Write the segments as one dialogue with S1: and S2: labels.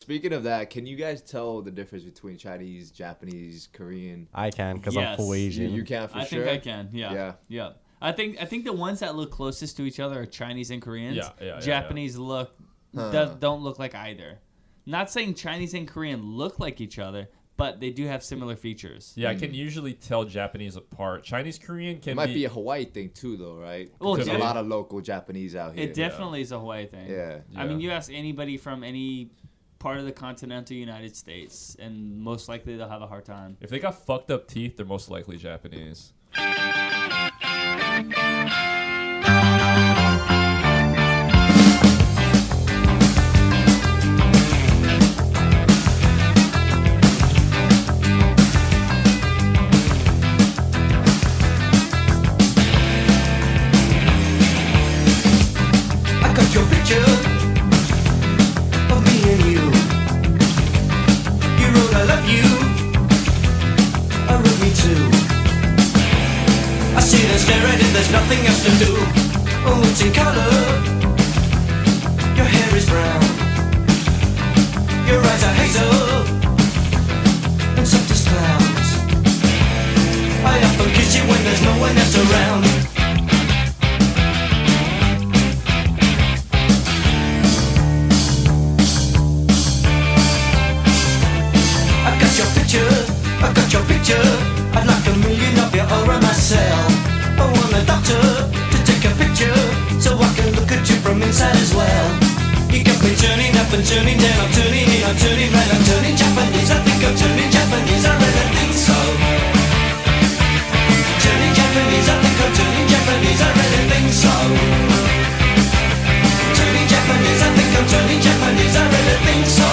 S1: Speaking of that, can you guys tell the difference between Chinese, Japanese, Korean?
S2: I can because I'm
S3: Yes.
S2: full
S1: You,
S2: Asian.
S1: you can for
S3: I
S1: sure.
S3: think I can. Yeah.
S1: Yeah.
S3: Yeah. I think I think the ones that look closest to each other are Chinese and Koreans.
S4: Yeah, yeah, yeah, yeah.
S3: Japanese look
S1: Huh.
S3: do, don't look like either. Not saying Chinese and Korean look like each other, but they do have similar features.
S4: Yeah, I can usually tell Japanese apart. Chinese Korean
S1: It
S4: can
S1: might be a Hawaii thing too, though, right?
S3: Well,
S1: There's a
S4: definitely.
S1: lot of local Japanese out here.
S3: It definitely is a Hawaii thing.
S1: Yeah.
S3: I mean,
S4: Yeah.
S3: you ask anybody from any part of the continental United States, and most likely they'll have a hard time.
S4: if they got fucked up teeth, they're most likely Japanese.
S5: I got your picture of me and you. You wrote I love you. I wrote me too. I sit and stare at it, there's nothing else to do. Oh, it's in color. Your hair is brown. Your eyes are hazel. And soft as clouds. I often kiss you when there's no one else around. I got your picture, I got your picture. I'd like a million of your aura myself. I want a doctor to take a picture so I can look at you from inside as well. You got me turning up and turning down, I'm turning in, I'm turning round, I'm turning Japanese. I think I'm turning Japanese, I really think so. Turning Japanese, I think I'm turning Japanese, I really think so. Turning Japanese, I think I'm turning Japanese, I really think so.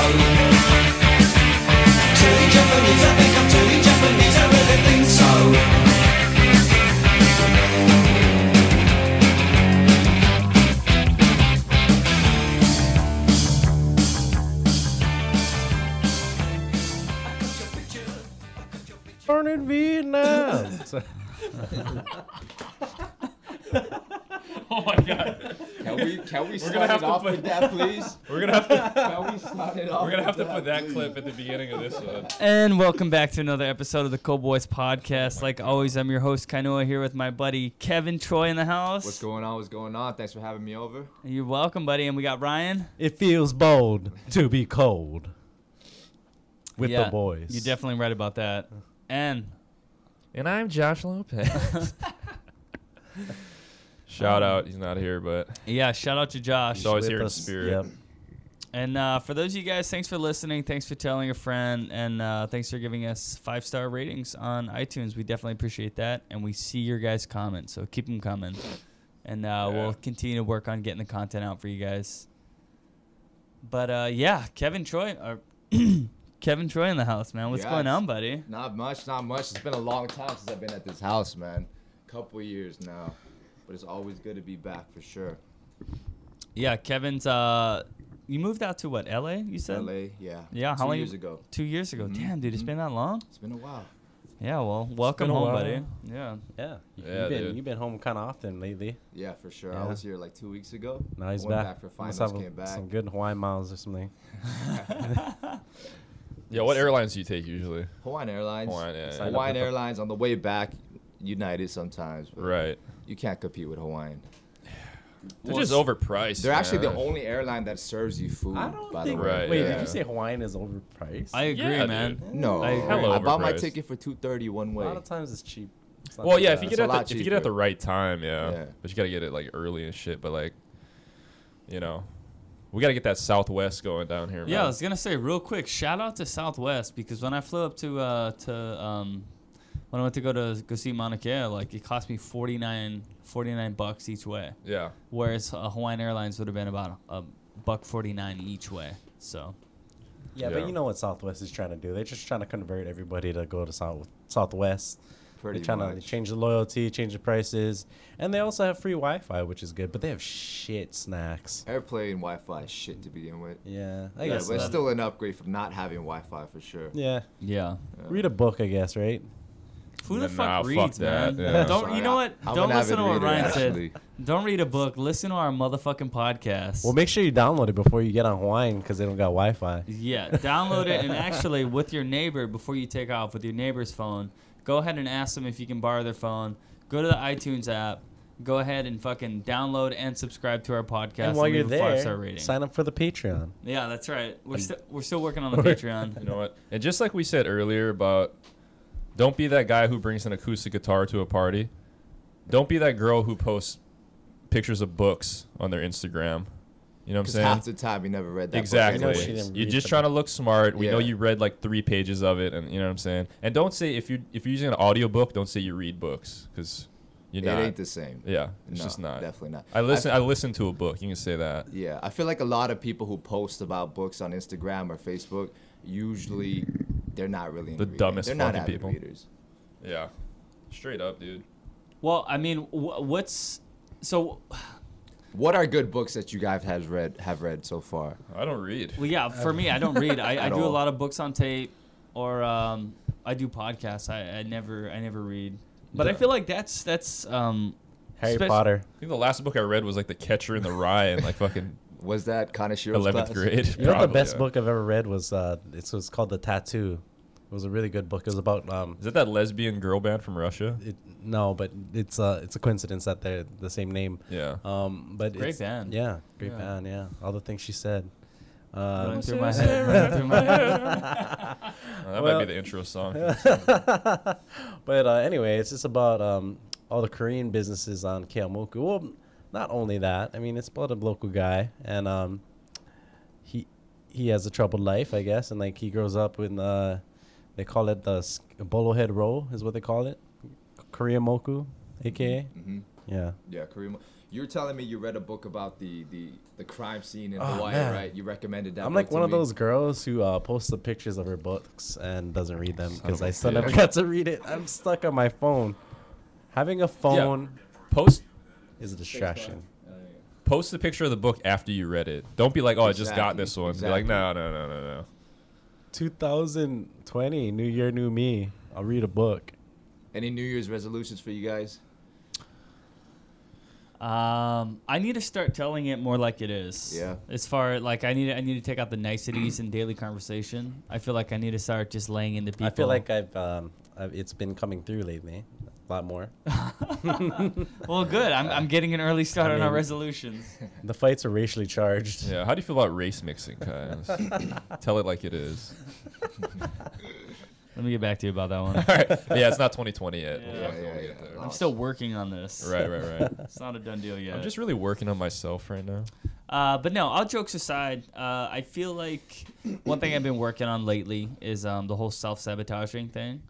S5: Turning Japanese, I think I'm turning Japanese, I really think so.
S2: Born in Vietnam.
S3: Oh my god!
S1: Can we can we
S4: gonna
S1: start
S4: have
S1: it
S4: to
S1: off
S4: put-
S1: with that, please?
S4: We're gonna have to
S1: Can we start it off?
S4: we're gonna have to
S1: with
S4: put that clip at the beginning of this one.
S3: and welcome back to another episode of the Co Boys Podcast. Like always, I'm your host Kainoa here with my buddy Kevin Troy in the house.
S1: What's going on? What's going on? Thanks for having me over.
S3: You're welcome, buddy. And we got Ryan.
S2: it feels bold to be cold with
S3: Yeah,
S2: the boys.
S3: You're definitely right about that. And
S4: And I'm Josh Lopez. Shout out, he's not here, but
S3: yeah, shout out to Josh.
S4: He's always
S2: With
S4: here in
S2: us,
S4: spirit.
S2: Yep.
S3: And uh, for those of you guys, thanks for listening. Thanks for telling a friend. And uh, thanks for giving us five star ratings on iTunes. We definitely appreciate that. And we see your guys' comments. So keep them coming. And uh,
S4: Yeah.
S3: we'll continue to work on getting the content out for you guys. But uh, yeah, Kevin Troy. Or Kevin Troy in the house, man. What's
S1: Yeah,
S3: going
S1: it's-
S3: on, buddy?
S1: Not much, not much. It's been a long time since I've been at this house, man. Couple years now, but it's always good to be back for sure.
S3: Yeah, Kevin's. Uh, you moved out to what, LA? You said?
S1: LA, yeah.
S3: Yeah,
S1: Two
S3: how long-
S1: years ago.
S3: Two years ago.
S4: Mm-hmm.
S3: Damn, dude, it's been that long?
S1: It's been a while.
S3: Yeah, well, welcome
S4: been a
S3: home,
S4: while.
S3: budty. Yeah.
S2: Yeah.
S4: Yeah,
S2: you've, been,
S4: dude.
S2: you've been home kind of often lately.
S1: Yeah, for sure. I
S2: Yeah.
S1: was here like two weeks ago.
S2: Now he's
S1: Went
S2: back.
S1: for
S2: Must
S1: finals.
S2: have a-
S1: came back.
S2: some good Hawaiian miles or something.
S4: Yeah, what airlines do you take usually?
S1: Hawaiian Airlines.
S4: Hawaiian, yeah, yeah.
S1: Hawaiian Airlines on the way back. United sometimes, but
S4: Right.
S1: you can't compete with Hawaiian.
S4: They're just overpriced.
S1: They're actually the
S4: man.
S1: only airline that serves you food.
S2: I don't
S1: by
S2: think.
S1: the way.
S4: Right,
S2: wait,
S4: yeah.
S2: did you say Hawaiian is overpriced?
S3: I agree,
S4: Yeah,
S3: man.
S4: dude.
S1: No,
S3: I
S1: I,
S3: agree.
S4: Hella
S1: bought my
S4: overpriced.
S1: ticket for two thirty one
S2: a
S1: way.
S2: lot of times it's cheap. It's not
S4: Well,
S2: too
S4: yeah,
S2: bad.
S4: if you get
S1: a
S4: at the,
S1: lot
S4: if you get at the
S1: cheaper.
S4: right time, yeah.
S1: Yeah.
S4: But you gotta get it like early and shit. But like, you know, we gotta get that Southwest going down here.
S3: Yeah, I
S4: man.
S3: was gonna say real quick. Shout out to Southwest because when I flew up to uh, to um, when I went to go to go see Mauna Kea, like it cost me 49, 49 bucks each way,
S4: yeah.
S3: whereas uh, Hawaiian Airlines would have been about a, buck forty nine each way. So
S2: Yeah,
S4: Yeah.
S2: but you know what Southwest is trying to do? They're just trying to convert everybody to go to South Southwest.
S1: Pretty
S2: they're trying
S1: much.
S2: to change the loyalty, change the prices, and they also have free Wi-Fi, which is good. But they have shit snacks.
S1: Airplane Wi-Fi is shit to begin with.
S2: Yeah, I
S1: Yeah,
S2: guess.
S1: but it's
S2: so.
S1: still an upgrade from not having Wi-Fi for sure.
S2: yeah,
S3: yeah,
S2: read a book, I guess, right?
S3: Who the
S4: Nah,
S3: fuck
S4: fuck
S3: reads,
S4: that,
S3: man?
S4: yeah.
S3: Don't you know what?
S1: I'm
S3: Don't
S1: an avid
S3: listen to what
S1: reader,
S3: Ryan
S1: actually.
S3: said. Don't read a book. Listen to our motherfucking podcast.
S2: Well, make sure you download it before you get on Hawaiian because they don't got Wi-Fi.
S3: yeah, download it and actually with your neighbor before you take off with your neighbor's phone. Go ahead and ask them if you can borrow their phone. Go to the iTunes app. Go ahead and fucking download and subscribe to our podcast.
S2: and while you're
S3: leave a five-star
S2: there,
S3: rating.
S2: sign up for the Patreon.
S3: yeah, that's right. We're still we're still working on the Patreon.
S4: You know what? And just like we said earlier about don't be that guy who brings an acoustic guitar to a party. Don't be that girl who posts pictures of books on their Instagram. You know what I'm
S1: Because
S4: saying?
S1: half the time you never read that. book
S4: Exactly.
S1: anyways.
S2: she didn't
S4: You're
S2: read
S4: just
S2: the
S4: trying to look smart. We know
S1: Yeah.
S4: you read like three pages of it, and you know what I'm saying. And don't say if you if you're using an audiobook, don't say you read books because you're
S1: It
S4: not.
S1: ain't the same.
S4: yeah, it's
S1: No,
S4: just not.
S1: Definitely not.
S4: I listen.
S1: I-
S4: I, listen to a book. You can say that.
S1: yeah, I feel like a lot of people who post about books on Instagram or Facebook usually they're not really into
S4: The
S1: reading.
S4: dumbest
S1: They're not
S4: fucking
S1: avid
S4: people.
S1: readers.
S4: Yeah, straight up, dude.
S3: Well, I mean, wh- what's so?
S1: What are good books that you guys has read have read so far?
S4: I don't read.
S3: Well, yeah, for me, I don't read. I, I
S1: At
S3: do a
S1: all.
S3: lot of books on tape, or um, I do podcasts. I, I never, I never read. But I
S4: Yeah.
S3: feel like that's that's um,
S2: Harry
S3: Spec-
S2: Potter.
S4: I think the last book I read was like The Catcher in the Rye in like fucking
S1: Was that Kanashiro's
S4: 11th
S1: class?
S2: You
S4: grade.
S2: know what the
S4: probably,
S2: best
S4: yeah.
S2: book I've ever read was uh, it was called The Tattoo. It was a really good book. It was about um,
S4: Is that that lesbian girl band from Russia?
S2: it, no, but it's uh, it's a coincidence that they're the same name.
S4: Yeah.
S2: Um, but
S3: Great
S2: it's,
S3: band.
S2: Yeah, great
S3: Yeah.
S2: band. Yeah, all the things she said.
S3: running
S2: Um,
S3: through my head. running through my head.
S4: Uh, that
S2: well-
S4: might be the intro song. for this.
S2: but uh, anyway, it's just about um, all the Korean businesses on Keomoku. Well, not only that. I mean, it's about a local guy, and um, he he has a troubled life, I guess, and like he grows up in uh, they call it the s- bolo head roll, is what they call it, Korea moku, aka.
S4: Mm-hmm.
S1: Mhm.
S2: Mm-hmm. Yeah.
S1: Yeah, Kareem. You were telling me you read a book about the the, the crime scene in
S2: Oh,
S1: Hawaii,
S2: man.
S1: right? You recommended that.
S2: I'm
S1: book
S2: like
S1: to
S2: one of
S1: me.
S2: those girls who uh, posts the pictures of her books and doesn't read them because
S4: a
S2: I still never
S4: bitch.
S2: got to read it. I'm stuck on my phone. Having a phone
S4: Post
S2: is a distraction.
S4: post the picture of the book after you read it. Don't be like, oh, I just got
S1: Exactly,
S4: this one. Be like,
S1: exactly.
S4: no, no, no, no, no.
S2: 2020, new year, new me. I'll read a book.
S1: Any New Year's resolutions for you guys?
S3: Um, I need to start telling it more like it is.
S1: Yeah.
S3: As far like I need, I need to take out the niceties in daily conversation. I feel like I need to start just laying into people.
S2: I feel like I've, um, I've it's been coming through lately, a lot more.
S3: well, good. I'm, I'm getting an early start
S2: I
S3: on our
S2: mean-
S3: resolutions.
S2: the fights are racially charged.
S4: Yeah. How do you feel about race mixing, guys? Tell it like it is.
S3: Let me get back to you about that one.
S4: All right. Yeah, it's not 2020 yet. We'll
S3: Yeah,
S4: fucking
S1: yeah,
S4: get
S1: yeah.
S4: there.
S3: I'm still working on this.
S4: Right, right, right.
S3: It's not a done deal yet.
S4: I'm just really working on myself right now.
S3: Uh, but no, all jokes aside, uh, I feel like one thing I've been working on lately is um, the whole self sabotaging thing,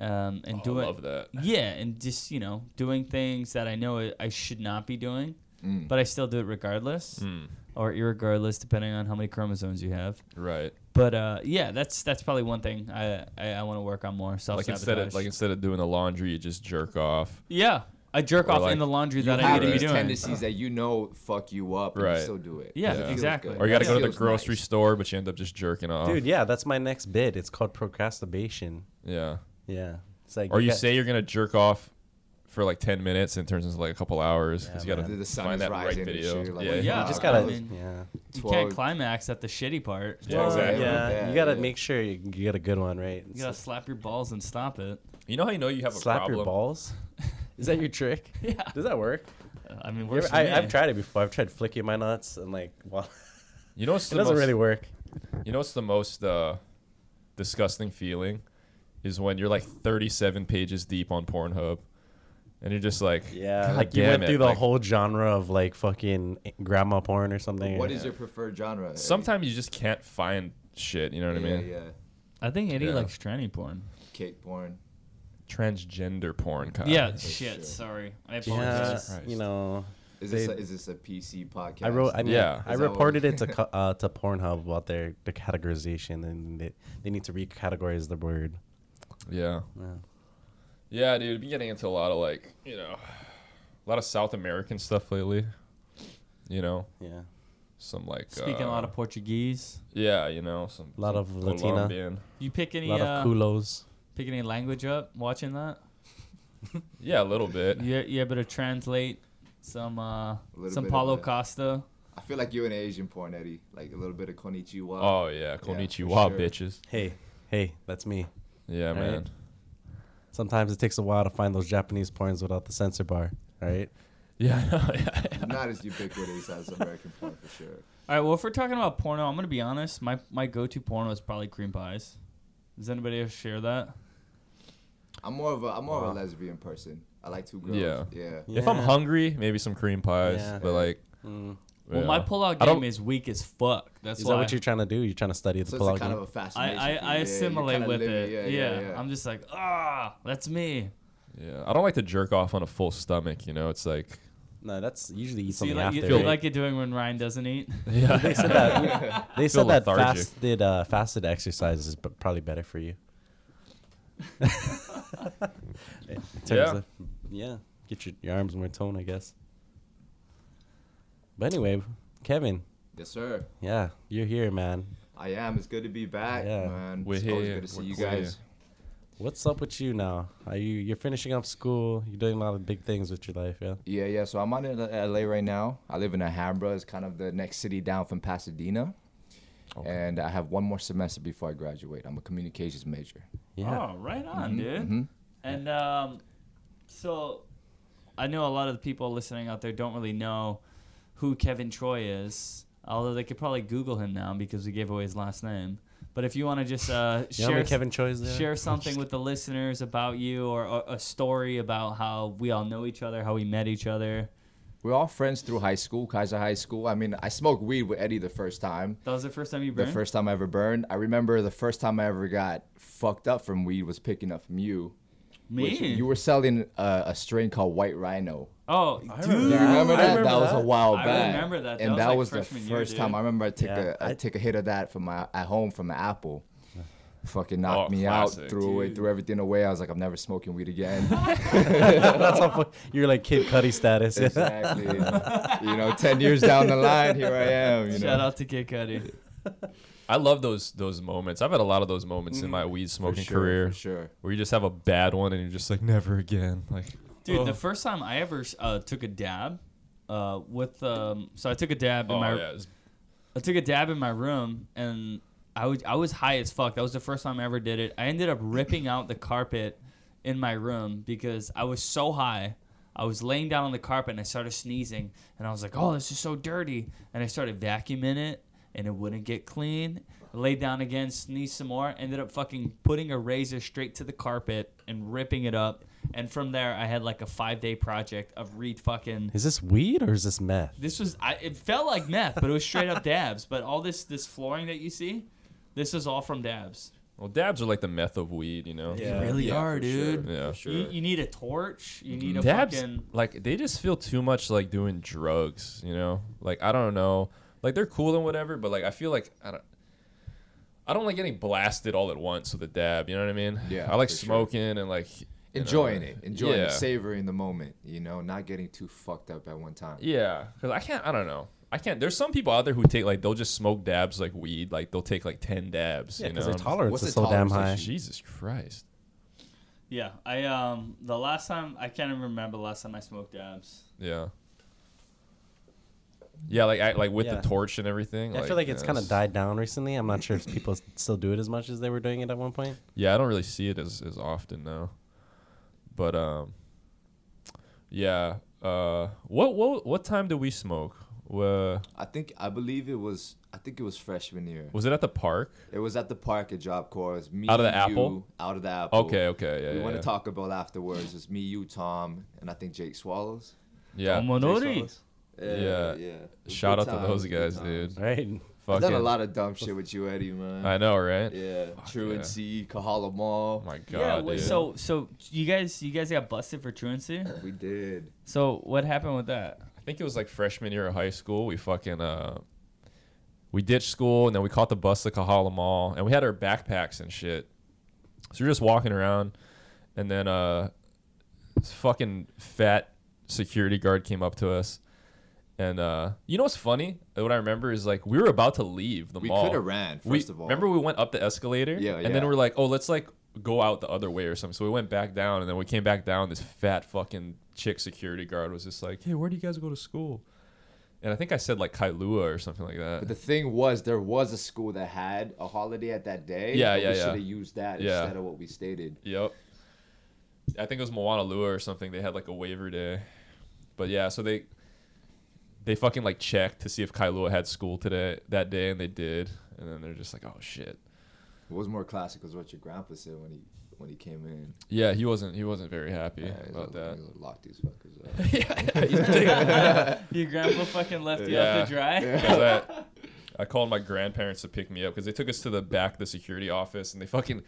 S3: um, and
S4: Oh,
S3: doing
S4: I love that.
S3: yeah, and just you know doing things that I know I- I should not be doing, but I still do it regardless
S4: Mm,
S3: or irregardless, depending on how many chromosomes you have.
S4: right.
S3: But uh, yeah, that's that's probably one thing I I, I want to work on more self
S4: Like
S3: sabotage.
S4: instead of like instead of doing the laundry, you just jerk off.
S3: yeah, I jerk
S4: Or
S3: off
S4: like,
S3: in the laundry that
S1: you
S3: I
S1: have
S3: need to be
S1: these
S3: doing.
S1: tendencies that you know fuck you up, and
S4: Right.
S1: you still do it.
S3: Yeah,
S1: It feels
S3: exactly.
S1: good.
S4: Or you got to
S1: It
S4: go to the
S1: feels
S4: grocery
S1: nice.
S4: store, but you end up just jerking off.
S2: Dude, yeah, that's my next bid. It's called procrastination.
S4: Yeah.
S2: Yeah. It's like
S4: Or you
S2: got-
S4: say you're gonna jerk off for like ten minutes and it turns into like a couple hours because
S2: Yeah,
S4: you gotta
S1: man. The sun
S4: find
S1: is
S4: that right
S1: rising and
S4: video.
S1: shit, you're like,
S4: yeah,
S1: "Well,
S2: you
S3: yeah,
S2: just
S3: I
S2: gotta
S3: mean-
S2: yeah.
S3: You can't
S1: Twelve-
S3: climax at the shitty part.
S4: Yeah, exactly.
S2: Yeah,
S1: Yeah,
S2: you gotta
S1: yeah.
S2: make sure you you get a good one, right?
S3: You gotta slap your balls and stop it.
S4: You know how you know you have a
S2: slap
S4: problem?
S2: your balls. Is that your trick?
S3: Yeah.
S2: Does that work?
S3: I mean,
S2: You
S3: worse
S2: ever- I, I've tried it before. I've tried flicking my nuts and like, well,
S4: You know what's
S2: it
S4: the
S2: doesn't
S4: most,
S2: really work.
S4: You know what's the most uh, disgusting feeling is when you're like 37 pages deep on Pornhub, and you're just like,
S2: Yeah,
S4: "God
S2: like you
S4: damn
S2: went
S4: it,"
S2: through the
S4: like,
S2: whole genre of like fucking grandma porn or something.
S1: What is your preferred genre?
S4: Sometimes you just can't find shit. You know what
S1: Yeah,
S4: I mean?
S1: yeah.
S3: I think Eddie
S4: Yeah.
S3: likes tranny porn.
S1: Cake porn.
S4: Transgender porn. Kyle.
S3: yeah, shit.
S1: sure.
S3: Sorry, I
S2: Yeah,
S3: apologize.
S4: Jesus Christ.
S2: you know,
S1: Is this
S2: They-
S1: a, is this a PC podcast?
S2: I wrote. I mean,
S4: Yeah.
S2: I
S1: Is that what-
S2: reported it to co- uh, to Pornhub about their the categorization and they, they need to recategorize the word.
S4: Yeah.
S2: Yeah.
S4: Yeah, dude. I've been getting into a lot of like, you know, a lot of South American stuff lately. You know,
S2: Yeah,
S4: some like
S3: Speaking a
S4: uh,
S3: lot of Portuguese.
S4: yeah, you know, some
S2: Lot
S4: some
S2: of Latina.
S4: Colombian.
S3: You pick
S2: a
S3: any
S2: lot
S3: uh,
S2: of culos.
S3: pick any language up watching that?
S4: Yeah, a little bit.
S3: You you able to translate some uh
S1: little
S3: some
S1: bit of
S3: Paulo
S1: that.
S3: Costa?
S1: I feel like you're an Asian porn, Eddie. Like a little bit of konnichiwa.
S4: Oh yeah,
S1: for
S4: konnichiwa,
S1: sure.
S4: bitches.
S2: Hey, hey, that's me.
S4: Yeah, man.
S2: Sometimes it takes a while to find those Japanese porns without the censor bar, right?
S4: Yeah, yeah, yeah.
S1: Not as ubiquitous as American porn for sure.
S3: All right. Well, if we're talking about porno, I'm gonna be honest. My my go to porno is probably cream pies. Does anybody else share that?
S1: I'm more of a I'm more of a lesbian person. I like two girls.
S4: Yeah.
S1: Yeah.
S4: If I'm
S2: Yeah.
S4: hungry, maybe some cream pies.
S2: Yeah.
S4: But like,
S3: Well, my pullout
S4: I don't-
S3: game is weak as fuck. That's
S2: Is
S3: why
S2: that what you're trying to do? You're trying to study the
S1: So
S2: pull
S1: it's a kind of a
S3: I,
S1: fascination.
S3: I,
S1: for
S3: I
S1: you. Yeah, you
S3: assimilate
S1: kinda
S3: with
S1: live
S3: it.
S1: it.
S3: Yeah, I'm just like ah, that's me.
S4: yeah, I don't like to jerk off on a full stomach. You know, it's like
S2: No, that's usually eat
S3: So you
S2: something
S3: like,
S2: after.
S3: you,
S2: right?
S3: you like it doing when Ryan doesn't eat.
S2: they said that, they
S4: Feel
S2: said that
S4: lethargic.
S2: fasted uh, fasted exercise is b- probably better for you. In terms
S4: Yeah.
S2: of- yeah. Get your, your arms more toned, I guess. But anyway, Kevin,
S1: Yes, sir.
S2: yeah, you're here, man.
S1: I am. It's good to be back,
S2: Yeah.
S1: man.
S4: We're
S1: it's always
S4: here.
S1: good to see
S4: We're
S1: you
S4: clear.
S1: guys.
S2: What's up with you now? Are you you're finishing up school? You're doing a lot of big things with your life, yeah.
S3: Oh,
S1: Yeah, yeah. So I'm out in LA right now. I live in Alhambra. It's kind of the next city down from Pasadena. And I have one more semester before I graduate. I'm a communications major.
S2: Yeah.
S3: Oh, right on,
S1: Mm-hmm,
S3: dude. And um, so I know a lot of the people listening out there don't really know who Kevin Troy is, although they could probably Google him now because we gave away his last name. But if you want to just uh,
S2: You know how
S3: share,
S2: many Kevin Choi's there?
S3: share something with the listeners about you or, or a story about how we all know each other, how we met each other,
S1: We're all friends through high school, Kaiser High School. I mean, I smoked weed with Eddie the first time.
S3: that was the first time you
S1: The
S3: burned.
S1: first time I ever burned. I remember the first time I ever got fucked up from weed was picking up from you.
S3: Me?
S1: Which you were selling a, a strain called White Rhino.
S3: oh,
S1: Do
S3: dude.
S1: you remember
S2: I
S1: that?
S2: remember
S1: that was a
S2: that.
S1: while
S3: I
S1: back.
S3: remember that. That
S1: and
S3: was
S1: that
S3: like
S1: was the
S3: freshman year,
S1: first
S3: dude.
S1: time I remember I took
S2: Yeah,
S1: a I
S2: I-
S1: took a hit of that from my at home from the apple. Fucking knocked
S4: Oh,
S1: me
S4: classic.
S1: out, threw away, threw everything away. I was like, I'm never smoking weed again.
S2: That's how fuck, you're like Kid Cudi status.
S1: exactly. you know, ten years down the line, here I am. You know.
S3: Shout out to Kid Cudi.
S4: I love those those moments. I've had a lot of those moments in my weed
S1: For
S4: smoking
S1: sure,
S4: career
S1: For sure.
S4: where you just have a bad one and you're just like never again. Like,
S3: Dude,
S4: oh.
S3: the first time I ever uh, took a dab uh, with um, so I took a dab in
S4: Oh,
S3: my
S4: yeah, it's-
S3: I took a dab in my room and I was I was high as fuck. That was the first time I ever did it. I ended up ripping out the carpet in my room because I was so high. I was laying down on the carpet and I started sneezing and I was like, "Oh, this is so dirty." And I started vacuuming it and it wouldn't get clean. I laid down again, sneezed some more, ended up fucking putting a razor straight to the carpet and ripping it up. And from there, I had like a 5-day project of re fucking
S2: Is this weed or is this meth?
S3: this was I, it felt like meth, but it was straight up dabs. But all this this flooring that you see, this is all from dabs.
S4: well, dabs are like the meth of weed, you know.
S2: Yeah.
S3: really
S1: Yeah,
S3: are,
S1: for
S3: dude.
S1: Sure.
S4: Yeah.
S1: For sure.
S3: You, you need a torch. You need a
S4: dabs
S3: fucking.
S4: like they just feel too much like doing drugs you know like i don't know like they're cool and whatever but like i feel like i don't i don't like getting blasted all at once with a dab you know what i mean
S1: Yeah,
S4: i like
S1: for sure.
S4: smoking and like you know,
S1: enjoying it, enjoying
S4: yeah.
S1: it, savoring the moment. You know, not getting too fucked up at one time.
S4: yeah because i can't i don't know i can't there's some people out there who take like they'll just smoke dabs like weed like they'll take like 10 dabs
S2: Yeah,
S4: you know
S2: because their tolerance
S1: What's
S2: is
S1: the
S2: so damn high.
S1: tolerance
S4: jesus christ
S3: Yeah, I um the last time I can't even remember the last time I smoked dabs.
S4: yeah yeah like I, like with
S2: Yeah.
S4: the torch and everything
S2: I feel like
S4: yeah,
S2: it's kind of
S4: it's-
S2: died down recently. I'm not sure if people s- still do it as much as they were doing it at one point.
S4: Yeah, I don't really see it as, as often though. But um yeah, uh what what what time did we smoke? Uh,
S1: I think I believe it was I think it was freshman year.
S4: was it at the park?
S1: It was at the park at Job Corps. It was me,
S4: Out of the
S1: you,
S4: apple?
S1: out of the apple.
S4: Okay, okay, yeah.
S1: we
S4: yeah,
S1: want
S4: yeah.
S1: to talk about afterwards. It's me, you, Tom, and I think Jake Swallows.
S3: Oh,
S4: Yeah.
S3: Omonori.
S4: Yeah.
S1: yeah. It was
S4: Shout out
S1: good
S4: to
S1: times,
S4: those
S1: good
S4: guys,
S1: times.
S4: dude.
S2: Right?
S1: I've done a
S4: Fucking-
S1: lot of dumb shit with you, Eddie, man.
S4: I know, right?
S1: Yeah,
S4: Fuck
S1: truancy, Kahala Mall.
S4: Oh my god.
S3: Yeah, wait,
S4: dude.
S3: so so you guys you guys got busted for truancy.
S1: We did.
S3: So what happened with that?
S4: I think it was like freshman year of high school. We fucking uh we ditched school and then we caught the bus to Kahala Mall and we had our backpacks and shit. So we're just walking around and then uh this fucking fat security guard came up to us. And uh you know what's funny? What I remember is like we were about to leave the
S1: We
S4: mall.
S1: coulda ran,
S4: We-
S1: first of all.
S4: Remember we went up the escalator?
S1: Yeah,
S4: And then
S1: yeah.
S4: we're like, oh let's like go out the other way or something. So we went back down, and then we came back down. This fat fucking chick security guard was just like, "Hey, where do you guys go to school?" And I think I said like Kailua or something like that.
S1: But the thing was, there was a school that had a holiday at that day.
S4: Yeah,
S1: but
S4: yeah,
S1: We
S4: yeah.
S1: should have used that
S4: Yeah.
S1: instead of what we stated.
S4: Yep. I think it was Moana Lua or something. They had like a waiver day. But yeah, so they they fucking like checked to see if Kailua had school today that day and they did. And then they're just like, Oh shit.
S1: What was more classic was what your grandpa said when he when he came in.
S4: Yeah, he wasn't he wasn't very happy
S1: Yeah, he's like,
S4: about that.
S1: "Niggas would Lock these fuckers up.
S6: Your grandpa fucking left you
S4: Yeah.
S6: out to dry.
S4: 'Cause I, I called my grandparents to pick me up because they took us to the back of the security office and they fucking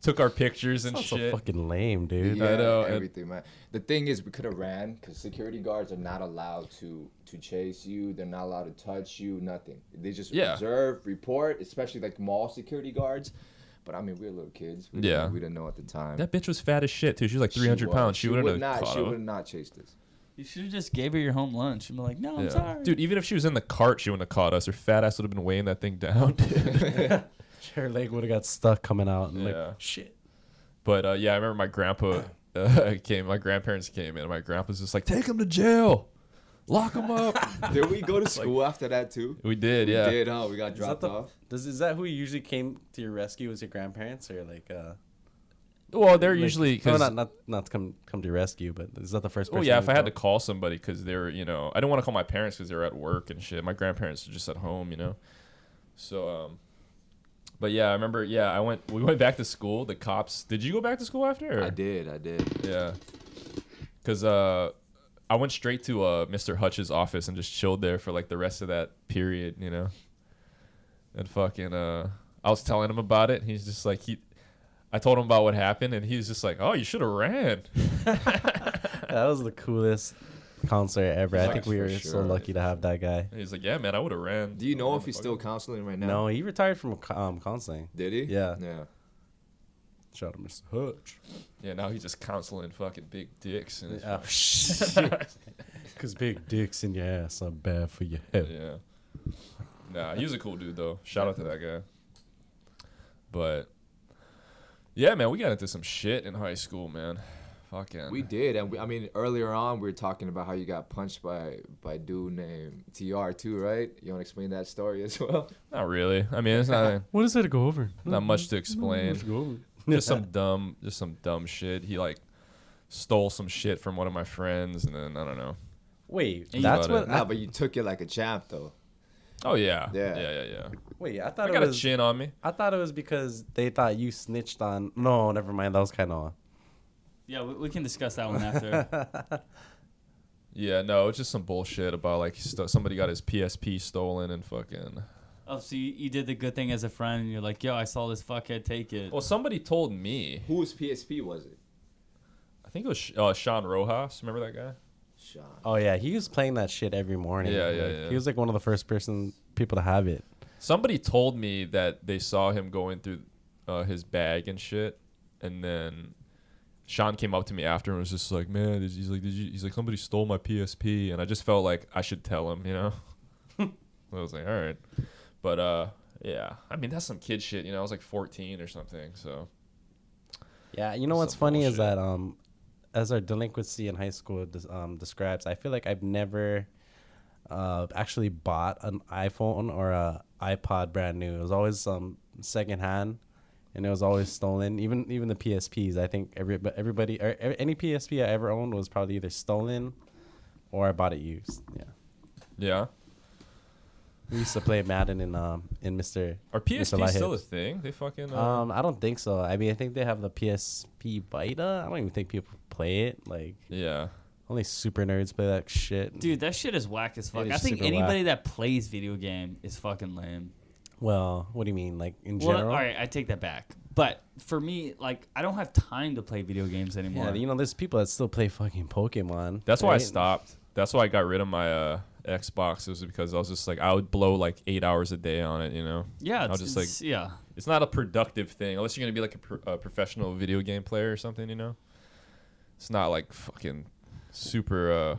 S4: took our pictures and
S2: That's so
S4: shit.
S2: fucking lame, dude.
S1: Yeah,
S4: I know, and-
S1: everything, man. The thing is, we could have ran because security guards are not allowed to to chase you. They're not allowed to touch you. Nothing. They just
S4: Yeah.
S1: observe, report, especially like mall security guards. But I mean, we were little kids. We didn't-
S4: Yeah.
S1: we didn't know at the time.
S4: that bitch was fat as shit too. She was like
S1: She
S4: three hundred
S1: was.
S4: pounds. She, wouldn't
S1: would
S4: have
S1: not.
S4: caught
S1: She
S4: up.
S1: would not chase this.
S6: You should have just gave her your home lunch. and be like, no, I'm
S4: Yeah.
S6: sorry.
S4: Dude, even if she was in the cart, she wouldn't have caught us. Her fat ass would have been weighing that thing down.
S2: Her leg would have got stuck coming out and
S4: Yeah.
S2: like shit.
S4: but uh, yeah, I remember my grandpa uh, came. My grandparents came in. And my grandpa's just like, "Take him to jail, lock him up."
S1: Did we go to school after that too?
S4: we did,
S1: We
S4: yeah.
S1: did, huh? We got dropped off.
S2: Does is that who usually came to your rescue? Was your grandparents or like? uh
S4: Well, they're
S2: like-
S4: usually
S2: oh,
S4: because.
S2: not not not to come come to your rescue, but is that the first?
S4: Oh
S2: person
S4: yeah,
S2: you
S4: if I had to
S2: call?
S4: call somebody because they were, you know, I didn't want to call my parents because they were at work and shit. My grandparents are just at home, you know. So, um, but yeah, I remember. Yeah, I went. We went back to school. The cops. Did you go back to school after? or-
S1: I did. I did.
S4: Yeah. Cause uh, I went straight to uh Mr. Hutch's office and just chilled there for like the rest of that period, you know. And fucking uh, I was telling him about it. He's just like he, I told him about what happened, and he's just like, "Oh, you should have ran."
S2: That was the coolest concert ever. I
S4: Like,
S2: think we
S1: for
S2: were so
S1: sure.
S2: lucky to have that guy.
S4: And he's like, "Yeah, man, I would have ran."
S1: Do you know if
S4: he
S1: he's still counseling right now?
S2: No, he retired from co- um, counseling.
S1: Did he?
S2: Yeah.
S1: Yeah.
S2: Shout out Mr. Hutch.
S4: Yeah, now he's just counseling fucking big dicks and.
S2: Oh, shit. Cause big dicks in your ass are bad for your health.
S4: Yeah. Nah, he was a cool dude though. Shout out to that guy. But yeah, man, we got into some shit in high school, man. Fucking.
S1: We did, and we, I mean earlier on we were talking about how you got punched by by a dude named Tr too, right? You want to explain that story as well?
S4: Not really. I mean, it's not
S2: What is there to go over?
S4: not much to explain.
S2: to go over.
S4: Just some dumb, just some dumb shit. He like stole some shit from one of my friends, and then I don't know.
S2: Wait,
S4: Think
S2: that's
S4: about
S2: what.
S4: it.
S2: I,
S1: nah, but you took it like a champ though.
S4: Oh yeah.
S1: Yeah.
S4: Yeah. Yeah. Yeah.
S2: wait, I
S4: I
S2: thought it
S4: got a
S2: was.
S4: chin on me.
S2: I thought it was because they thought you snitched on. No, never mind. That was kind of.
S6: Yeah, we, we can discuss that one after.
S4: Yeah. No, it's just some bullshit about like st- somebody got his PSP stolen and fucking.
S6: oh, so you, you did the good thing as a friend, and you're like, yo, I saw this fuckhead take it.
S4: Well, somebody told me.
S1: Whose PSP was it?
S4: I think it was Sh- uh, Sean Rojas. Remember that guy?
S1: Sean.
S2: Oh yeah, he was playing that shit every morning.
S4: Yeah, yeah,
S2: Like,
S4: yeah.
S2: He was like one of the first person people to have it.
S4: Somebody told me that they saw him going through uh, his bag and shit, and then Sean came up to me after and was just like, "Man, did- he's like, did you?" He's like, "Somebody stole my PSP," and I just felt like I should tell him, you know. I was like, "All right," but uh, yeah. I mean, that's some kid shit, you know. I was like 14 or something, so
S2: Yeah, you know what's
S4: Some
S2: funny
S4: bullshit.
S2: is that um, as our delinquency in high school des- um, describes, I feel like I've never uh, actually bought an iPhone or a iPod brand new. It was always um secondhand, and it was always stolen. Even even the PSPs, I think every but everybody or e- any PSP I ever owned was probably either stolen or I bought it used. Yeah,
S4: yeah.
S2: we used to play Madden in um in Mister.
S4: Are PSPs still a thing? They fucking. Uh,
S2: Um, I don't think so. I mean, I think they have the PSP Vita. I don't even think people play it. Like,
S4: yeah.
S2: only super nerds play that shit.
S6: Dude, that shit is whack as fuck.
S2: It
S6: I
S2: is
S6: think
S2: super whack.
S6: anybody that plays video game is fucking lame.
S2: Well, what do you mean? Like in
S6: Well,
S2: general?
S6: all right, I take that back. But for me, like, I don't have time to play video games anymore.
S2: Yeah, you know, there's people that still play fucking Pokemon.
S4: That's why I
S2: right?
S4: stopped. That's why I got rid of my uh, Xbox. It was because I was just like I would blow like eight hours a day on it, you know.
S6: yeah,
S4: I
S6: it's,
S4: was just like
S6: it's- yeah.
S4: it's not a productive thing unless you're gonna be like a, pro- a professional video game player or something, you know. It's not like fucking super. uh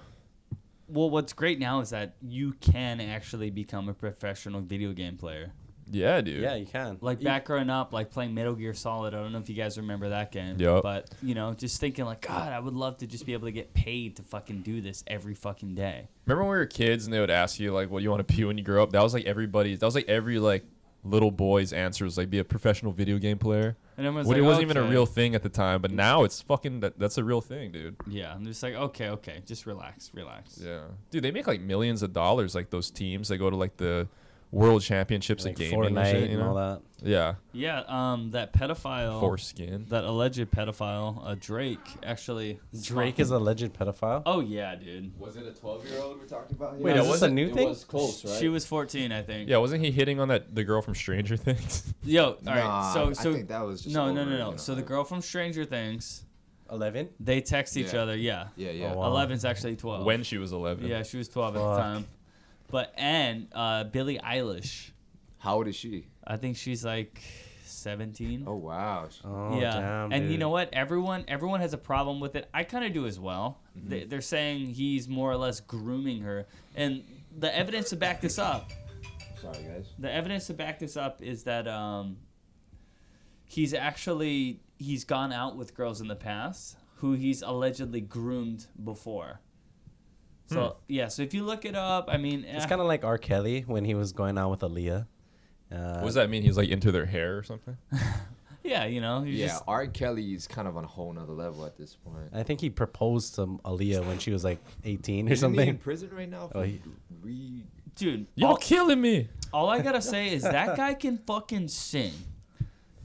S6: Well, what's great now is that you can actually become a professional video game player.
S4: Yeah, dude.
S2: Yeah, you can.
S3: Like
S2: You-
S3: back growing up, like playing Metal Gear Solid. I don't know if you guys remember that game.
S4: Yup.
S3: But you know, just thinking like, God, I would love to just be able to get paid to fucking do this every fucking day.
S4: Remember when we were kids and they would ask you like, "What do you want to be when you grow up?" That was like everybody. That was like every like little boy's answer was like, "Be a professional video game player."
S3: And
S4: What
S3: everyone's
S4: it
S3: like,
S4: wasn't even a
S3: "Okay."
S4: real thing at the time, but now it's fucking. That, that's a real thing, dude.
S3: Yeah, I'm just like, okay, okay, just relax, relax.
S4: Yeah, dude, they make like millions of dollars. Like those teams, they go to like the world championships
S2: like
S4: in gaming
S2: Fortnite
S4: and shit.
S2: and
S4: You know?
S2: all that. Oh.
S4: Yeah,
S3: Yeah, um, that pedophile,
S4: foreskin.
S3: that alleged pedophile, uh, Drake, actually.
S2: Drake is an alleged pedophile.
S3: Oh yeah, dude.
S7: Was it a 12 year old we're talking about?
S2: Wait, is
S4: Now,
S2: this a
S4: wasn't-
S2: new
S7: it
S2: thing?
S7: was close, right?
S3: She was 14, I think.
S4: Yeah, wasn't he hitting on that the girl from Stranger Things?
S3: Yo, all right.
S1: Nah,
S3: so,
S1: I
S3: so
S1: think that was just
S3: no, no,
S1: over,
S3: no,
S1: you
S3: no.
S1: know.
S3: So the girl from Stranger Things,
S2: Eleven.
S3: they text each
S1: Yeah.
S3: other. Yeah.
S1: Yeah, yeah.
S2: Oh, wow.
S3: 11's actually 12.
S4: When she was 11.
S3: Oh. Yeah, she was 12 at
S2: Fuck.
S3: the time. But and uh, Billie Eilish,
S1: How old is she?
S3: I think she's like 17.
S1: Oh wow.
S2: Oh
S3: yeah,
S2: damn.
S3: and you
S2: dude.
S3: know what? Everyone, everyone has a problem with it. I kind of do as well.
S2: Mm-hmm.
S3: They, they're saying he's more or less grooming her, and the evidence to back this up,
S1: Sorry guys.
S3: the evidence to back this up is that um, he's actually he's gone out with girls in the past who he's allegedly groomed before. So yeah, so if you look it up, I mean,
S2: Hmm. It's
S3: eh,
S2: kind of like R. Kelly when he was going out with Aaliyah. Uh,
S4: What does that mean? He's like into their hair or something?
S3: yeah, you know, you
S1: Yeah,
S3: just-
S1: R. Kelly is kind of on a whole nother level at this point.
S2: I think he proposed to Aaliyah when she was like 18 or
S1: Isn't he in
S2: something.
S1: prison right now?
S2: Oh, he-
S1: re-
S3: dude,
S4: Y'all killing me.
S3: All I gotta say is that guy can fucking sing.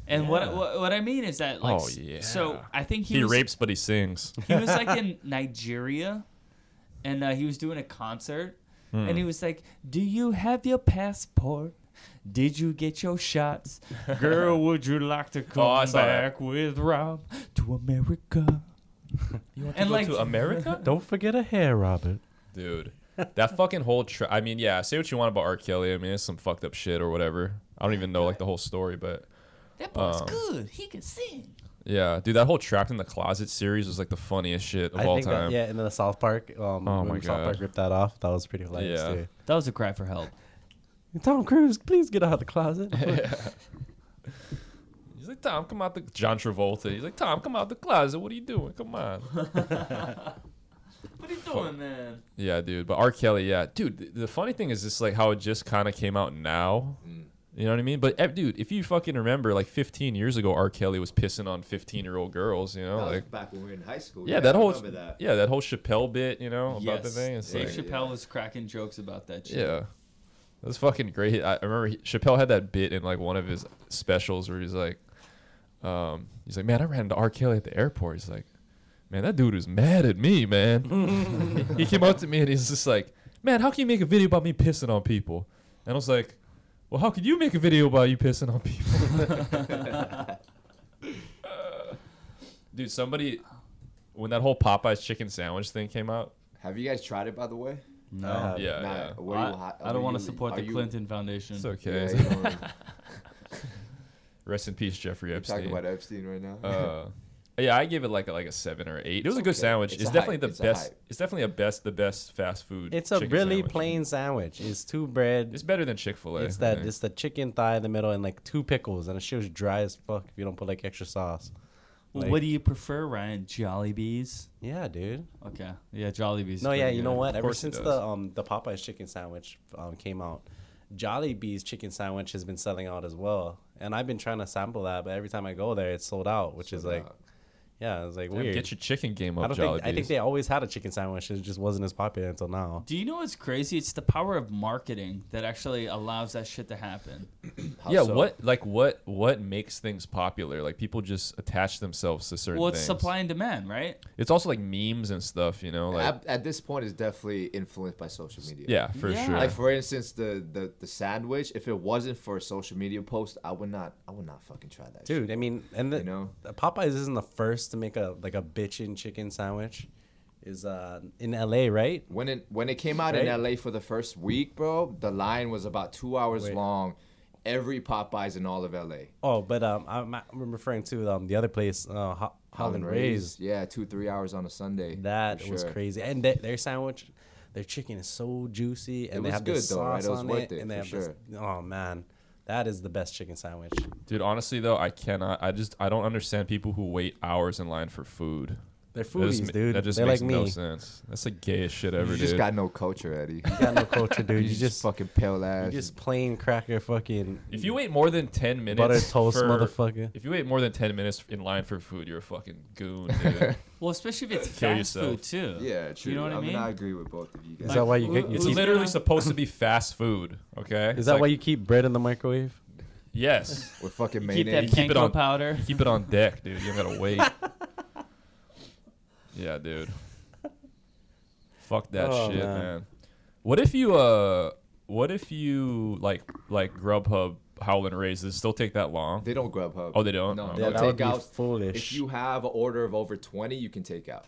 S3: And what, what what I mean is that like
S4: Oh,
S3: s-
S4: yeah.
S3: so I think he,
S4: He
S3: was,
S4: rapes, but he sings.
S3: he was like in Nigeria, and uh, he was doing a concert,
S4: Hmm.
S3: and he was like, "Do you have your passport? Did you get your shots, girl? Would you like to come
S4: Oh, I saw that.
S3: back with Rob to America?"
S4: You want
S3: to And, go like-
S4: to
S3: to
S4: America?
S2: Don't forget a hair, Robert.
S4: Dude, that fucking whole. Tra- I mean, yeah, say what you want about R. Kelly. I mean, it's some fucked up shit or whatever. I don't even know like the whole story, but
S3: That boy's
S4: Um,
S3: good. He can sing.
S4: yeah, dude, that whole Trapped in the Closet series was like the funniest shit of
S2: I
S4: all
S2: think
S4: time.
S2: that yeah, and then the South Park. Um,
S4: Oh
S2: when
S4: my
S2: South Park
S4: God.
S2: ripped that off. That was pretty hilarious
S4: Yeah.
S2: too.
S3: That was a cry for help.
S2: Tom Cruise, please get out of the closet.
S4: He's like, Tom, come out the John Travolta. He's like, Tom, come out the closet. What are you doing? Come on.
S3: What are you doing, man?
S4: yeah, dude. But R. Kelly, yeah, dude. th- The funny thing is, just like how it just kind of came out now. You know what I mean? But eh, dude, if you fucking remember, like 15 years ago, R. Kelly was pissing on 15 year old girls. You know,
S1: that was
S4: Oh, like
S1: back when we were in high school.
S4: yeah, that
S1: I
S4: whole
S1: remember that.
S4: yeah that whole Chappelle bit, you know, about the
S3: Yes,
S4: thing. It's
S3: Dave
S4: like,
S1: Chappelle
S3: Chappelle was cracking jokes about that shit.
S4: yeah, that's fucking great. I I remember he, Chappelle had that bit in like one of his specials where he's like, um, he's like, man, I ran into R. Kelly at the airport. He's like, man, that dude was mad at me, man. he came up to me and he's just like, man, how can you make a video about me pissing on people? And I was like, well, how could you make a video about you pissing on people? Dude, somebody when that whole Popeyes chicken sandwich thing came out.
S1: Have you guys tried it by the way?
S3: No.
S2: Uh,
S4: Yeah,
S1: Nah,
S4: yeah.
S1: were you
S3: I,
S1: hot-
S3: I don't
S1: were
S3: want to
S1: you-
S3: support
S1: are
S3: the
S1: you-
S3: Clinton Foundation.
S4: It's
S1: Yeah,
S4: okay.
S1: you know,
S4: Rest in peace, Jeffrey
S1: we're talking
S4: Epstein.
S1: about Epstein right now.
S4: Uh, yeah, I give it like a, like a seven or eight. It was a good
S1: okay.
S4: sandwich. It's,
S1: It's a
S4: definitely
S1: hype.
S4: the
S1: It's a
S4: best.
S1: hype.
S4: It's definitely a best the best fast food.
S2: It's a
S4: chicken
S2: really
S4: sandwich.
S2: plain sandwich. It's two bread.
S4: It's
S2: It's,
S4: better than Chick Fil A.
S2: that. It's the chicken thigh in the middle and like two pickles, and it shit's dry as fuck if you don't put like extra sauce.
S3: Well,
S2: Like-
S3: what do you prefer, Ryan? Jolly Bees?
S2: Yeah, dude.
S3: Okay. Yeah, Jolly Bees.
S2: No, yeah, you know what? Ever
S4: course it
S2: since
S4: does.
S2: the um the Popeyes chicken sandwich um, came out, Jollibee's chicken sandwich has been selling out as well. And I've been trying to sample that, but every time I go there, it's sold out, which is
S1: Sold
S2: like,
S1: out.
S2: yeah, it's like
S4: Damn,
S2: weird.
S4: Get your chicken game
S2: I
S4: up,
S2: don't
S4: Jolly.
S2: think I think
S4: they.
S2: they always had a chicken sandwich. It just wasn't as popular until now.
S3: Do you know what's crazy? It's the power of marketing that actually allows that shit to happen.
S1: How
S4: Yeah,
S1: so?
S4: what like what what makes things popular? Like people just attach themselves to certain.
S3: Well, it's
S4: things.
S3: supply and demand, right?
S4: It's also like memes and stuff. You know, like
S1: at, at this point, it's definitely influenced by social media.
S4: yeah, for
S3: Yeah.
S4: sure.
S1: Like for instance, the, the the sandwich. If it wasn't for a social media post, I would not. I would not fucking try that. shit.
S2: Dude, I mean, and the,
S1: You know?
S2: the Popeyes isn't the first to make a like a bitchin' chicken sandwich. Is uh in L.A. right?
S1: When it when it came out in
S2: Right?
S1: LA for the first week, bro, the line was about two hours
S2: Wait.
S1: long. Every Popeyes in all of LA.
S2: Oh, but um I'm, I'm referring to um the other place, uh, Ho- Holland, Rays.
S1: Yeah, two three hours on a Sunday.
S2: That
S1: for
S2: was
S1: sure.
S2: crazy. And their, their sandwich, their chicken is so juicy, and they
S1: was
S2: have
S1: good,
S2: this
S1: though, right?
S2: sauce
S1: It was
S2: on
S1: worth
S2: it,
S1: it,
S2: and they
S1: for
S2: have this. Oh man, That is the best chicken sandwich.
S4: Dude, honestly though, I cannot. I just I don't understand people who wait hours in line for food.
S2: They're
S4: That just
S2: foodies,
S4: ma-
S2: dude.
S4: That just
S2: They're
S4: makes
S2: like
S4: no
S2: me.
S4: sense. That's the gayest shit ever,
S1: You
S4: dude.
S1: just got no culture, Eddie.
S2: You got no culture, dude. You, just
S1: fucking pale ass.
S2: you just plain cracker fucking
S4: if you wait more than ten minutes,
S2: butter toast,
S4: for-
S2: motherfucker.
S4: If you wait more than ten minutes in line for food, you're a fucking goon, dude.
S6: Well, especially if it's
S4: Kill
S6: fast
S4: yourself.
S6: food too.
S1: yeah, true.
S6: You know what I
S1: I
S6: mean?
S1: mean, I agree with both of you
S2: Is
S1: guys.
S2: that why you
S6: who-
S2: get?
S4: it's
S6: who's
S2: you keep,
S4: literally
S6: gonna-
S4: supposed to be fast food, okay?
S2: is that why you keep bread in the microwave?
S4: Yes.
S1: with fucking
S6: Keep that
S1: mayonnaise.
S4: keep it
S6: panko
S4: on-
S6: powder.
S4: Keep it on deck, dude. You don't gotta wait. yeah, dude. Fuck that
S2: Oh,
S4: shit, man.
S2: man.
S4: What if you uh what if you like like Grubhub Howlin' Raises still take that long?
S1: They don't grub hub.
S4: Oh, they don't?
S1: No,
S4: Oh,
S1: they'll
S4: okay.
S2: That would
S1: take
S2: be
S1: out.
S2: foolish.
S1: If you have an order of over twenty, you can take out.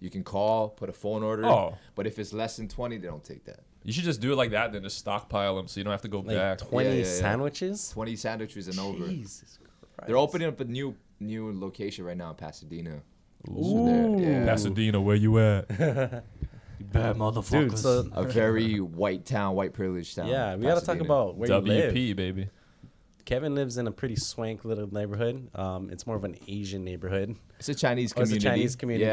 S1: You can call, put a phone order.
S4: Oh.
S1: But if it's less than twenty, they don't take that.
S4: You should just do it like that, then just stockpile them so you don't have to go
S2: Like
S4: back.
S2: twenty
S1: yeah, yeah.
S2: sandwiches.
S1: Twenty sandwiches and over.
S2: Jesus Christ.
S1: They're opening up a new new location right now in Pasadena.
S2: Ooh.
S1: yeah.
S4: Pasadena, where you at?
S6: Bad motherfuckers.
S2: Dude, so
S1: a very white town, white privileged town.
S2: yeah, we gotta talk
S1: Pasadena.
S2: about where you live.
S4: WP, E baby.
S2: Kevin lives in a pretty swank little neighborhood. Um, it's more of an Asian neighborhood.
S1: It's a Chinese
S2: Or Oh, it's a
S1: community.
S2: Chinese community.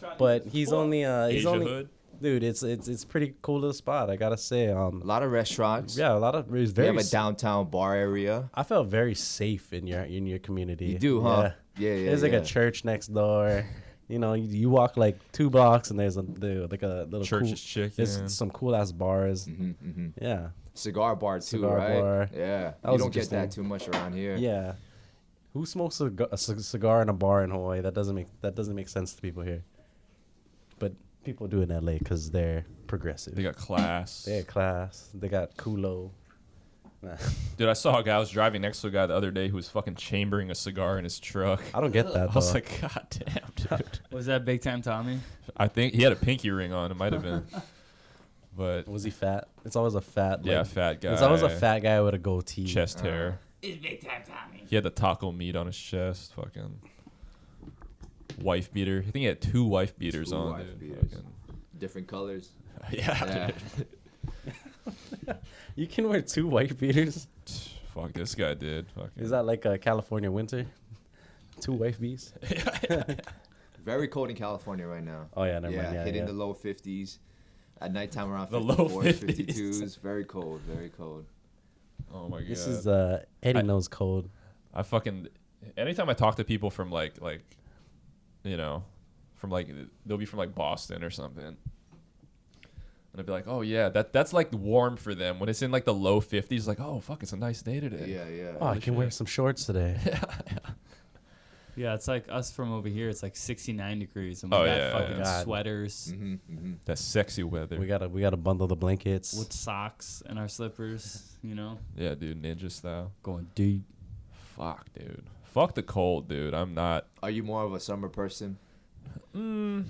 S1: Yeah.
S2: But he's only uh he's
S4: Asia
S2: only
S4: hood.
S2: dude, it's it's it's pretty cool little spot, I gotta say.
S1: A
S2: Um
S1: lot of restaurants.
S2: yeah, a lot of it was
S1: They
S2: very
S1: have a
S2: s-
S1: downtown bar area.
S2: I felt very safe in your in your community.
S1: You do, huh? Yeah, yeah.
S2: there's like
S1: yeah.
S2: a church next door. You know, you, you walk like two blocks and there's a the, like a little
S4: Church's
S2: cool,
S4: chicken.
S2: There's some cool ass bars.
S1: Mm-hmm,
S2: Yeah,
S1: cigar bar too,
S2: Cigar
S1: right?
S2: bar.
S1: Yeah.
S2: That
S1: you
S2: was
S1: don't get that
S2: interesting.
S1: too much around here.
S2: yeah. Who smokes a, g- a c- cigar in a bar in Hawaii? That doesn't make that doesn't make sense to people here. But people do in LA because they're progressive.
S4: They got class.
S2: They got class. They got culo. Nah,
S4: Dude, I saw a guy I was driving next to a guy the other day who was fucking chambering a cigar in his truck.
S2: I don't get that.
S4: I was
S2: though.
S4: like, God damn, dude.
S6: was that big time Tommy?
S4: I think he had a pinky ring on. It might have been, but
S2: was he fat? It's always a fat.
S4: yeah,
S2: like-
S4: fat guy.
S2: It's always a fat guy with a goatee.
S4: chest hair.
S6: It's big time Tommy.
S4: He had the taco meat on his chest. Fucking wife beater. I think he had two wife beaters
S1: Two
S4: on.
S1: wife
S4: dude.
S1: beaters.
S4: Fucking-
S1: Different colors.
S4: yeah.
S1: Yeah.
S4: dude.
S2: You can wear two white beaters.
S4: Fuck this guy, dude. Fucking.
S2: Is that like a California winter? Two wife bees?
S1: Very cold in California right now.
S2: Oh yeah, never mind. Yeah,
S1: hitting
S2: yeah.
S1: the low 50s. At nighttime around
S4: The low
S1: 54,
S4: 50s.
S1: 52s. Very cold, very cold.
S4: oh my god.
S2: this is uh Eddie
S4: I-
S2: knows cold.
S4: I fucking. Anytime I talk to people from like like, you know, from like they'll be from like Boston or something. And I'd be like, oh yeah, that that's like warm for them. When it's in like the low fifties, like, oh fuck, it's a nice day today.
S1: Yeah, yeah.
S2: Oh, I can wear some shorts today.
S6: Yeah, it's like us from over here. It's like 69 degrees, and we
S4: Oh,
S6: got
S4: yeah,
S6: fucking
S2: yeah.
S6: sweaters
S1: hmm hmm
S4: That sexy weather.
S2: we gotta we gotta bundle the blankets.
S6: with socks and our slippers. You know,
S4: yeah, dude, ninja style.
S6: going deep.
S4: Fuck, dude. Fuck the cold, dude. I'm not.
S1: Are you more of a summer person?
S4: Mm,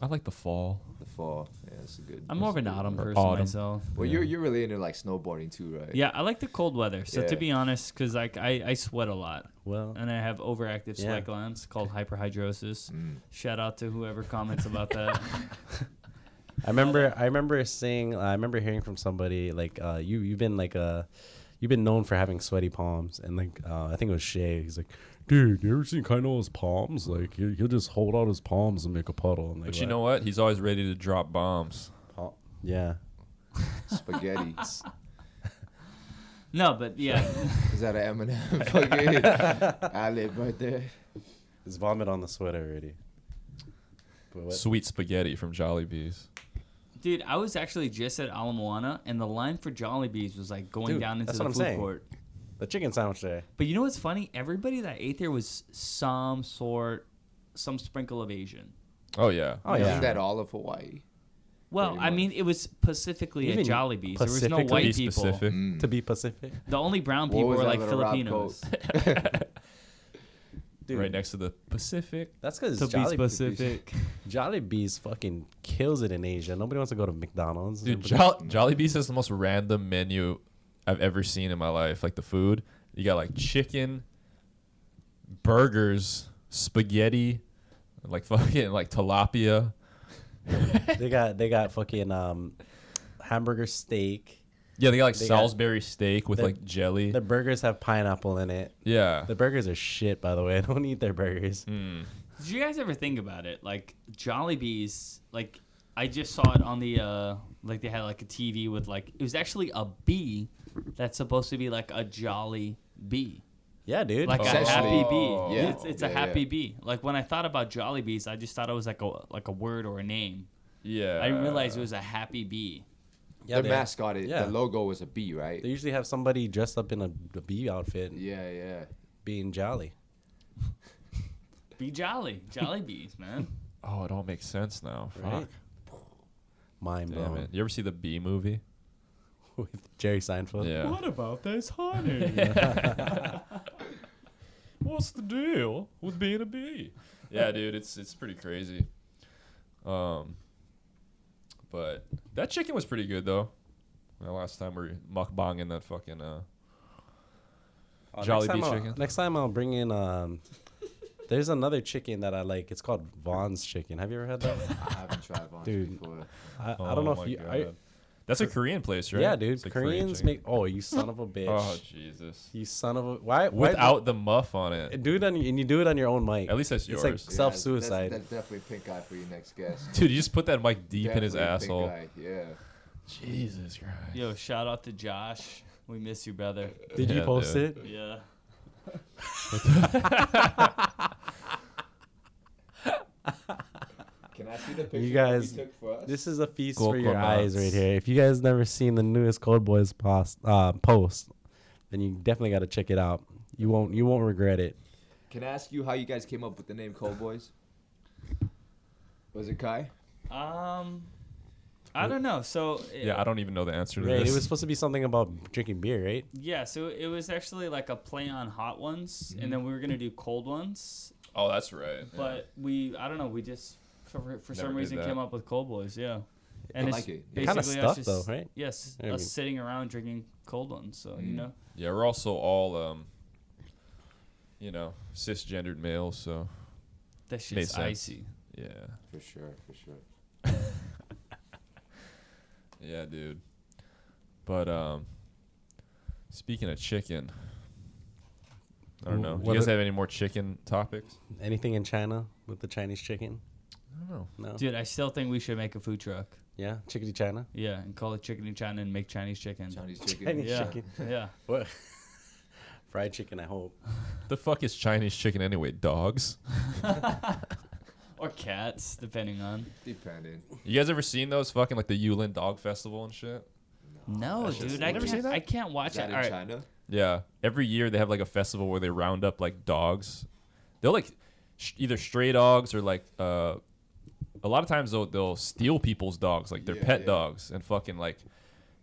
S4: I like the fall.
S1: The fall. Yeah, that's a good.
S6: I'm more of an autumn
S4: Or
S6: person
S4: autumn.
S6: myself.
S1: Well, you're you're really into like snowboarding too, right?
S6: Yeah, I like the cold weather. So to
S1: Yeah.
S6: be honest, because like I, I sweat a lot
S2: well,
S6: and I have overactive
S2: Yeah. Mm.
S6: sweat glands called hyperhidrosis. Shout out to whoever comments about that.
S2: I remember I remember seeing I remember hearing from somebody like uh you you've been like uh you've been known for having sweaty palms and like uh, I think it was Shay. He's like, dude, you ever seen Kaino's palms? Like he- he'll just hold out his palms and make a puddle. I'm like,
S4: But you
S2: "What?"
S4: know what? He's always ready to drop bombs.
S2: Pal- yeah.
S1: Spaghetti.
S6: no, but yeah,
S1: Is that an Eminem fucking ad-lib right there?
S2: It's vomit on the sweater already. But what-
S4: Sweet spaghetti from Jollibee's.
S6: dude, I was actually just at Ala Moana, and the line for Jollibees was like going
S2: Dude,
S6: down into
S2: that's
S6: the
S2: what I'm
S6: food
S2: saying.
S6: court.
S2: The chicken sandwich there.
S6: But you know what's funny? Everybody that ate there was some sort, some sprinkle of Asian.
S4: Oh yeah.
S2: Oh yeah.
S1: Isn't that all of Hawaii?
S6: Well,
S1: Pretty
S6: I
S1: much.
S6: mean, it was specifically
S2: Even
S6: at Jollibee's. There was no
S2: Pacific-
S4: Be
S6: white people.
S4: specific.
S2: to be Pacific.
S6: The only brown
S1: What
S6: people
S1: was
S6: were
S1: that
S6: like
S1: little Rob coat?
S6: Filipinos.
S2: Dude,
S4: Right next to the Pacific.
S2: That's because Jolly,
S6: specific.
S2: Jollibee's fucking kills it in Asia. Nobody wants to go to McDonald's.
S4: Dude,
S2: Nobody-
S4: Jol- Jollibee's has the most random menu I've ever seen in my life. Like the food, you got like chicken, burgers, spaghetti, like fucking like tilapia.
S2: they got they got fucking um, hamburger steak.
S4: Yeah, they got like
S2: They got-
S4: Salisbury steak with
S2: the-
S4: like jelly.
S2: The burgers have pineapple in it.
S4: yeah.
S2: The burgers are shit, by the way. Don't eat their burgers.
S4: Mm.
S3: Did you guys ever think about it? Like Jollibees, like I just saw it on the uh like they had like a TV with like it was actually a bee that's supposed to be like a jolly bee.
S2: Yeah, dude.
S3: Like a
S1: Essentially.
S3: happy bee.
S4: Oh.
S1: Yeah.
S3: It's, it's
S1: Yeah,
S3: a
S1: yeah.
S3: happy bee. Like when I thought about Jollibees, I just thought it was like a like a word or a name.
S4: Yeah.
S1: Uh.
S3: I didn't realize it was a happy bee.
S2: yeah,
S1: Their
S2: they-
S1: mascot, is,
S2: yeah.
S1: the logo was a bee, right?
S2: They usually have somebody dressed up in a, a bee outfit
S1: yeah, yeah.
S2: being jolly.
S3: Be jolly. Jolly bees, man.
S4: Oh, it all makes sense now. Fuck.
S2: Right? Mind
S4: Damn
S2: blown.
S4: it. You ever see the Bee movie?
S2: With Jerry Seinfeld.
S4: Yeah.
S3: about this honey?
S4: What's the deal with being a bee? Yeah, dude, it's it's pretty crazy. Um, but that chicken was pretty good though. The last time we were mukbanging that fucking uh,
S2: Oh, next
S4: Jolly
S2: time
S4: Bee
S2: I'll-
S4: chicken.
S2: Next time I'll bring in um. There's another chicken that I like. It's called Vaughn's chicken. Have you ever had that?
S1: I haven't tried Vons
S2: Dude.
S1: before.
S2: I, I don't know if
S4: Oh my
S2: you. Are,
S4: God. That's a Korean place, right?
S2: Yeah, dude.
S4: It's a Korean
S2: Koreans
S4: chicken.
S2: make. Oh, you son of a bitch.
S4: Oh Jesus!
S2: you son of a. Why? why
S4: Without the muff on
S2: do-
S4: it.
S2: do it on and you do it on your own mic.
S4: At least that's
S2: It's
S4: yours.
S2: like-
S1: Yeah,
S2: Self-suicide.
S1: That's, that's definitely pink eye for your next guest.
S4: Dude, you just put that mic deep in his
S1: Definitely pink
S4: asshole.
S1: eye, Yeah.
S4: Jesus Christ.
S3: Yo, shout out to Josh. We miss you, brother.
S2: Did you
S4: Yeah,
S2: post
S4: dude.
S2: it?
S3: Yeah.
S1: Can I see the picture
S2: guys-
S1: that you took for us?
S2: This is a feast
S4: Cool,
S2: for your
S4: cool
S2: eyes right
S4: nuts.
S2: here. If you guys never seen the newest Cold Boys post, uh, post, then you definitely got to check it out. You won't. You won't regret it.
S1: Can I ask you how you guys came up with the name Cold Boys? Was it Kai?
S3: Um, I don't know. So
S4: Yeah, I don't even know the answer to
S2: Right?
S4: this.
S2: It was supposed to be something about drinking beer, right?
S3: Yeah, so it was actually like a play on hot ones, and then we were gonna do cold ones,
S4: oh, that's right. Mm-hmm. yeah.
S3: but we I don't know. We just for, for
S4: Never
S3: some
S4: did
S3: reason
S4: that.
S3: came up with cold boys. Yeah,
S1: I
S3: it's
S1: like it.
S2: It kinda
S3: basically us
S2: stuck, though,
S3: just-
S2: right?
S3: Yes,
S2: I mean-
S3: us sitting around drinking cold ones. So
S4: Mm-hmm.
S3: you know,
S4: Yeah, we're also all, um, you know, cisgendered males, so
S3: that
S4: Made
S3: shit's
S4: sense.
S3: icy.
S4: yeah,
S1: For sure, for sure.
S4: yeah, dude. But um, speaking of chicken, I don't know. Do
S2: What
S4: you guys
S2: a-
S4: have any more chicken topics?
S2: Anything in China with the Chinese chicken?
S4: I don't know.
S2: No.
S3: Dude, I still think we should make a food truck.
S2: Yeah, chickadee China.
S3: Yeah, and call it Chicken in China and make Chinese chicken.
S1: Chinese chicken.
S2: Chinese
S3: yeah,
S2: chicken.
S3: yeah.
S2: What? Fried chicken. I hope.
S4: The fuck is Chinese chicken anyway? Dogs.
S3: Or cats, depending on.
S1: Depending.
S4: You guys ever seen those fucking like the Yulin Dog Festival and shit?
S3: No,
S1: shit's-
S3: dude,
S1: You
S3: I
S1: never seen
S3: can't.
S1: that?
S3: I can't watch
S1: Is that
S3: it.
S1: in
S3: All right,
S1: China?
S4: Yeah. Every year they have like a festival where they round up like dogs. They'll like sh- either stray dogs or like uh, a lot of times they'll they'll steal people's dogs, like their
S1: Yeah,
S4: pet
S1: yeah.
S4: dogs, and fucking like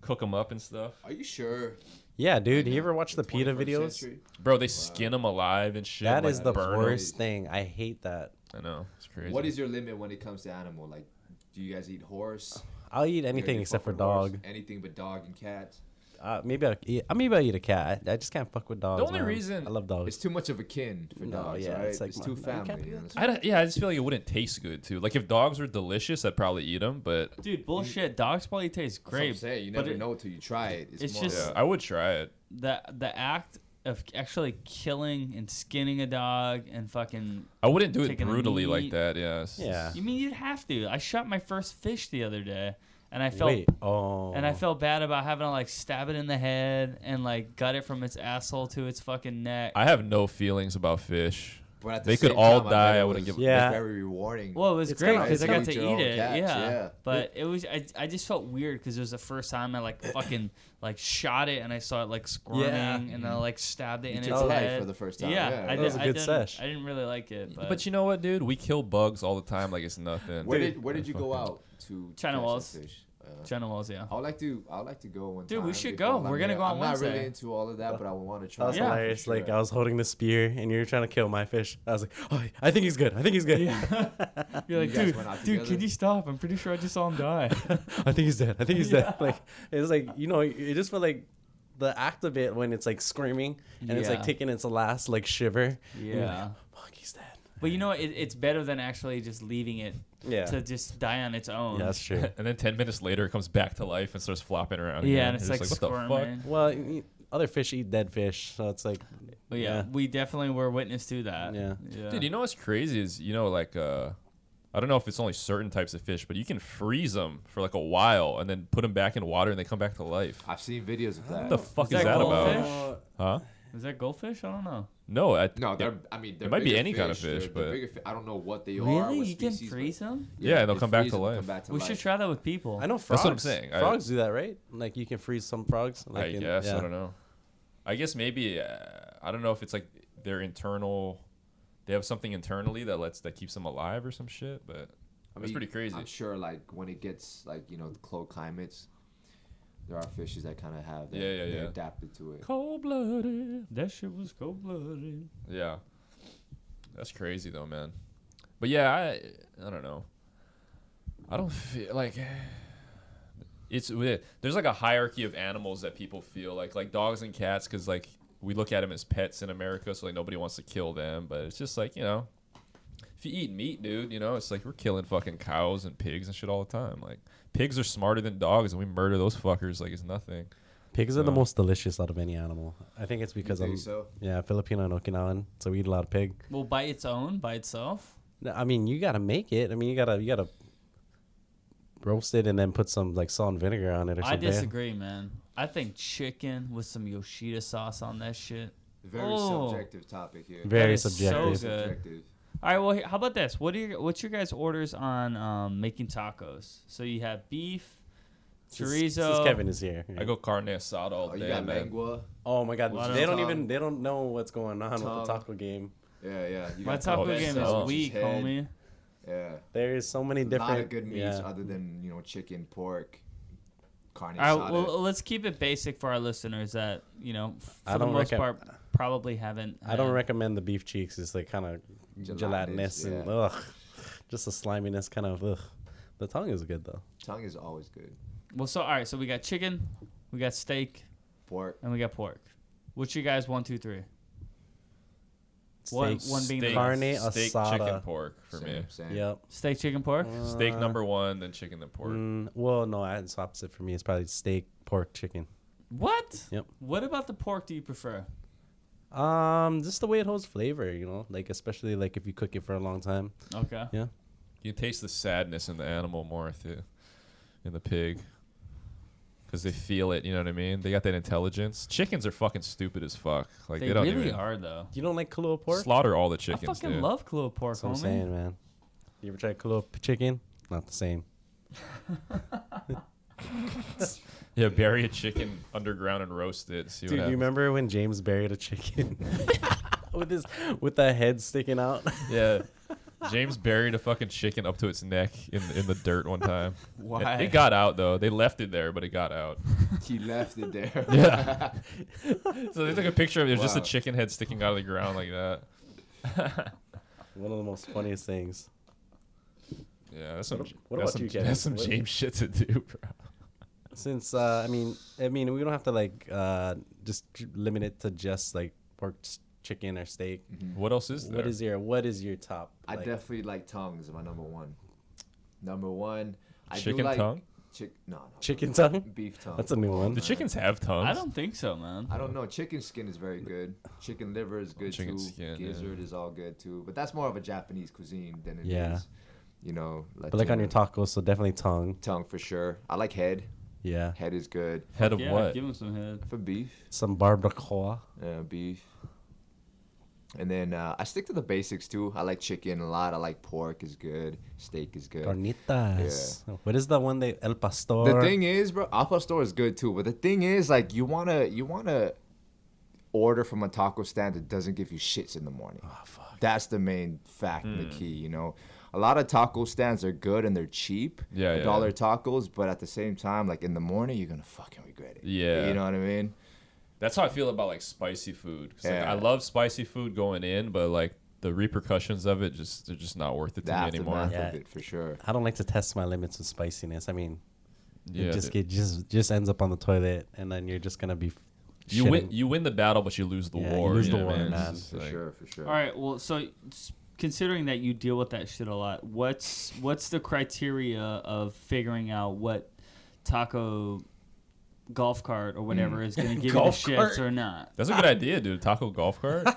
S4: cook them up and stuff.
S1: Are you sure?
S2: Yeah, dude. You ever watch the PETA
S1: 21st
S2: videos?
S1: century?
S4: Bro, they skin them alive and shit.
S2: That
S4: like,
S2: is the
S4: burn 'em.
S2: worst thing. I hate that.
S4: I know. It's crazy.
S1: What is your limit when it comes to animal? Like, do you guys eat horse?
S2: I'll eat
S1: You
S2: anything
S1: eat
S2: except for
S1: fucking horse?
S2: dog.
S1: Anything but dog and cat.
S2: Uh, maybe I eat, uh, maybe I eat a cat. I just can't fuck with dogs.
S4: only
S2: man.
S4: reason-
S2: I love
S1: It's
S2: dogs.
S1: too much of a kin for
S2: No,
S1: dogs.
S2: yeah,
S1: all right?
S2: it's
S1: It's,
S2: like,
S1: too
S2: no, you can't
S1: family.
S2: do
S1: you know,
S2: that.
S1: so-
S4: I don't, yeah, I just feel like it wouldn't taste good too. Like if dogs were delicious, I'd probably eat them, but
S3: dude, bullshit. Dogs probably taste
S1: that's what I'm
S3: great.
S1: saying. You
S3: but
S1: never
S3: it-
S1: know till you try it. It's,
S3: it's
S1: more
S3: just-
S4: yeah,
S1: like,
S4: I would try it.
S3: the the act of actually killing and skinning a dog and fucking
S4: I wouldn't do it
S3: Taking a
S4: brutally like
S3: meat-
S4: that. Yeah. it's-
S2: Yeah.
S3: you mean you'd have to i shot my first fish the other day and i felt
S2: Wait. Oh.
S3: and i felt bad about having to like stab it in the head and like gut it from its asshole to its fucking neck
S4: I have no feelings about fish.
S1: but at the
S4: They could
S1: same
S4: all
S1: time,
S4: die,
S1: bet it
S4: I wouldn't
S1: was
S4: give a-
S2: Yeah.
S1: Very rewarding.
S3: well, it was
S2: It's
S3: great
S2: kinda like
S3: because I got
S1: eat
S3: to
S1: your own
S3: eat it.
S1: cats,
S3: yeah.
S1: yeah.
S3: but it was I, I just felt weird because it was the first time I like fucking like shot it and I saw it like squirming and I like stabbed it in its
S1: took life
S3: head
S1: for the first time,
S3: Yeah,
S1: yeah.
S3: I
S1: That
S3: did,
S2: was a
S3: I
S2: good
S3: didn't,
S2: sesh.
S3: I didn't really like it,
S4: But,
S3: but,
S4: you know what, dude? We kill bugs all the time like it's nothing.
S1: Where did where did you go out to
S3: China
S1: catch that
S3: Walls.
S1: fish? Uh,
S3: China Walls, yeah.
S1: I would like to. I would like to go one
S3: Dude,
S1: time.
S3: we should
S1: if
S3: go.
S1: I'm
S3: We're gonna
S1: there.
S3: go on
S1: I'm not
S3: Wednesday.
S1: really into all of that, but I would want to
S2: That
S1: try.
S2: was
S1: it
S3: Yeah.
S1: for
S2: hilarious.
S1: sure.
S2: Like I was holding the spear, and you were trying to kill my fish. I was like, "Oh, I think he's good. I think he's good.
S3: You're like,
S1: You guys
S3: dude,
S1: went out
S3: dude,
S1: together?"
S3: can you stop? I'm pretty sure I just saw him die.
S2: I think he's dead. I think he's dead." Like it's like you know, it just felt like the act of it when it's like screaming and it's like
S3: Yeah.
S2: taking its last like shiver. and you're like,
S3: Yeah.
S2: Fuck, he's dead.
S3: But you know, what? it, it's better than actually just leaving it
S2: Yeah.
S3: to just die on its own.
S2: Yeah, that's true.
S4: and then 10 minutes later, it comes back to life and starts flopping around.
S3: Yeah,
S4: again.
S3: and it's
S4: You're
S3: like,
S4: just
S3: squirming.
S2: well, y- y- other fish eat dead fish, so it's like,
S3: But yeah,
S2: Yeah.
S3: we definitely were witness to that.
S2: Yeah.
S3: yeah.
S4: Dude, you know what's crazy is you know like uh, I don't know if it's only certain types of fish, but you can freeze them for like a while and then put them back in water and they come back to life.
S1: I've seen videos of
S4: What
S1: that.
S4: the fuck is,
S3: that
S4: that about?
S3: goldfish?
S2: Uh,
S4: Huh?
S3: Is that goldfish? I don't know.
S4: No, I,
S1: no, they're.
S4: yeah,
S1: I mean, they're
S4: might be
S1: bigger
S4: any kind of
S1: They're-
S4: fish,
S1: they're
S4: but-
S1: bigger fi- I don't know what they are.
S3: Really?
S1: what
S3: You can
S1: species, but-
S3: freeze them?
S4: Yeah, and they'll
S1: they
S4: come back
S1: freeze
S4: to
S1: them,
S4: life.
S1: come back to
S3: We
S1: life.
S3: should try that with people.
S2: I know frogs.
S4: That's what I'm saying. I-
S2: Frogs do that, right? Like you can freeze some frogs. Like
S4: I
S2: in-
S4: guess
S2: yeah.
S4: I don't know. I guess maybe uh, I don't know if it's like their internal. They have something internally that lets that keeps them alive or some shit, but
S1: I
S4: that's pretty crazy.
S1: I'm sure, like when it gets like you know the cold climates, there are fishes that kind of have that.
S4: Yeah, yeah,
S1: they
S4: yeah.
S1: Adapted to it.
S4: Cold blooded.
S3: that shit was cold blooded.
S4: Yeah, that's crazy though, man. But yeah, I I don't know. I don't feel like it's there's like a hierarchy of animals that people feel like like dogs and cats because like we look at them as pets in America, so like nobody wants to kill them. But it's just like you know, if you eat meat, dude, you know it's like we're killing fucking cows and pigs and shit all the time. Like pigs are smarter than dogs, and we murder those fuckers like it's nothing.
S2: Pigs are the
S4: So-
S2: most delicious out of any animal. I think it's because
S1: think
S2: I'm
S1: so?
S2: yeah Filipino and Okinawan, so we eat a lot of pig.
S3: Well, by its own, by itself.
S2: No, I mean, you gotta make it. I mean, you gotta you gotta roast it and then put some like salt and vinegar on it or
S3: I
S2: something.
S3: disagree, man. I think chicken with some Yoshida sauce on that shit.
S1: Very
S3: Oh.
S1: subjective topic here.
S2: Very
S3: is so
S2: subjective.
S3: good.
S1: subjective.
S3: All right. Well, he- how about this? What are your what's your guys' orders on um, making tacos? So you have beef,
S2: Since-
S3: chorizo.
S2: Since Kevin is here.
S4: I go carne asada all
S1: Oh, you
S4: day,
S1: got
S4: man.
S1: lengua.
S2: Oh my god,
S1: Well,
S2: they don't
S1: Tom-
S2: even they don't know what's going on
S1: Tom-
S2: with the taco game.
S1: Yeah, yeah. You
S3: My
S1: got
S3: taco
S4: that's
S3: game
S4: so-
S3: is
S1: sausages,
S3: weak,
S1: head.
S3: homie.
S1: Yeah.
S2: There is so many
S1: A
S2: different
S1: lot of good meats
S2: yeah.
S1: other than you know chicken, pork, carne
S3: All
S1: asada.
S3: right. Well, let's keep it basic for our listeners that you know,
S2: I
S3: for the
S2: don't
S3: most
S2: recom-
S3: part, probably haven't.
S2: I don't
S3: had.
S2: recommend the beef cheeks. It's like kind of gelatinous,
S1: Gelatinous,
S2: and
S1: yeah.
S2: ugh, just a sliminess kind of ugh. The tongue is good though.
S1: Tongue is always good.
S3: Well, so all right. So we got chicken, we got steak,
S1: Pork.
S3: and we got pork. What's your guys one, two, three? One,
S2: Steak,
S3: one being the
S4: Steak,
S2: Carne
S4: steak, chicken,
S2: asada.
S4: pork for
S1: same,
S4: me.
S1: Same.
S2: Yep.
S3: steak, chicken, pork.
S4: Steak number one, then chicken, then pork.
S2: Mm, well, no, I- it's opposite for me. It's probably steak, pork, chicken.
S3: What?
S2: Yep.
S3: What about the pork? Do you prefer?
S2: Um, just the way it holds flavor, you know, like especially like if you cook it for a long time.
S3: Okay.
S2: Yeah.
S4: You can taste the sadness in the animal more too, in the pig, because they feel it. You know what I mean? They got that intelligence. Chickens are fucking stupid as fuck. Like
S3: they
S4: they, don't
S3: really
S4: even
S3: are though.
S2: You don't like kalua pork?
S4: slaughter all the
S3: I
S4: chickens.
S3: fucking
S4: dude.
S3: love Kahlua pork,
S2: That's what I'm
S3: homie.
S2: saying, man. You ever tried kalua p- chicken? Not the same.
S4: Yeah, bury a chicken underground and roast it. See
S2: Dude,
S4: what
S2: you
S4: happens.
S2: remember when James buried a chicken with his with the head sticking out?
S4: Yeah. James buried a fucking chicken up to its neck in in the dirt one time.
S1: Why?
S4: It, it got out though. They left it there, but it got out.
S1: He left it there.
S4: Yeah. so they took a picture of it. It was just a
S1: Wow.
S4: chicken head sticking out of the ground like that.
S2: One of the most funniest things.
S4: Yeah, that's some.
S2: ab- what
S4: that's
S2: about
S4: some,
S2: you, Kevin?
S4: That's some
S2: What-
S4: James shit to do, bro.
S2: Since uh, I mean, I mean, we don't have to like uh, just limit it to just like pork, s- chicken, or steak.
S4: Mm. What else is there?
S2: What is your what is your top?
S1: I
S2: like-
S1: definitely like tongues. My number one. Number one. I do
S4: Chicken
S1: like
S4: tongue?
S1: Chick. No, no.
S2: chicken tongue.
S1: Beef tongue.
S2: That's a new one.
S4: Do chickens have tongues?
S3: I don't think so, man.
S1: I don't know. Chicken skin is very good. Chicken liver is good
S4: Chicken
S1: too.
S4: skin, yeah.
S1: Gizzard is all good too. But that's more of a Japanese cuisine than it is,
S2: Yeah.
S1: you know.
S2: But like on your
S1: Latino.
S2: tacos, so definitely tongue.
S1: tongue for sure. I like head.
S2: Yeah.
S1: Head is good
S4: Head of
S3: yeah,
S4: what?
S3: Give him some head.
S1: for beef.
S2: Some barbacoa.
S1: uh, beef. And then uh, I stick to the basics too. I like chicken a lot. I like pork is good. Steak is good.
S2: Carnitas. What is the one they El Pastor?
S1: The thing is, bro, al pastor is good too. But the thing is, like, you wanna you wanna order from a taco stand that doesn't give you shits in the morning.
S4: Ah,
S1: That's the main fact, and
S4: Mm.
S1: the key. You know, a lot of taco stands are good and they're cheap.
S4: Yeah, yeah,
S1: dollar
S4: yeah.
S1: tacos. But at the same time, like in the morning, you're gonna fucking regret it.
S4: Yeah.
S1: you know what I mean.
S4: That's how I feel about like spicy food. 'Cause, like,
S1: Yeah.
S4: I love spicy food going in, but like the repercussions of it just they're just not worth it
S1: The
S4: to me anymore.
S1: aftermath
S4: Yeah,
S1: of
S2: Yeah.
S1: it for sure.
S2: I don't like to test my limits with spiciness. I mean, it just
S4: dude.
S2: it just just ends up on the toilet, and then you're just gonna be.
S4: you
S2: shitting.
S4: win you win the battle, but you lose the
S2: Yeah, you
S4: war.
S2: lose
S4: you
S2: the
S4: know what I
S2: war,
S4: mean? It's
S2: man.
S4: just
S1: For
S4: like-
S1: sure, for sure.
S3: All right. Well, so s- considering that you deal with that shit a lot, what's what's the criteria of figuring out what taco golf cart or whatever is going to give you the
S2: Mm. Golf
S3: shits
S2: cart.
S3: or not?
S4: That's a good idea, dude. Taco golf cart,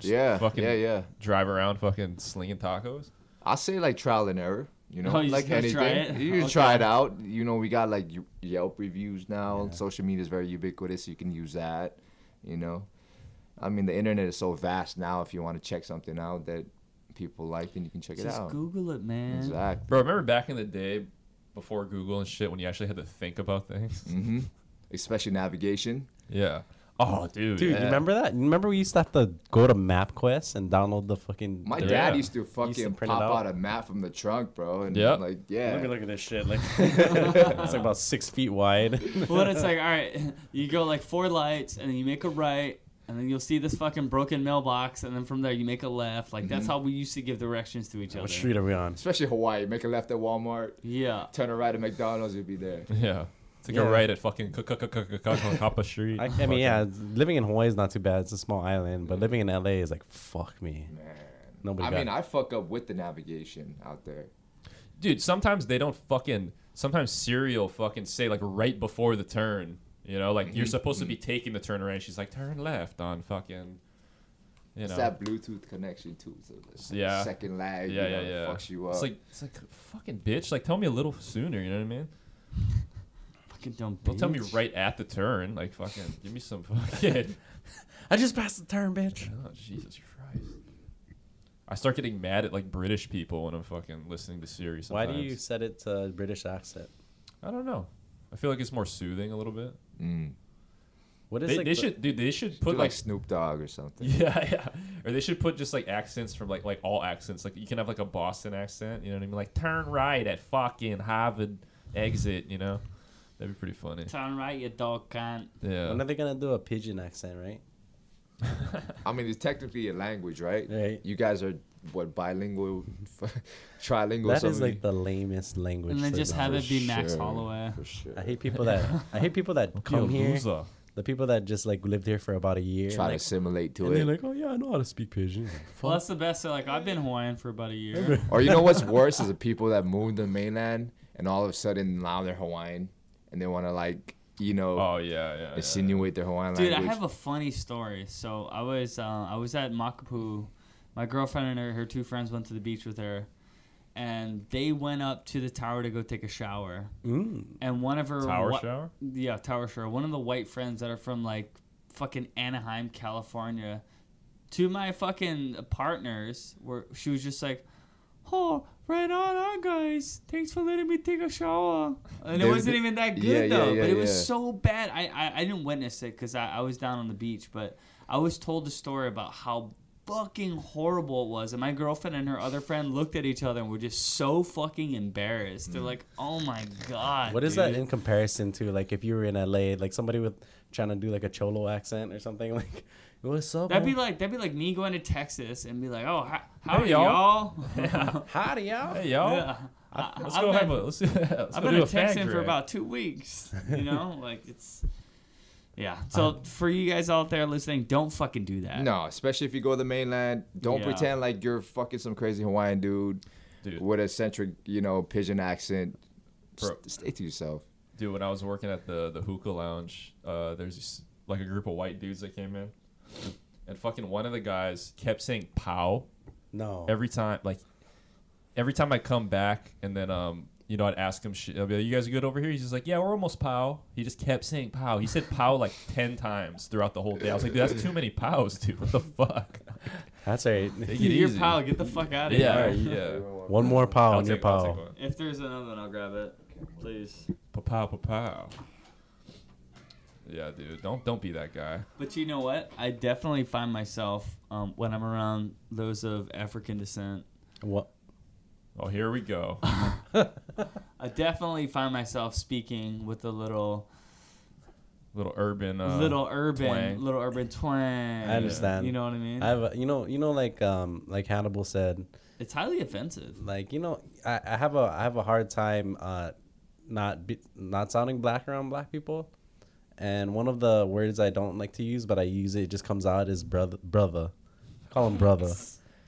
S1: Yeah,
S4: fucking-
S1: yeah, yeah.
S4: drive around, fucking slinging tacos.
S1: I say like trial and error. You know,
S3: Oh, you just
S1: like
S3: gotta
S1: anything,
S3: try it?
S1: you just
S3: Okay.
S1: try it out. You know, we got like Ye- Yelp reviews now. Social media is very ubiquitous. You can use that. You know, I mean, the internet is so vast now. If you want to check something out that people like, then you can check it
S3: Just
S1: out.
S3: Google it, man.
S1: Exactly.
S4: Bro, remember back in the day before Google and shit when you actually had to think about things?
S2: Mm-hmm.
S1: hmm Especially navigation.
S4: Yeah. Oh, dude.
S2: Dude,
S4: yeah.
S2: you remember that? You remember we used to have to go to MapQuest and download the fucking.
S1: My
S2: the-
S4: Yeah.
S1: dad used to fucking
S2: print it
S1: pop out.
S2: out.
S1: a map from the trunk, bro. And
S4: Yep.
S1: like, yeah.
S2: Let me look at this shit. Like, it's like about six feet wide.
S3: Well, then it's like, all right, you go like four lights, and then you make a right, and then you'll see this fucking broken mailbox, and then from there you make a left. Like
S4: Mm-hmm.
S3: that's how we used to give directions to each other.
S2: what street are we on?
S1: Especially Hawaii. Make a left at Walmart,
S3: Yeah.
S1: turn a right at McDonald's, you'll be there.
S4: Yeah. It's like
S2: Yeah.
S4: a right at fucking K- K- K- K- K- K- Kappa Street.
S2: I, I mean, yeah, living in Hawaii is not too bad. It's a small island, but living in LA is like, fuck me.
S1: Man.
S2: Nobody
S1: I
S2: got
S1: mean, I fuck up with the navigation out there.
S4: Dude, sometimes they don't fucking. Sometimes Siri will fucking say, like, right before the turn. You know, like, you're
S2: Mm-hmm.
S4: supposed to be taking the turn around. She's like, turn left on fucking. You
S1: It's
S4: know.
S1: that Bluetooth connection too. So it's like
S4: Yeah.
S1: Second lag.
S4: yeah,
S1: you
S4: yeah,
S1: know,
S4: yeah.
S1: Fucks you up.
S4: It's like, it's like, fucking bitch. Like, tell me a little sooner. You know what I mean?
S3: Fucking dumb.
S4: Don't tell me
S3: bitch.
S4: right at the turn. Like, fucking, give me some fucking.
S2: I just passed the turn, bitch.
S4: Oh, Jesus Christ. I start getting mad at like British people when I'm fucking listening to Siri.
S2: Why
S4: Sometimes.
S2: do you set it to British accent?
S4: I don't know. I feel like it's more soothing a little bit.
S1: Mm.
S2: What is
S4: They,
S2: like
S4: they
S2: the-
S4: should, dude. They should
S1: Do
S4: put
S1: like,
S4: like,
S1: Snoop Dogg or something.
S4: yeah, yeah, or they should put just like accents from like like all accents. Like you can have like a Boston accent. You know what I mean? Like turn right at fucking Harvard exit. You know, that'd be pretty funny.
S3: Turn right, you dog cunt.
S2: When are
S4: Yeah.
S2: they gonna do a pigeon accent, right?
S1: I mean, it's technically a language, right?
S2: Right.
S1: You guys are what bilingual, trilingual.
S2: That
S1: something?
S2: is like the lamest language.
S3: And then
S2: for
S3: just have
S2: them.
S3: it be Max
S1: sure.
S3: Holloway.
S1: For sure.
S2: I hate people that I hate people that come
S4: You
S2: here.
S4: loser.
S2: The people that just like lived here for about a year.
S1: Try to
S2: like,
S1: assimilate to
S2: and
S1: it.
S2: they're like, oh yeah, I know how to speak pigeon.
S3: Well, that's the best. So, like, I've been Hawaiian for about a year.
S1: Or you know what's worse is the people that moved to mainland and all of a sudden now they're Hawaiian and they want to like you know
S4: Oh yeah, yeah. yeah.
S1: insinuate their Hawaiian
S3: Dude, I
S1: language.
S3: have a funny story. So I was uh, I was at Makapu. My girlfriend and her, her two friends went to the beach with her, and they went up to the tower to go take a shower.
S2: Mm.
S3: And one of her
S4: Tower
S3: whi-
S4: shower.
S3: Yeah, Tower Shore. One of the white friends that are from like fucking Anaheim, California. To my fucking partners, where she was just like, "Oh, right on, on guys. Thanks for letting me take a shower." And it
S1: They-
S3: wasn't
S1: they-
S3: even that good
S1: Yeah, yeah,
S3: though.
S1: yeah,
S3: but it
S1: yeah.
S3: was so bad. I I, I didn't witness it because I, I was down on the beach, but I was told the story about how fucking horrible it was and my girlfriend and her other friend looked at each other and were just so fucking embarrassed
S4: Mm.
S3: they're like oh my god
S2: What is
S3: dude."
S2: that in comparison to like if you were in LA, like somebody with trying to do like a cholo accent or something like, what's up?
S3: That'd
S2: man?
S3: be like that'd be like me going to Texas and be like, oh, how, how
S4: Hey,
S3: are y'all?
S2: howdy y'all.
S4: Hey y'all.
S3: Yeah. I,
S4: Let's
S3: I've
S4: go
S3: been,
S4: have a. Let's, let's
S3: I've
S4: go
S3: been
S4: do
S3: a
S4: a fag
S3: Texan for
S4: drag.
S3: about two weeks. You know, like it's. Yeah. So for you guys out there listening, don't fucking do that.
S1: no, especially if you go to the mainland, don't
S3: Yeah.
S1: pretend like you're fucking some crazy Hawaiian dude,
S4: Dude.
S1: with a centric, you know, pigeon accent.
S4: Bro.
S1: St- stay to yourself.
S4: Dude, when I was working at the the hookah lounge, uh, there's this, like a group of white dudes that came in, and fucking one of the guys kept saying "pow"
S2: No.
S4: every time. Like every time I come back, and then um, you know, I'd ask him, shit, I'd be like, "You guys good over here?" He's just like, "Yeah, we're almost pow." He just kept saying "pow." He said "pow" like ten times throughout the whole day. I was like, "Dude, that's too many pows, dude. What the fuck?"
S2: That's right.
S4: Take it
S3: Dude, your
S4: easy.
S3: pal, get the fuck out of
S4: Yeah,
S3: here.
S4: yeah.
S2: One more pow
S4: I'll
S2: on your
S4: take, I'll take
S2: pow.
S4: one.
S3: If there's another one, I'll grab it. Please.
S4: Pa-pow, pa-pow. Yeah, dude. Don't don't be that guy.
S3: But you know what? I definitely find myself um, when I'm around those of African descent
S2: What?
S4: Oh, here we go.
S3: I definitely find myself speaking with a little,
S4: Little urban. Uh,
S3: little urban,
S4: twang.
S3: little urban twang.
S2: I understand.
S3: You know what I mean?
S2: I have a, you know you know like um like Hannibal said
S3: It's highly offensive.
S2: like you know I, I have a I have a hard time uh not be, not sounding black around black people and one of the words I don't like to use but I use it, it just comes out is brother brother I call him brother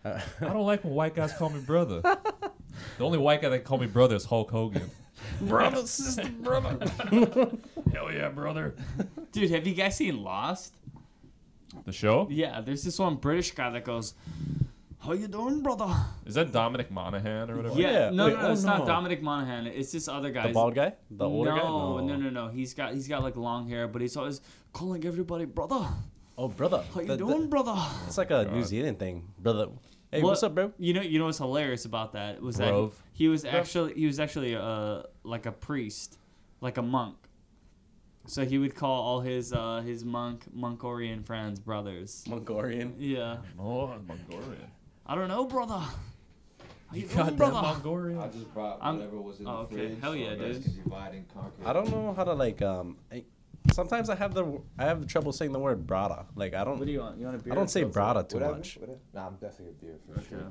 S4: I don't like when white guys call me brother. the only white guy that can call me brother is Hulk Hogan. brother, sister, brother. Hell yeah, brother.
S3: Dude, have you guys seen Lost?
S4: The show?
S3: Yeah, there's this one British guy that goes, "How you doing, brother?"
S4: Is that Dominic Monaghan or whatever?
S3: Yeah,
S2: Oh, yeah.
S3: no,
S2: Wait,
S3: no, no,
S2: oh,
S3: it's
S2: no.
S3: not Dominic Monaghan. It's this other guy.
S2: The bald guy? The older
S3: no,
S2: guy?
S3: no, no, no. He's got he's got like long hair, but he's always calling everybody brother.
S2: Oh, brother.
S3: How you
S2: The- the-
S3: doing, brother?
S2: It's like a New Zealand thing, brother. Hey,
S3: Well,
S2: what's up, bro?
S3: You know, you know what's hilarious about that was
S4: Bruv.
S3: that he was actually he was actually uh like a priest, like a monk. So he would call all his uh his monk Mongolian friends brothers.
S2: Mongolian.
S3: Yeah,
S4: Oh, Mongolian.
S3: I don't know, brother. How you doing,
S4: Goddamn
S3: brother?
S1: I
S4: Mongolian.
S1: just brought
S3: I'm-
S1: whatever was in the
S3: oh, okay.
S1: fridge.
S3: Hell
S1: so
S3: yeah,
S1: you guys
S3: dude.
S1: can divide and conquer.
S2: I don't know how to like. um. I, sometimes I have the I have trouble saying the word brada. Like I
S3: What
S2: don't
S3: do you want? You want a beer?
S2: I don't say brada too
S1: Whatever,
S2: much.
S1: whatever. Nah, I'm definitely a beer for sure.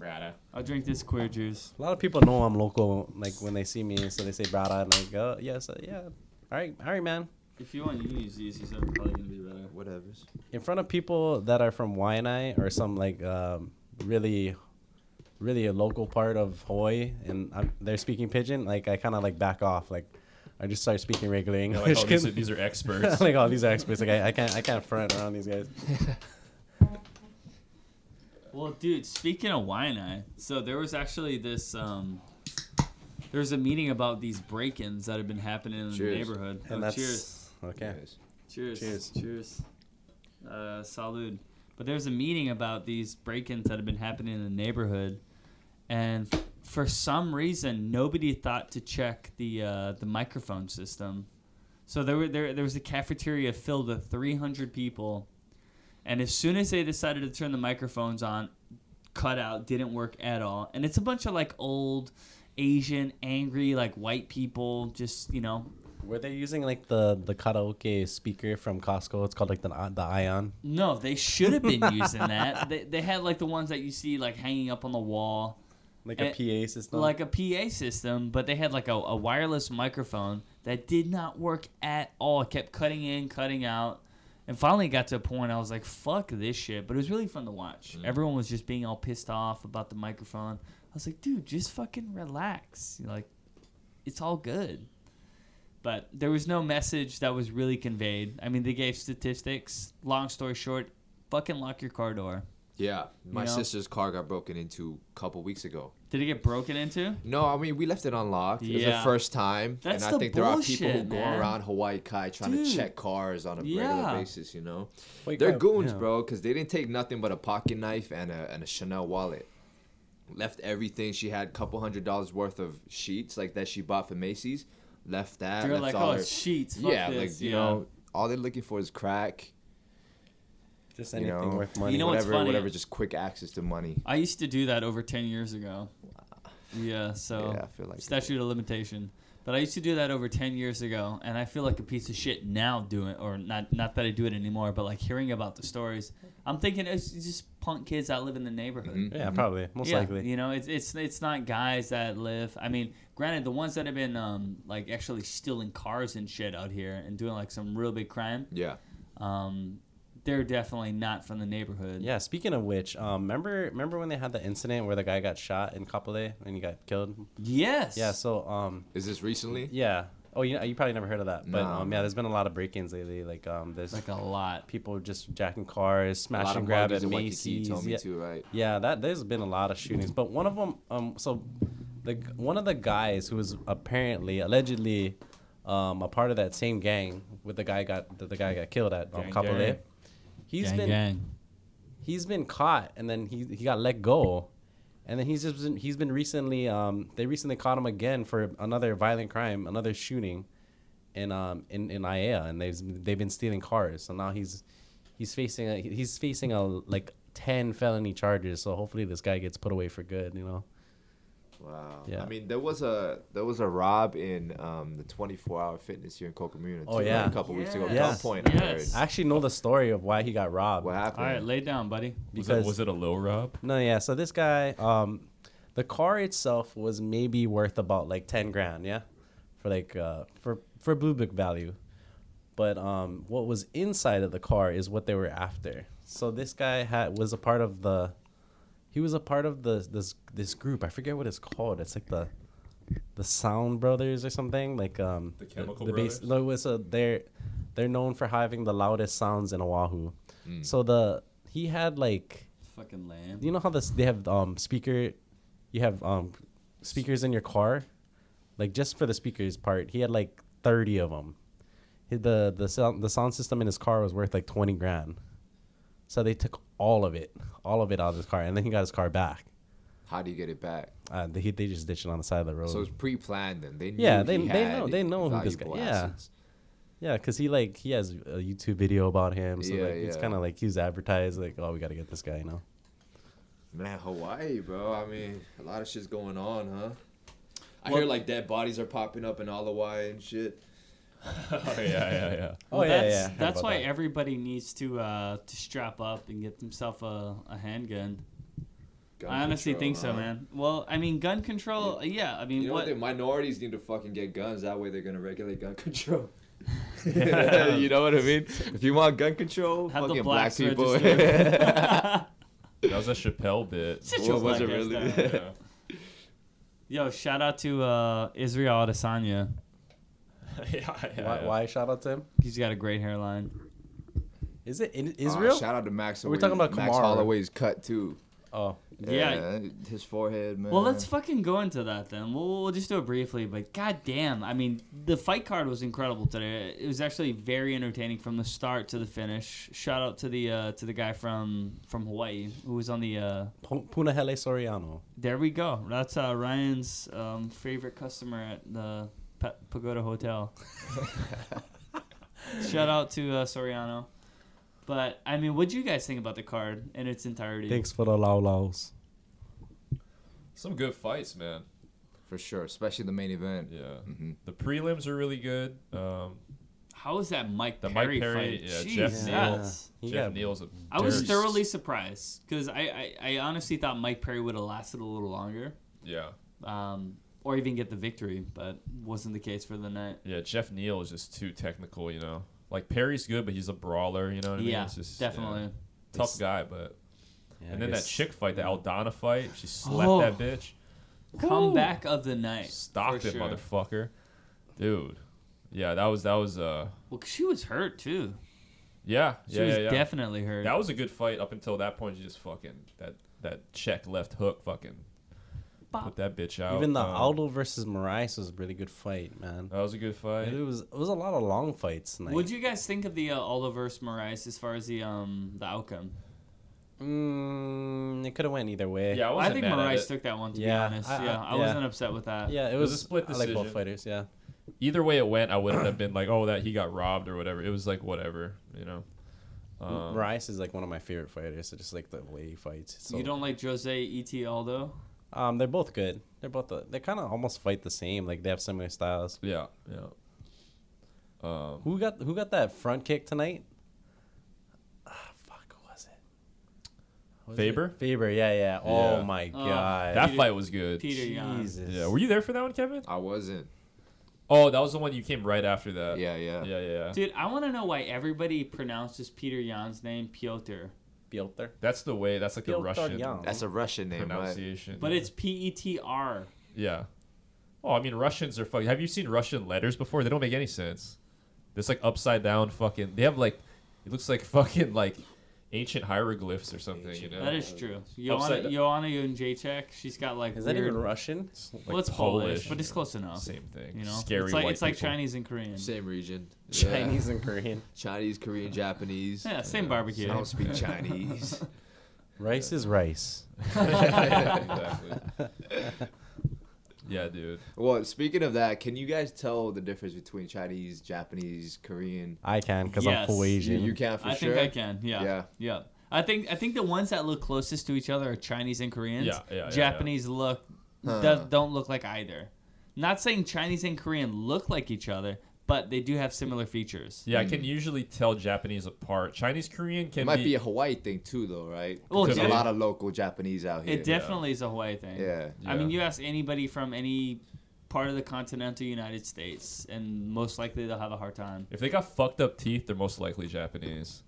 S4: Brada.
S3: I'll drink this queer juice.
S2: A lot of people know I'm local. Like when they see me, so they say brada, and I go, yes, uh, yeah. All right, all right, man.
S3: If you want, you can use these. These are probably gonna be better.
S1: Whatever's.
S2: in front of people that are from Waianae or some like um, really, really a local part of Hawaii, and I'm, they're speaking pidgin, like I kind of like back off, like I just start speaking regular
S4: Yeah,
S2: English.
S4: like, oh, these, are,
S2: 'cause-
S4: these are experts.
S2: like, oh, these are experts. Like I, I can't, I can't front around these guys.
S3: Well, dude, speaking of Waianae, so there was actually this. Um, there was a meeting about these break-ins that have been happening in
S1: Cheers.
S3: the neighborhood.
S2: And
S3: oh,
S2: that's
S3: cheers,
S2: okay.
S1: Yes.
S3: cheers,
S2: cheers.
S3: cheers, cheers. Uh, salud. But there was a meeting about these break-ins that have been happening in the neighborhood, and f- for some reason, nobody thought to check the uh, the microphone system. So there were there there was a cafeteria filled with 300 people, and as soon as they decided to turn the microphones on, cutout didn't work at all. And it's a bunch of like old Asian, angry, like white people, just you know.
S2: Were they using like the the karaoke speaker from Costco? It's called like the the Ion.
S3: No, they should have been using that. They, they had like the ones that you see like hanging up on the wall,
S2: Like
S3: Eh,
S2: a PA system.
S3: like a PA system, but they had like a, a wireless microphone that did not work at all. It kept cutting in, cutting out. And finally got to a point I was like, fuck this shit. But it was really fun to watch.
S1: Mm-hmm.
S3: Everyone was just being all pissed off about the microphone. I was like, dude, just fucking relax. Like, it's all good. But there was no message that was really conveyed. I mean, they gave statistics. Long story short, fucking lock your car door.
S1: Yeah, my
S3: You know?
S1: sister's car got broken into a couple weeks ago.
S3: Did it get broken into?
S1: No, I mean we left it unlocked. It was the
S3: Yeah.
S1: first time,
S3: That's
S1: and I
S3: the
S1: think there are people
S3: bullshit,
S1: who
S3: man.
S1: go around Hawaii Kai trying
S3: Dude.
S1: to check cars on a
S3: Yeah.
S1: regular basis. You know,
S2: Wake
S1: they're
S2: up,
S1: goons,
S2: yeah.
S1: bro, because they didn't take nothing but a pocket knife and a and a Chanel wallet. Left everything. She had a couple hundred dollars worth of sheets like that she bought from Macy's. Left that.
S3: They're
S1: left
S3: like,
S1: all
S3: oh,
S1: her-
S3: it's sheets. Fuck
S1: yeah,
S3: this.
S1: like you
S3: yeah.
S1: know, all they're looking for is crack.
S2: just
S1: You
S2: anything
S1: know,
S2: worth money.
S3: You know what's
S1: whatever,
S3: funny?
S1: whatever, just quick access to money.
S3: I used to do that over 10 years ago. Yeah, so
S1: Yeah, I feel like it.
S3: statute of limitation. But I used to do that over 10 years ago, and I feel like a piece of shit now doing or not not that I do it anymore, but like hearing about the stories, I'm thinking it's just punk kids that live in the neighborhood.
S2: yeah, probably Mm-hmm. most
S3: yeah,
S2: likely.
S3: you know, it's it's it's not guys that live. I mean, granted, the ones that have been um like actually stealing cars and shit out here and doing like some real big crime,
S1: Yeah.
S3: um, they're definitely not from the neighborhood.
S2: Yeah, speaking of which, um, remember remember when they had the incident where the guy got shot in Kapolei and he got killed?
S3: Yes.
S2: Yeah, so um,
S1: Is this recently?
S2: yeah. Oh, you you probably never heard of that, but
S1: No. uh,
S2: um, yeah, there's been a lot of break-ins lately. Like um, there's
S3: Like a lot.
S2: people just jacking cars,
S1: A lot
S2: smash
S1: of
S2: and grab
S1: Hardee's
S2: at
S1: in Waikiki,
S2: Macy's.
S1: you told me
S2: yeah,
S1: too, right?
S2: yeah, that there's been a lot of shootings, but one of them, um, so the g- one of the guys who was apparently allegedly, um, a part of that same gang with the guy got that the guy got killed at um,
S4: Gang,
S2: Kapolei.
S4: gang.
S2: He's
S3: gang,
S2: been
S3: gang.
S2: he's been caught and then he he got let go and then he's just been, he's been recently um they recently caught him again for another violent crime another shooting in um in in Ia and they've they've been stealing cars so now he's he's facing a, he's facing a like 10 felony charges so hopefully this guy gets put away for good you know
S1: Wow.
S2: Yeah.
S1: I mean, there was a there was a rob in um, the 24 hour fitness here in Kokomuna.
S2: Oh,
S1: too,
S2: yeah.
S1: A couple weeks ago.
S2: Yes.
S1: Gunpoint. I heard.
S3: Yes.
S2: I actually know the story of why he got robbed
S1: What happened?
S3: All right, lay down, buddy.
S4: Was,
S2: because
S4: it, was it a low rob?
S2: No, yeah. So this guy, um, the car itself was maybe worth about like ten grand, yeah, for like uh, for for blue book value. But um, what was inside of the car is what they were after. So this guy had was a part of the He was a part of the this this group. I forget what it's called. It's like the the Sound Brothers or something. Like um
S4: The Chemical Brothers?
S2: no, it was a, they're they're known for having the loudest sounds in Oahu.
S4: Hmm.
S2: So the he had like
S3: Fucking lamb.
S2: you know how this they have um speaker you have um speakers in your car like just for the speakers part he had like 30 of them the the sound the sound system in his car was worth like 20 grand so they took all of it all of it out of his car and then he got his car back
S1: How do you get it back?
S2: uh, they, they just ditched it on the side of the road
S1: So it's pre-planned, and they knew
S2: Oh. Yeah, they-
S1: he
S2: they
S1: had
S2: know- they know who this guy-
S1: valuable
S2: yeah.
S1: assets.
S2: yeah because he like he has a youtube video about him so
S1: Yeah,
S2: like it's
S1: yeah.
S2: kind of like he was advertised like oh we gotta get this guy you know
S8: Man, Hawaii, bro. I mean, a lot of shit's going on, huh? I hear like dead bodies are popping up in Alawai and shit.
S4: Oh yeah, yeah, yeah.
S2: oh
S3: that's,
S2: Heard
S3: That's
S2: about
S3: why
S2: that.
S3: everybody needs to uh, to strap up and get themselves a, a handgun.
S8: Gun
S3: I honestly
S8: control,
S3: think so,
S8: huh?
S3: man. Well, I mean, gun control. Yeah, I mean,
S8: You know what?
S3: what?
S8: The minorities need to fucking get guns. That way, they're gonna regulate gun control. you know what I mean?
S1: If you want gun control,
S3: Have
S1: fucking
S3: the
S1: black
S3: blacks
S1: people.
S3: register.
S4: That was a Chappelle bit.
S3: Sit your
S8: What was it
S3: black ass
S8: really?
S3: down.
S4: Yeah.
S3: Yo, shout out to uh, Israel Adesanya.
S4: yeah, yeah,
S2: why,
S4: yeah.
S2: why shout out to him
S3: He's got a great hairline.
S2: is it in
S1: Ah,
S2: israel
S1: shout out to Max.
S2: We're talking about
S1: Max
S2: Kamara.
S1: Holloway's cut too.
S2: oh
S3: Yeah.
S1: his forehead, man.
S3: Well, let's fucking go into that then. We'll, we'll just do it briefly, but goddamn, I mean, the fight card was incredible today. It was actually very entertaining from the start to the finish. Shout out to the uh, to the guy from from Hawaii who was on the. Uh,
S2: Pu- punahele soriano
S3: there we go. That's uh, Ryan's um, favorite customer at the pa- Pagoda Hotel. Shout out to uh, Soriano. But I mean, what do you guys think about the card in its entirety?
S2: Thanks for the Lao Laos.
S4: Some good fights, man.
S1: for sure, especially the main event.
S4: Yeah.
S1: Mhm.
S4: The prelims are really good. Um,
S3: How is that Mike
S4: The Mike
S3: Perry,
S4: Perry,
S3: fight?
S4: yeah,
S3: Jeez,
S4: Jeff
S2: Neal.
S3: that's-
S2: He
S4: Jeff
S2: got-
S4: Neal's. A
S3: I was
S4: dirty-
S3: thoroughly surprised because I, I, I honestly thought Mike Perry would have lasted a little longer,
S4: Yeah,
S3: um, or even get the victory, but wasn't the case for the night.
S4: yeah. Jeff Neal is just too technical, you know. Like Perry's good, but he's a brawler. You know what I mean?
S3: yeah,
S4: It's just, yeah.
S3: definitely.
S4: tough guy, but and then that chick fight, the Aldana fight, she slapped
S3: Oh.
S4: that bitch,
S3: Comeback of the night.
S4: stopped
S3: for
S4: it,
S3: sure.
S4: motherfucker, dude. Yeah, that was that was uh,
S3: Well, 'cause she was hurt too.
S4: yeah,
S3: She
S4: yeah,
S3: was
S4: yeah, yeah.
S3: definitely hurt.
S4: That was a good fight up until that point. She just fucking that that check left hook, fucking
S3: Bop.
S4: put that bitch out.
S2: Even the
S4: Um,
S2: Aldo versus Moraes was a really good fight, man.
S4: That was a good
S2: It
S4: fight.
S2: was it was a lot of long fights tonight.
S3: What'd you guys think of the uh, Oliver's Moraes as far as the um the outcome?
S2: Mm, it could have went either way.
S4: Yeah, I
S3: I
S4: wasn't
S3: think
S4: mad at
S3: Moraes
S4: it.
S3: took that one to
S2: Yeah,
S3: be honest.
S2: I- I-
S3: yeah, I,
S2: yeah.
S3: wasn't upset with that.
S2: yeah, it
S4: was
S2: was,
S4: a split
S2: I like both
S4: decision.
S2: fighters. Yeah,
S4: Either way it went, I wouldn't have been like, oh, that he got robbed or whatever. It was like whatever, you know. Um,
S2: Moraes is like one of my favorite fighters. So just like the way he fights. So,
S3: You don't like Jose E.T. Aldo?
S2: Um, they're both good. They're both the, they kind of almost fight the same. Like they have similar styles.
S4: Yeah, yeah. Um,
S2: Who got who got that front kick tonight? Ah, fuck, who was it? Who was it?
S4: Faber?
S2: Faber. Yeah, yeah. Oh
S4: Yeah. Uh,
S2: my
S3: Oh,
S2: god.
S4: that
S3: Peter-
S4: fight was good.
S3: Peter Yan.
S2: Jesus.
S4: Yeah, were you there for that one, Kevin?
S1: I wasn't.
S4: Oh, that was the one you came right after
S3: Uh,
S4: that.
S1: Yeah, yeah.
S4: yeah, yeah. yeah.
S3: Dude, I want to know why everybody pronounces Peter Yan's name Piotr,
S2: Piotr?
S4: That's the way. That's like the
S2: Piotr
S4: Russian
S2: Yan.
S1: That's a Russian name, right?
S4: pronunciation.
S3: but
S4: yeah.
S3: it's P E T R.
S4: yeah. Oh, I mean, Russians are fucking. Have you seen Russian letters before? They don't make any sense. It's like upside down fucking. They have like, it looks like fucking like ancient hieroglyphs or something. you know,
S3: That is true.
S4: Upside
S3: Joanna
S4: down.
S3: Joanna Jacek, she's got like
S2: Is that
S3: weird.
S2: even Russian?
S4: Like
S3: well, it's Polish, but it's close enough.
S4: Same thing.
S3: You know,
S4: scary.
S3: it's like
S4: white
S3: it's like
S4: people.
S3: Chinese and Korean.
S8: Same region. Yeah.
S2: Chinese and Korean.
S8: Chinese, Korean, Japanese.
S3: Yeah, same barbecue.
S1: I don't speak Chinese.
S2: Rice is rice.
S4: exactly. yeah, dude.
S1: well, speaking of that, can you guys tell the difference between Chinese, Japanese, Korean?
S2: I can because
S3: Yes.
S1: You,
S2: I'm Hawaiian.
S1: you can for
S3: I
S1: sure.
S3: think I can. Yeah.
S1: Yeah.
S3: Yeah. I think I think the ones that look closest to each other are Chinese and Koreans.
S4: Yeah, yeah, yeah, yeah.
S3: Japanese look
S1: Huh.
S3: do, don't look like either. Not saying Chinese and Korean look like each other, but they do have similar features.
S4: Yeah, I can usually tell Japanese apart. Chinese Korean
S1: It
S4: can
S1: might
S4: be,
S1: be a Hawaii thing too, though, right?
S3: Well,
S1: There's a
S4: definitely.
S1: lot of local Japanese out here.
S3: It definitely is a Hawaii thing.
S1: Yeah.
S3: I mean,
S4: Yeah.
S3: you ask anybody from any part of the continental United States, and most likely they'll have a hard time.
S4: if they got fucked up teeth, they're most likely Japanese.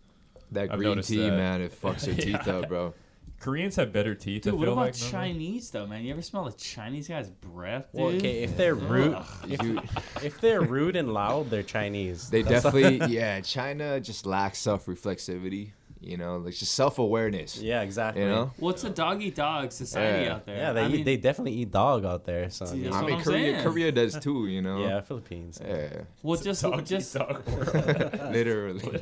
S1: That
S4: I've
S1: green
S4: noticed
S1: tea,
S4: that.
S1: man, it fucks your teeth up, bro.
S4: Koreans have better teeth. I
S3: Dude,
S4: feel
S3: what about
S4: like, no?
S3: Chinese though, man? You ever smell a Chinese guy's breath, dude?
S2: Well, okay, if they're rude,
S1: You-
S2: if they're rude and loud, they're Chinese.
S1: They
S2: That's-
S1: definitely, yeah. China just lacks self reflexivity. You know, like just self awareness.
S2: yeah, exactly.
S1: You know,
S3: Well, it's a dog eat dog society
S1: Yeah.
S3: out there.
S2: Yeah, they
S3: I
S2: eat,
S3: mean,
S2: they definitely eat dog out there. So
S3: See,
S2: yeah.
S3: that's
S1: I
S3: what
S1: mean
S3: I'm
S1: Korea,
S3: saying.
S1: Korea does too. You know.
S2: yeah, Philippines.
S1: Yeah.
S3: well, just
S4: Dog eat
S3: just
S4: dog world.
S1: Literally.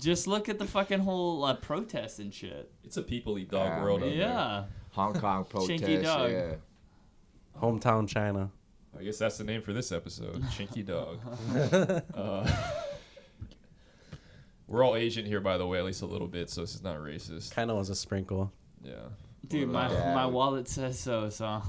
S3: just look at the fucking whole uh, protest and shit.
S4: It's a people eat dog
S1: Yeah,
S4: world.
S1: Ah, man.
S4: out there.
S3: Yeah,
S1: Hong Kong protest.
S3: dog.
S1: Yeah.
S2: Hometown China.
S4: I guess that's the name for this episode. Chinky dog. uh, we're all Asian here, by the way, at least a little bit, so this is not racist.
S2: Kind of was a sprinkle.
S4: Yeah.
S3: dude, my
S1: Yeah.
S3: my wallet says so. So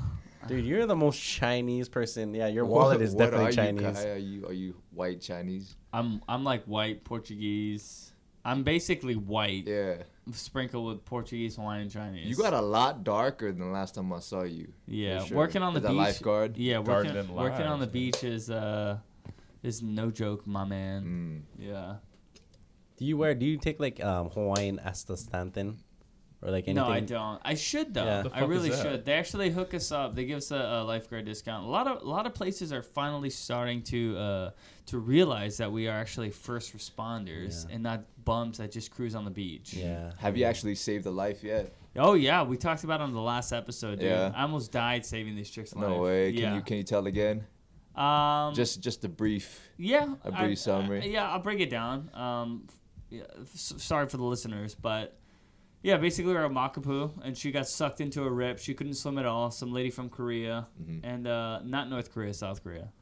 S2: Dude, you're the most Chinese person. Yeah, your
S1: What-
S2: wallet is
S1: what
S2: definitely
S1: are you,
S2: Chinese.
S1: Kai? Are you are you white Chinese?
S3: I'm I'm like white Portuguese. I'm basically white,
S1: Yeah.
S3: sprinkled with Portuguese, Hawaiian, Chinese.
S1: You got a lot darker than last time I saw you.
S3: yeah.
S1: for sure.
S3: Working on the
S1: As a
S3: beach.
S1: lifeguard.
S3: Yeah,
S4: Garden
S3: working,
S4: and
S3: working on the
S4: lives, man.
S3: beach is uh is no joke, my man.
S1: Mm.
S3: Yeah.
S2: Do you wear? Do you take like um, Hawaiian Asta Stanton, or like anything?
S3: No, I don't. I should though.
S2: Yeah.
S4: The
S3: I
S4: fuck
S3: really
S4: is that?
S3: should. They actually hook us up. They give us a, a lifeguard discount. A lot of a lot of places are finally starting to uh, to realize that we are actually first responders
S2: Yeah.
S3: and not bums that just cruise on the beach.
S2: Yeah.
S1: Have you actually saved a life yet?
S3: Oh yeah, we talked about it on the last episode, dude.
S1: Yeah.
S3: I almost died saving these chicks' life.
S1: No way. Can
S3: yeah.
S1: you can you tell again?
S4: Mm.
S3: Um,
S1: Just just a brief.
S3: yeah.
S1: a
S3: I-
S1: brief summary?
S3: I- yeah, I'll break it down. Um, f- yeah, f- sorry for the listeners, but yeah, basically we were at Makapu, and she got sucked into a rip. She couldn't swim at all. Some lady from Korea,
S1: Mm-hmm.
S3: and uh, not North Korea, South Korea.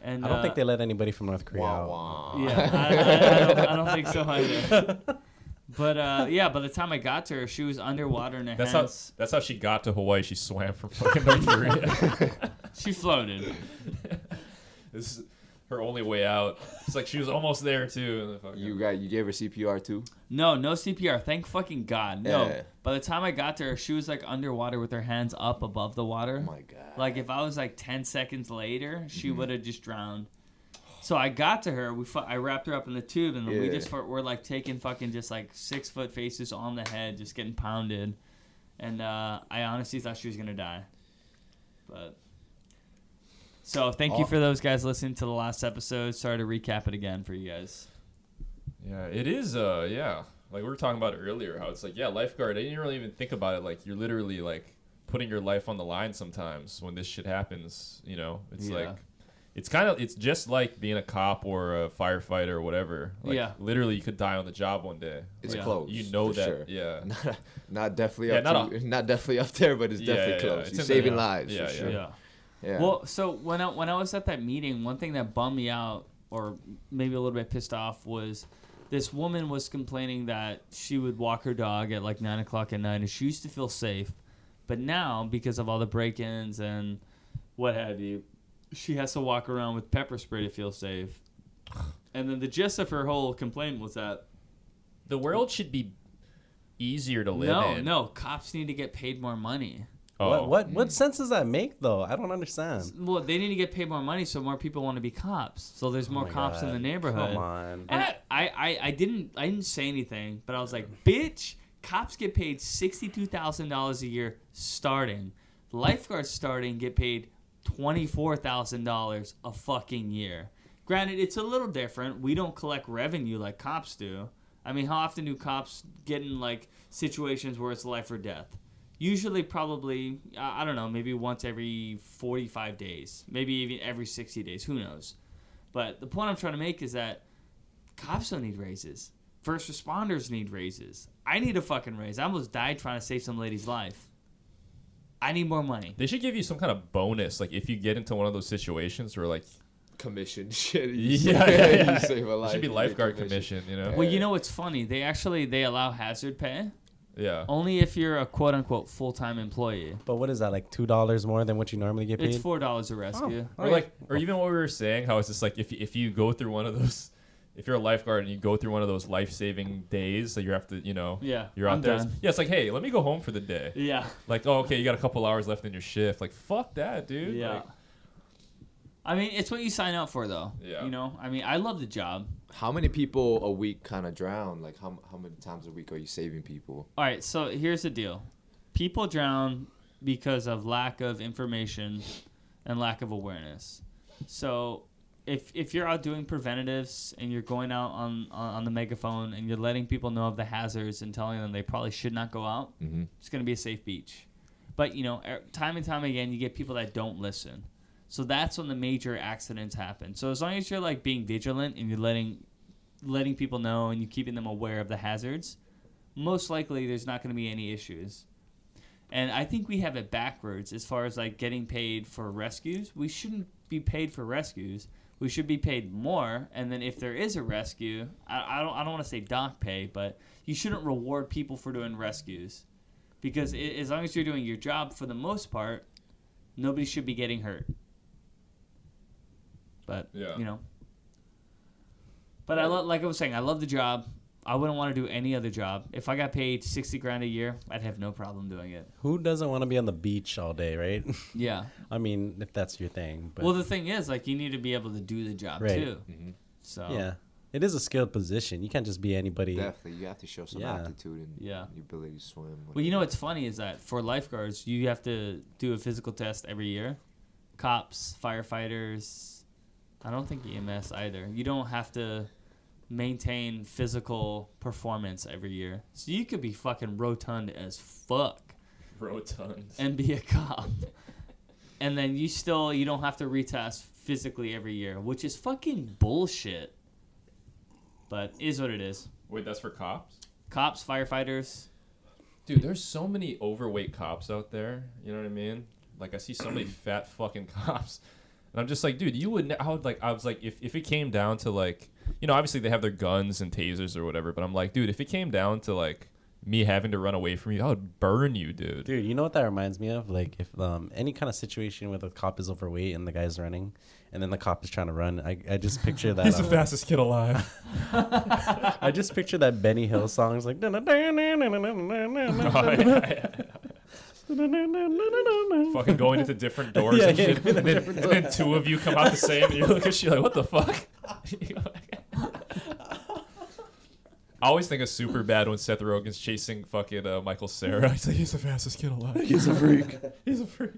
S3: And
S2: I don't
S3: uh,
S2: think they let anybody from North Korea out.
S1: Wah, wah.
S3: Yeah, I, I, I, don't, I don't think so either. But uh, yeah, by the time I got to her, she was underwater in a
S4: That's how,
S3: hence
S4: that's how she got to Hawaii. She swam from fucking North Korea.
S3: she floated.
S4: this is her only way out. It's like she was almost there, too. and then fucking-
S1: You got you gave her CPR too.
S3: No, no CPR. Thank fucking God. No.
S1: Yeah.
S3: By the time I got to her, she was like underwater with her hands up above the water.
S1: Oh my god.
S3: Like if I was like ten seconds later, she
S1: Mm-hmm.
S3: would have just drowned. So I got to her. We fu- I wrapped her up in the tube, and we
S1: Yeah.
S3: just fu- were like taking fucking just like six foot faces on the head, just getting pounded. And uh, I honestly thought she was gonna die. But so thank you
S1: Aw-
S3: for those guys listening to the last episode. Sorry to recap it again for you guys.
S4: Yeah, it is. Uh, yeah, like we were talking about earlier, how it's like, yeah, lifeguard. I didn't really even think about it. Like you're literally like putting your life on the line sometimes when this shit happens. You know, it's
S3: Yeah.
S4: like, it's kind of, it's just like being a cop or a firefighter or whatever. Like,
S3: Yeah.
S4: literally, you could die on the job one day.
S1: It's
S4: Like,
S1: close.
S4: You know
S1: for
S4: that.
S1: sure.
S4: Yeah.
S1: Not, not definitely
S4: Yeah,
S1: up
S4: not
S1: to, not definitely up there, but it's
S4: Yeah,
S1: definitely
S4: yeah, yeah.
S1: close.
S4: It's in
S1: You're
S4: the-
S1: saving
S4: yeah.
S1: lives
S4: Yeah,
S1: for
S4: yeah.
S1: sure.
S3: Yeah.
S1: Yeah.
S3: Well, so when I when I was at that meeting, one thing that bummed me out, or maybe a little bit pissed off, was this woman was complaining that she would walk her dog at like nine o'clock at night, and she used to feel safe, but now because of all the break-ins and what have you, she has to walk around with pepper spray to feel safe. And then the gist of her whole complaint was that
S4: The world should be easier to live
S3: no,
S4: in.
S3: no, cops need to get paid more money.
S4: Oh.
S2: What what
S3: mm.
S2: what sense does that make though? I don't understand.
S3: Well, they need to get paid more money so more people want to be cops. So there's more
S2: Oh my
S3: cops in
S2: God.
S3: the neighborhood.
S2: Come on.
S3: And I, I, I didn't I didn't say anything, but I was like, bitch, cops get paid sixty two thousand dollars a year starting. Lifeguards starting get paid twenty four thousand dollars a fucking year. Granted, it's a little different. We don't collect revenue like cops do. I mean, how often do cops get in like situations where it's life or death? Usually, probably, I I don't know, maybe once every 45 days, maybe even every 60 days. Who knows? But the point I'm trying to make is that cops don't need raises. First responders need raises. I need a fucking raise. I almost died trying to save some lady's life. I need more money.
S4: They should give you some kind of bonus, like if you get into one of those situations where like
S1: commission shit. You
S4: yeah,
S1: save-
S4: yeah,
S1: you
S4: yeah.
S1: save a
S4: it
S1: life.
S4: should be
S1: you get
S4: lifeguard commission, you know?
S3: Well, you know what's funny? They actually they allow hazard pay
S4: Yeah.
S3: only if you're a quote unquote full time employee.
S2: But what is that like two dollars more than what you normally get paid?
S3: It's four dollars a rescue.
S2: Oh.
S4: or like or even what we were saying how it's just like if if you go through one of those if you're a lifeguard and you go through one of those life-saving days that you have to you know
S3: Yeah,
S4: you're out
S3: I'm
S4: there
S3: done.
S4: yeah it's like hey let me go home for the day
S3: Yeah,
S4: like oh okay you got a couple hours left in your shift like fuck that dude
S3: yeah.
S4: Like,
S3: I mean, it's what you sign up for, though.
S4: Yeah.
S3: You know, I mean, I love the job.
S1: How many people a week kind of drown? Like how how many times a week are you saving people?
S3: All right, so here's the deal: people drown because of lack of information and lack of awareness. So, if if you're out doing preventatives and you're going out on on, on the megaphone and you're letting people know of the hazards and telling them they probably should not go out,
S1: Mm-hmm.
S3: it's going to be a safe beach. But you know, er- time and time again, you get people that don't listen. So that's when the major accidents happen. So as long as you're like being vigilant and you're letting letting people know and you're keeping them aware of the hazards, most likely there's not going to be any issues. And I think we have it backwards as far as like getting paid for rescues. We shouldn't be paid for rescues. We should be paid more. And then if there is a rescue, I, I don't I don't want to say doc pay, but you shouldn't reward people for doing rescues because i as long as you're doing your job for the most part, nobody should be getting hurt. But
S4: Yeah.
S3: you know. But I lo- like I was saying, I love the job. I wouldn't want to do any other job. If I got paid sixty grand a year, I'd have no problem doing it.
S2: Who doesn't want to be on the beach all day, right?
S3: Yeah.
S2: I mean, if that's your thing. But
S3: Well, the thing is, like, you need to be able to do the job
S2: Right. Mm-hmm.
S3: too. So
S2: yeah, it is a skilled position. You can't just be anybody.
S1: Definitely, you have to show some
S2: Yeah.
S1: aptitude and
S3: Yeah.
S1: your ability to swim.
S3: Well, you know what's funny is that for lifeguards, you have to do a physical test every year. Cops, firefighters, I don't think EMS either. You don't have to maintain physical performance every year. So you could be fucking rotund as fuck
S4: Rotund.
S3: and be a cop. and then you still you don't have to retest physically every year, which is fucking bullshit. But is what it is.
S4: Wait, that's for cops?
S3: Cops, firefighters,
S4: Dude, there's so many overweight cops out there. You know what I mean? Like I see so many fat fucking cops, and I'm just like, dude, you would. Ne- I would like. I was like, if if it came down to like, you know, obviously they have their guns and tasers or whatever, but I'm like, dude, if it came down to like me having to run away from you, I would burn you, dude.
S2: Dude, you know what that reminds me of? Like, if um, any kind of situation where the cop is overweight and the guy's running, and then the cop is trying to run, I, I just picture that. um,
S4: fastest kid alive.
S2: I just picture that Benny Hill song. It's like.
S4: Fucking going into different doors
S2: Yeah,
S4: and
S2: yeah,
S4: shit, and then, and then two of you come out the same, and you look at you like, what the fuck? I always think of super bad when Seth Rogen's chasing fucking uh, Michael Sarah. He's like, he's the fastest kid alive. He's a freak. he's a freak.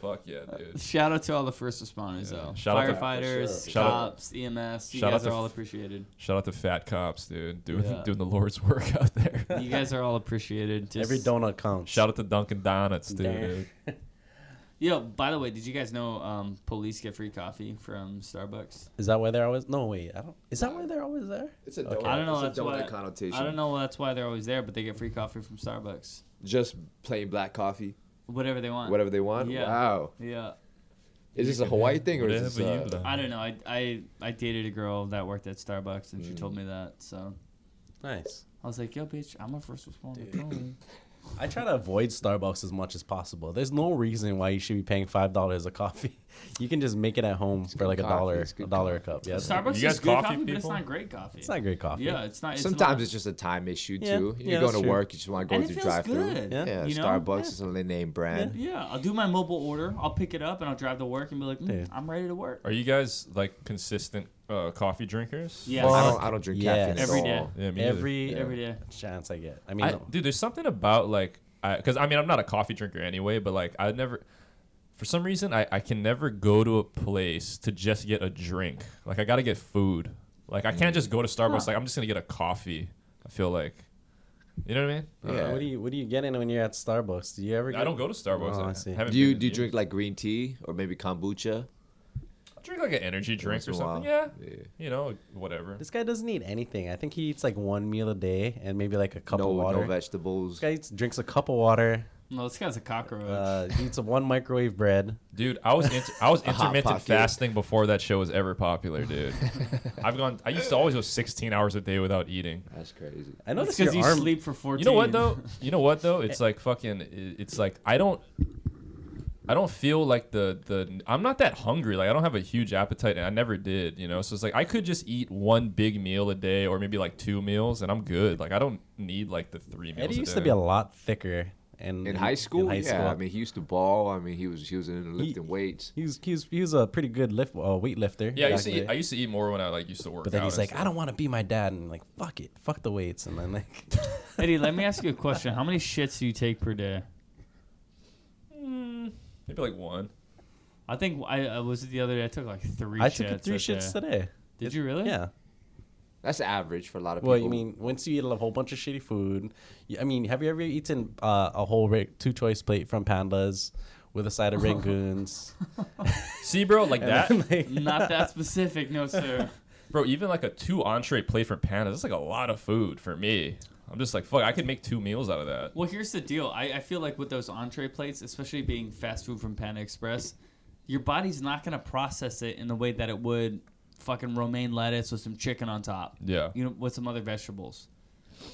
S4: fuck yeah, dude.
S3: Shout out to all the first responders,
S4: Yeah.
S3: though.
S4: Shout out to-
S3: Firefighters,
S4: sure. Shout out-
S3: cops, EMS. You
S4: Shout out
S3: guys
S4: to
S3: are all
S4: f-
S3: appreciated.
S4: Shout out to fat cops, dude, doing
S3: Yeah.
S4: doing the Lord's work out there.
S3: You guys are all appreciated. Just,
S2: Every donut counts.
S4: Shout out to Dunkin' Donuts, dude.
S2: Damn.
S4: dude.
S3: Yo, by the way, did you guys know um, police get free coffee from Starbucks?
S2: Is that why they're always? No, wait. I don't. Is that why they're always there?
S8: It's a
S1: Oh,
S2: Okay.
S8: donut.
S3: I don't know,
S8: It's
S3: that's
S8: a donut
S3: why-
S8: connotation.
S3: I don't know. That's why they're always there, but they get free coffee from Starbucks.
S1: just plain black coffee,
S3: Whatever they want.
S1: whatever they want.
S3: Uh, Yeah.
S1: Wow,
S3: Yeah.
S1: is this a Hawaii thing or is this?
S4: Whatever
S1: uh,
S4: you like.
S3: I don't know. I, I, I dated a girl that worked at Starbucks, and she told me that. So
S2: Nice.
S3: I was like, yo, bitch, I'm a first responder. totally."
S2: I try to avoid Starbucks as much as possible. There's no reason why you should be paying five dollars a coffee. You can just make it at home for like a
S1: good coffee,
S2: dollar,
S1: it's
S2: a
S1: good
S2: dollar a cup. Yeah, it's,
S3: Starbucks
S4: guys
S3: is good
S4: coffee
S3: coffee, but it's
S4: people?
S3: not great coffee.
S2: it's not great coffee.
S3: Yeah, it's not. It's
S1: Sometimes
S3: not-
S1: it's just a time issue too.
S2: Yeah, yeah,
S1: You're going to
S2: that's true.
S1: work, you just want to go
S3: And it
S1: through
S3: feels
S1: drive through.
S3: good,
S1: Yeah,
S3: you know?
S1: Starbucks
S3: Yeah.
S1: is a name brand.
S3: Yeah, I'll do my mobile order. I'll pick it up and I'll drive to work and be like, mm,
S2: Yeah.
S3: I'm ready to work.
S4: Are you guys like consistent uh, coffee drinkers?
S3: Yeah,
S1: I
S2: Fuck
S1: don't, I don't drink
S2: yes.
S1: caffeine at
S3: Every
S1: all.
S3: day.
S4: Yeah, me neither.
S2: every
S1: Yeah.
S3: every day.
S2: chance I get. I mean,
S4: I,
S2: no.
S4: dude, there's something about like, I because I mean, I'm not a coffee drinker anyway, but like, I never, for some reason, I, I can never go to a place to just get a drink. Like, I gotta get food. Like, I can't just go to Starbucks. Like, I'm just gonna get a coffee. I feel like, you know what I mean? I don't
S1: Yeah.
S4: know.
S2: what do you what are you getting when you're at Starbucks? Do you ever? Get,
S4: I don't go to Starbucks.
S2: Oh,
S4: I,
S2: I see.
S4: haven't
S1: Do you
S4: been in
S1: do you
S4: years.
S1: drink like green tea or maybe kombucha?
S4: I drink like an energy drink
S1: Once
S4: or
S1: in a
S4: something. Yeah.
S1: while. Yeah.
S4: You know, whatever.
S2: This guy doesn't eat anything. I think he eats like one meal a day and maybe like a cup
S1: No,
S2: of water.
S1: no vegetables.
S2: this guy eats, drinks a cup of water.
S3: No, this guy's a cockroach.
S2: Uh, eats one microwave bread.
S4: Dude, I was inter- I was
S1: A Hot
S4: intermittent
S1: Pocket.
S4: fasting before that show was ever popular, dude. I've gone. I used to always go 16 hours a day without eating.
S1: That's crazy.
S2: I
S3: That's
S2: noticed
S3: because
S2: your
S3: you
S2: arm.
S3: sleep for 14.
S4: You know what though? You know what though? It's like fucking. i- It's like I don't. I don't feel like the the. I'm not that hungry. Like I don't have a huge appetite, and I never did. You know, so it's like I could just eat one big meal a day, or maybe like two meals, and I'm good. Like I don't need like the three meals.
S2: Eddie
S4: a
S2: used to
S4: day.
S2: be a lot thicker And
S4: Mm-hmm.
S1: In high school,
S2: in high
S1: yeah.
S2: school.
S1: I mean, he used to ball. I mean, he was he was in lifting weights.
S2: he was, he was, he was a pretty good lift, uh, weight lifter.
S4: Yeah, I used, to
S2: back in
S4: eat,
S2: the
S4: I
S2: day.
S4: used to eat more when I like used to work.
S2: But then
S4: out
S2: he's
S4: and
S2: like,
S4: stuff.
S2: I don't want to be my dad, and like, fuck it, fuck the weights, and then like,
S3: Eddie, let me ask you a question. How many shits do you take per day?
S4: maybe like one.
S3: I think I, I was it the other day. I took like three.
S2: I
S3: shits
S2: took three
S3: that
S2: shits
S3: day.
S2: today.
S3: Did you really?
S2: Yeah.
S1: That's average for a lot of
S2: Well,
S1: people.
S2: you mean once you eat a whole bunch of shitty food? you- I mean, have you ever eaten uh, a whole ra- two-choice plate from Pandas with a side of Rangoons?
S4: See, bro, like that,
S3: Not that specific, no sir.
S4: bro. Even like a two entree plate from Panda, that's like a lot of food for me. I'm just like, fuck, I could make two meals out of that.
S3: Well, here's the deal. I, I feel like with those entree plates, especially being fast food from Panda Express, your body's not gonna process it in the way that it would fucking romaine lettuce with some chicken on top.
S4: Yeah.
S3: You know, with some other vegetables.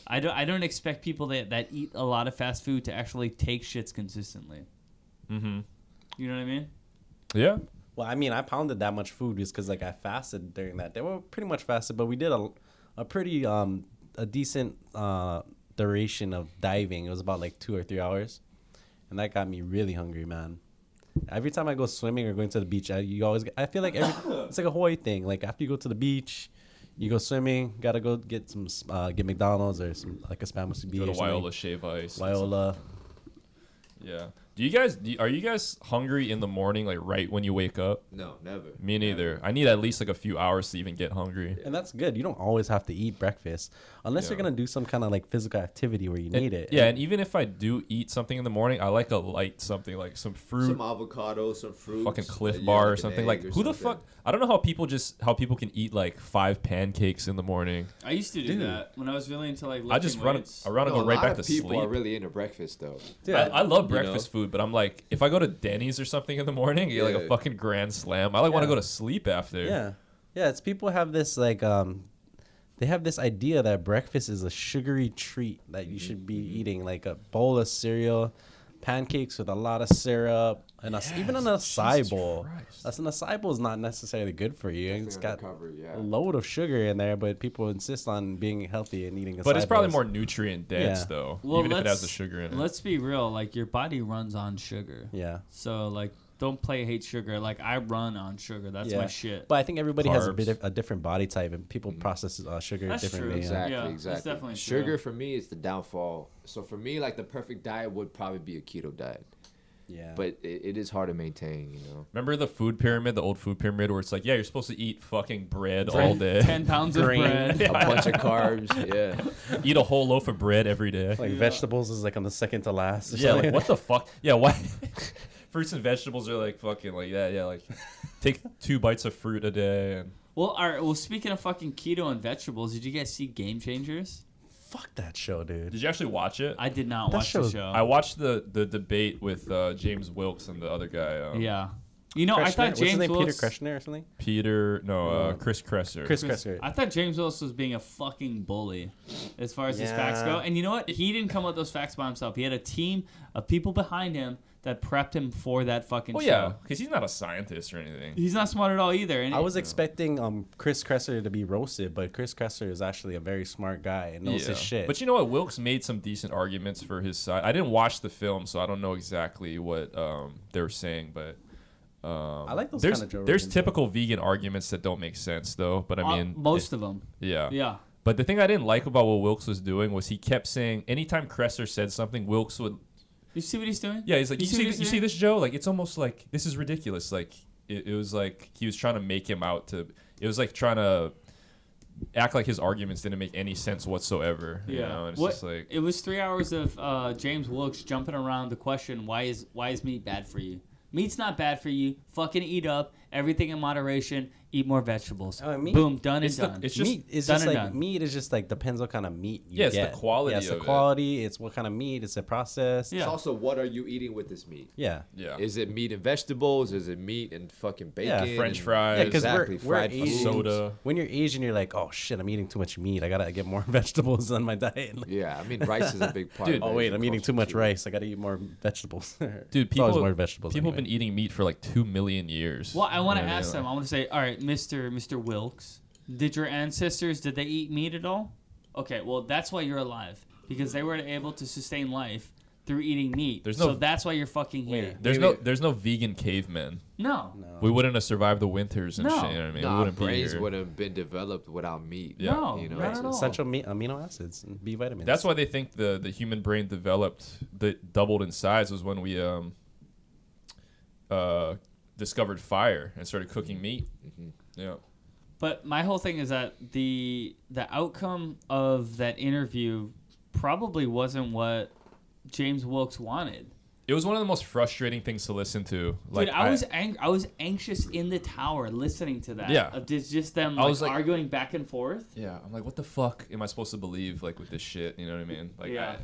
S3: I don't I don't expect people that, that eat a lot of fast food to actually take shits consistently.
S4: Mm-hmm.
S3: You know what I mean?
S4: Yeah.
S2: Well, I mean, I pounded that much food just because like I fasted during that day. Well, pretty much fasted, but we did a, a pretty um a decent uh duration of diving. It was about like two or three hours, and that got me really hungry, man. Every time I go swimming or going to the beach, I you always get- I feel like every, it's like a Hawaii thing. Like after you go to the beach, you go swimming, gotta go get some uh, get McDonald's or some like a Spam with
S4: Go to
S2: or something.
S4: Wyola Shave Ice.
S2: Wyola.
S4: Yeah. Do you guys? Do you- are you guys hungry in the morning, like right when you wake up?
S8: No, never.
S4: Me neither. I need at least like a few hours to even get hungry.
S2: And that's good. You don't always have to eat breakfast unless you're
S4: Yeah.
S2: gonna do some kind of like physical activity where you need it.
S4: Yeah, and even if I do eat something in the morning, I like a light something, like some fruit,
S1: uh,
S8: Some avocado, some fruit,
S4: fucking Cliff Bar or something. Like who the fuck? I don't know how people just how people can eat like five pancakes in the morning.
S3: I used to do that when I was really into like.
S4: I just
S3: lifting
S4: run,
S3: weights.
S4: I run and
S1: No,
S4: go
S1: a
S4: right
S1: lot
S4: back to
S1: of people
S4: sleep.
S1: are really into breakfast though.
S4: I, I love
S8: know?
S4: breakfast food, but I'm like, if I go to Denny's or something in the morning, and get like a
S8: Yeah.
S4: fucking grand slam. I like want to
S2: Yeah.
S4: go to sleep after.
S2: Yeah. Yeah, it's people have this like um they have this idea that breakfast is a sugary treat that you should be
S4: Mm-hmm.
S2: eating like a bowl of cereal, pancakes with a lot of syrup, and a s even an acai bowl. That's an acai bowl is not necessarily good for you. It's
S1: an
S2: got
S1: undercover, yeah.
S2: a load of sugar in there, but people insist on being healthy and eating acai
S4: But it's probably
S2: bowls.
S4: more nutrient dense
S2: Yeah.
S4: though,
S3: Well,
S4: even if it has the
S3: let's-
S4: sugar in it.
S3: Let's be real. Like your body runs on sugar.
S2: Yeah.
S3: So like, don't play hate sugar. Like I run on sugar. That's
S2: Yeah.
S3: my shit.
S2: But I think everybody has a
S4: Carbs. Mm-hmm.
S2: bit of a different body type and people process uh, sugar
S3: That's
S2: differently.
S3: true.
S2: yeah.
S1: Exactly,
S3: Yeah, that's
S1: exactly.
S3: definitely true.
S1: Sugar for me is the downfall. So for me, like the perfect diet would probably be a keto diet,
S2: Yeah.
S1: but it, it is hard to maintain. You know,
S4: Remember the food pyramid, the old food pyramid, where it's like, yeah, you're supposed to eat fucking bread all
S3: Ten-
S4: day,
S3: Ten pounds of
S2: Green.
S3: bread.
S1: a bunch of carbs. Yeah.
S4: eat a whole loaf of bread every day.
S2: like vegetables is like on the second to last. or
S4: yeah, like
S2: something.
S4: what the fuck? Yeah, why? Fruits and vegetables are like fucking like that. Yeah, like take two bites of fruit a day. And
S3: Well, all right. Well, speaking of fucking keto and vegetables, did you guys see Game Changers?
S2: Fuck that show, dude.
S4: did you actually watch it? I,
S3: I did not
S2: That
S3: watch the
S2: show's-
S3: show.
S4: watched the the debate with uh, James Wilkes and the other guy, um,
S3: yeah. You know, I
S2: Kreshner?
S3: thought
S2: What's his
S3: James
S2: name?
S3: Willis.
S2: Peter Kreshner or something?
S4: Peter, no, uh, Chris Kresser.
S2: Chris Kresser.
S3: I thought James Willis was being a fucking bully as far as his facts
S2: Yeah.
S3: go. And you know what? He didn't come up with those facts by himself. He had a team of people behind him that prepped him for that fucking
S4: Oh
S3: show.
S4: yeah, because he's not a scientist or anything.
S3: He's not smart at all either. And
S2: I was expecting um Chris Kresser to be roasted, but Chris Kresser is actually a very smart guy and knows his shit.
S4: But you know what? Wilkes made some decent arguments for his side. I didn't watch the film, so I don't know exactly what um, they were saying, but. Um,
S2: I like those
S4: there's,
S2: kinda Joe
S4: There's
S2: Rogans, though.
S4: typical vegan arguments that don't make sense, though. But I mean,
S3: Uh,
S4: eh,
S3: most of them.
S4: yeah,
S2: uh,
S3: Yeah.
S4: But the thing I didn't like about what Wilkes was doing was he kept saying anytime Cresser said something, Wilkes would
S3: You see what he's doing?
S4: yeah he's like you, see
S3: what
S4: you see
S3: doing?
S4: this Joe like it's almost like this is ridiculous like it, it was like he was trying to make him out to it was like trying to act like his arguments didn't make any sense whatsoever yeah you know? and it's
S3: What-
S4: just like
S3: it was three hours of uh, James Wilkes jumping around the question, why is why is meat bad for you? Meat's not bad for you. Fucking eat up. Everything in moderation. Eat more vegetables.
S2: Oh, and meat-
S3: Boom. Done
S4: It's
S3: and
S4: the-
S3: done.
S4: it's just-
S2: meat is
S3: done
S2: just
S3: and
S2: like
S3: done.
S2: meat is just like depends what kind of meat you
S4: Yeah, it's
S2: get.
S4: the quality
S2: Yeah, it's the
S4: of it.
S2: quality. It's what kind of meat. It's the process.
S3: Yeah.
S8: It's also what are you eating with this meat?
S2: Yeah.
S4: yeah
S8: Is it meat and vegetables? Is it meat and fucking bacon?
S2: Yeah,
S4: French
S8: and-
S4: fries.
S2: Yeah, because
S8: exactly.
S2: we're, we're
S8: fried
S2: Asian.
S8: food.
S4: Soda.
S2: When you're Asian, you're like, oh shit, I'm eating too much meat. I gotta get more vegetables on my diet. Like,
S1: Yeah, I mean, rice is a big part.
S4: Dude,
S1: of
S2: oh wait,
S1: Asian
S2: I'm eating
S1: culture,
S2: too much rice. I gotta eat more vegetables.
S4: Dude,
S2: It's
S4: people,
S2: always more vegetables.
S4: people have
S2: anyway.
S4: been eating meat for like two million years.
S3: Well, I want to
S4: You know what
S3: ask
S4: mean?
S3: them. I want to say, all right, Mister Mister Wilkes, did your ancestors did they eat meat at all? Okay, well that's why you're alive because they were able to sustain life through eating meat.
S4: There's
S3: so
S4: no-
S3: that's why you're fucking here.
S4: There's
S1: Wait,
S4: no
S1: wait.
S4: there's no vegan cavemen.
S3: No.
S4: We wouldn't have survived the winters and
S3: No.
S4: shit. You know what I mean? we
S1: Nah,
S4: wouldn't be
S1: brains
S4: here.
S1: would have been developed without meat.
S4: Yeah.
S3: No,
S1: you know,
S3: not
S1: it's
S3: at all.
S2: Essential ami- amino acids and B vitamins.
S4: Oh. That's why they think the the human brain developed that doubled in size was when we um uh discovered fire and started cooking meat. Yeah.
S3: But my whole thing is that the the outcome of that interview probably wasn't what James Wilkes wanted.
S4: It was one of the most frustrating things to listen to. Like
S3: Dude, I, was ang- I was anxious in the tower listening to that.
S4: Yeah.
S3: of just, just them
S4: I
S3: like,
S4: was like-
S3: arguing back and forth.
S4: Yeah, I'm like, what the fuck am I supposed to believe like with this shit? You know what I mean? Like,
S3: Yeah. Mm.
S4: I-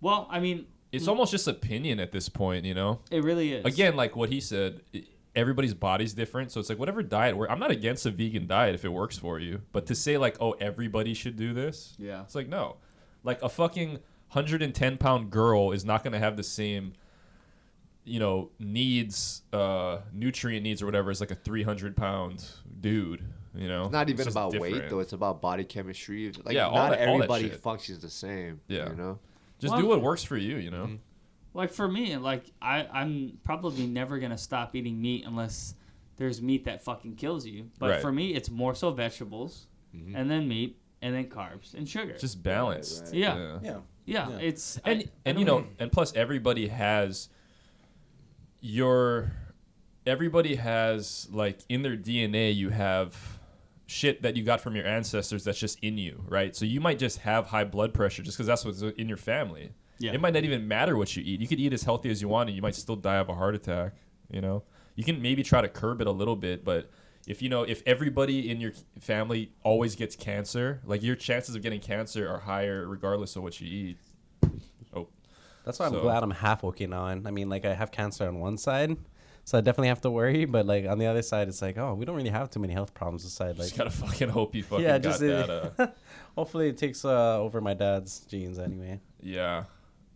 S3: Well, I mean,
S4: it's almost just opinion at this point, you know.
S3: it really is.
S4: Again, like what he said, i- everybody's body's different, so it's like whatever diet. Work- I'm not against a vegan diet if it works for you, but to say like, oh, everybody should do this,
S3: Yeah.
S4: it's like no, like a fucking 110 pound girl is not gonna have the same. You know, needs, uh, nutrient needs or whatever is like a 300 pound dude, you know?
S1: It's not even
S4: just
S1: about weight
S4: different.
S1: though. It's about body chemistry. Like
S4: Yeah, all
S1: not
S4: that- all that
S1: everybody
S4: shit.
S1: functions the same.
S4: Yeah.
S1: you know.
S4: Just
S3: Well-
S4: do what works for you, you
S1: Mm-hmm.
S4: know?
S3: like for me, like I, I'm probably never gonna stop eating meat unless there's meat that fucking kills you. But
S4: Right. Mm-hmm.
S3: for me, it's more so vegetables, and then meat, and then carbs and sugar.
S4: Just balanced.
S1: right.
S3: Yeah.
S2: yeah.
S3: yeah,
S2: yeah.
S3: it's I-
S4: and
S3: I
S4: and you
S3: don't-
S4: know and plus everybody has your everybody has like in their DNA you have shit that you got from your ancestors that's just in you right so you might just have high blood pressure just because that's what's in your family
S3: Yeah.
S4: it might not even matter what you eat you could eat as healthy as you want and you might still die of a heart attack you know you can maybe try to curb it a little bit but if you know if everybody in your family always gets cancer like your chances of getting cancer are higher regardless of what you eat oh
S2: That's why I'm
S4: So-
S2: glad I'm half Okinawan. I mean, like I have cancer on one side, so I definitely have to worry. But like on the other side, it's like, oh, we don't really have too many health problems aside. Like,
S4: Just gotta fucking hope you fucking
S2: yeah,
S4: got
S2: just
S4: that. Uh,
S2: hopefully it takes uh, over my dad's genes anyway.
S4: yeah,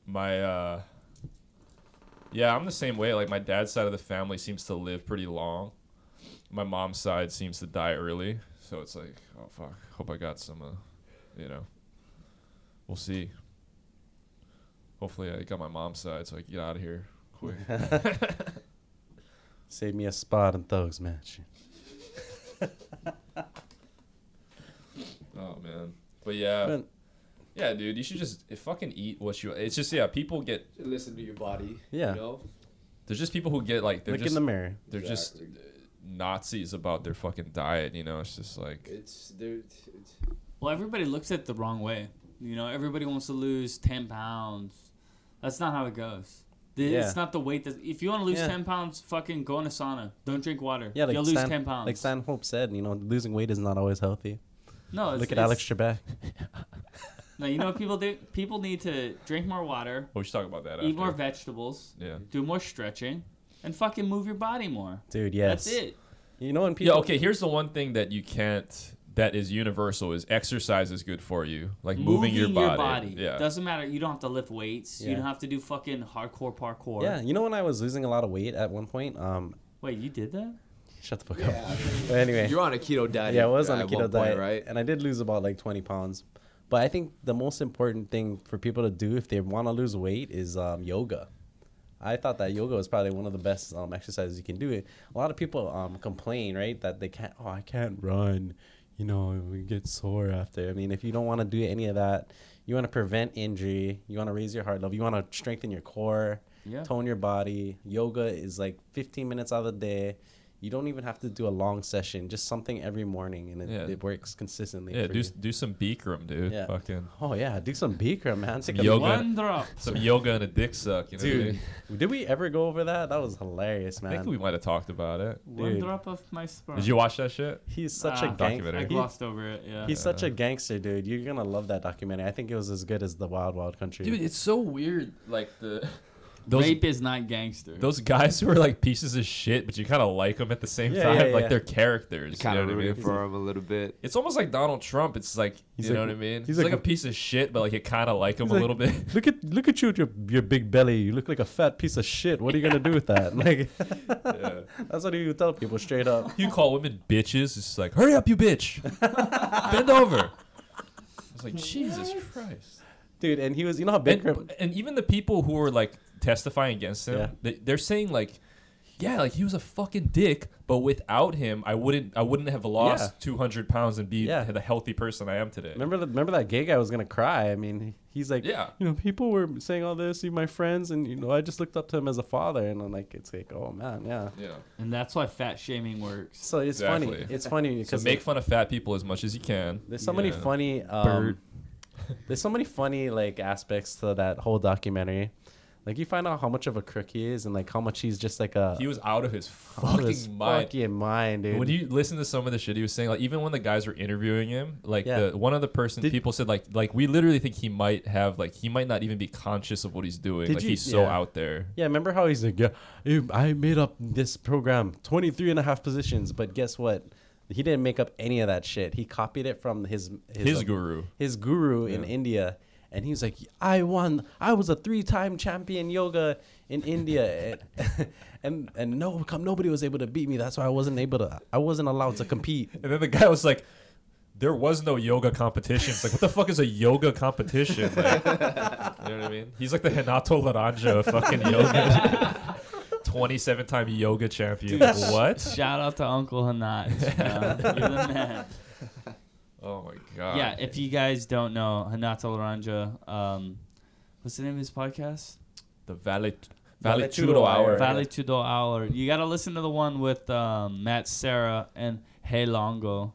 S4: my uh, yeah, I'm the same way. Like my dad's side of the family seems to live pretty long. My mom's side seems to die early, so it's like, oh fuck, hope I got some. Uh, you know, we'll see. Hopefully, I got my mom's side so I can get out of here quick.
S2: Save me a spot in Thugs match.
S4: oh man, but yeah,
S2: But-
S4: yeah, dude, you should just eh, fucking eat what you. It's just yeah, people get
S8: Listen to your body.
S2: Yeah.
S8: You know?
S4: there's just people who get like they're
S2: Look
S4: just
S2: in the mirror.
S4: they're just
S8: Exactly.
S4: Nazis about their fucking diet. You know, it's just like
S8: It's there. It's,
S3: Well, everybody looks at it the wrong way. You know, everybody wants to lose ten pounds. That's not how it goes. The-
S2: Yeah.
S3: It's not the weight that. If you want to lose
S2: Yeah.
S3: ten pounds, fucking go in a sauna. Don't drink water.
S2: Yeah, like
S3: you'll
S2: Stan,
S3: lose ten pounds.
S2: Like Stan Hope said, you know, losing weight is not always healthy.
S3: no, it's,
S2: Look at
S3: it's-
S2: Alex Trebek.
S3: No, you know what people do? People need to drink more water,
S4: Oh, we should talk about that.
S3: eat more
S4: after.
S3: vegetables,
S4: yeah.
S3: do more stretching, and fucking move your body more.
S2: Dude, yes.
S3: That's it.
S2: You know when
S4: Yeah.
S2: people
S4: Okay. Here's the one thing that you can't. That is universal. Is exercise is good for you? Like moving, your body. Yeah.
S3: Doesn't matter. You don't have to lift weights. You
S2: Yeah.
S3: don't have to do fucking hardcore parkour.
S2: Yeah, you know when I was losing a lot of weight at one point, um
S3: Wait, you did that?
S2: shut the fuck up. But anyway.
S1: You're on a keto diet.
S2: Yeah, I was on a
S1: at
S2: keto
S1: one point,
S2: diet,
S1: right?
S2: And I did lose about like 20 pounds. But I think the most important thing for people to do if they want to lose weight is um, yoga. I thought that yoga was probably one of the best um, exercises you can do. A lot of people um, complain, right, that they can't. Oh, I can't run. You know, we get sore after. I mean, if you don't want to do any of that, you want to prevent injury. You want to raise your heart level. You want to strengthen your core,
S3: Yeah.
S2: tone your body. Yoga is like 15 minutes out of the day. You don't even have to do a long session. Just something every morning, and it,
S4: Yeah.
S2: it works consistently.
S4: Yeah.
S2: for
S4: Do
S2: you.
S4: s- do some Bikram, dude.
S2: Yeah.
S4: Fucking
S2: Oh yeah, do some Bikram, man. Take a-
S4: yoga.
S3: One drop.
S4: Some yoga and a dick suck. You know what I
S1: Dude.
S4: mean?
S2: Did we ever go over that? That was hilarious,
S4: I think
S2: man.
S4: we might have talked about it.
S3: One
S2: Dude.
S3: drop of my sperm.
S4: Did you watch that shit?
S2: He's such a
S3: Ah,
S2: gangster.
S4: documentary.
S3: I glossed over it. Yeah.
S2: eh? He's such a gangster, dude. You're gonna love that documentary. I think it was as good as the Wild Wild Country.
S4: it's so weird. Like the those
S3: Rape is not gangster.
S4: those guys who are like pieces of shit, but you kind of like them at the same
S2: Yeah,
S4: time.
S2: yeah,
S4: like
S2: yeah.
S4: they're characters.
S1: Kind
S4: you
S1: of
S4: know what I
S1: rooting
S4: mean?
S1: for him a little bit.
S4: It's almost like Donald Trump. It's like
S2: He's
S4: you know
S2: like-
S4: what I mean.
S2: he's
S4: He's like,
S2: like-
S4: a piece of shit, but like you kind of like him a
S2: like-
S4: little bit.
S2: look at look at you with your, your big belly. You look like a fat piece of shit. What are you gonna do with that? Like
S4: Yeah.
S2: that's what you tell people straight up.
S4: You call women bitches. It's like hurry up, you bitch. Bend over. It's like Jesus Christ.
S2: dude. And he was, you know how big. Crim-
S4: And, and even the people who were like testifying against him,
S2: Yeah.
S4: they, they're saying like, yeah, like he was a fucking dick, but without him, I wouldn't, I wouldn't have lost
S2: Yeah.
S4: 200 pounds and be
S2: Yeah.
S4: the healthy person I am today.
S2: Remember the remember that gay guy was gonna cry. I mean, he's like,
S4: Yeah.
S2: you know, people were saying all this, you my friends, and you know, I just looked up to him as a father, and I'm like, it's like, oh man, yeah.
S4: Yeah.
S3: and that's why fat shaming works.
S2: So it's funny.
S4: Exactly.
S2: It's funny
S4: So
S2: because
S4: make fun of fat people as much as you can.
S2: there's so many
S4: Yeah.
S2: funny um, there's so many funny like aspects to that whole documentary. Like you find out how much of a crook he is, and like how much he's just like a
S4: He was out of
S2: out
S4: his
S2: of
S4: fucking
S2: his
S4: mind.
S2: fucking mind, dude.
S4: When you listen to some of the shit he was saying, like even when the guys were interviewing him, like
S2: Yeah.
S4: the one other person,
S2: Did-
S4: people said like like we literally think he might have like he might not even be conscious of what he's doing.
S2: Did
S4: like
S2: you-
S4: he's so
S2: yeah.
S4: out there.
S2: yeah, remember how he's like, yeah, ew, I made up this program, 23 and a half positions, but guess what? He didn't make up any of that shit. He copied it from his his,
S4: His
S2: um,
S4: guru.
S2: his guru in India, and he was like, "I won. I was a three-time champion yoga in India, and and, and no, come nobody was able to beat me. That's why I wasn't able to. I wasn't allowed to compete.
S4: And then the guy was like, "There was no yoga competition." It's like, what the fuck is a yoga competition? Like, you know what I mean? He's like the Hinato Laranja of fucking yoga. Twenty-seven time yoga champion. What?
S3: Shout out to Uncle Hanat. man. You're the man.
S4: Oh my god.
S3: Yeah, if you guys don't know, Hanat Laranja, um, what's the name of his podcast?
S4: the Valley
S2: Vale
S4: Valley
S2: Tudo
S4: Tudo Hour.
S2: Hour. Right.
S3: Valley to the Hour. You got to listen to the one with um, Matt Sarah and Hey Longo.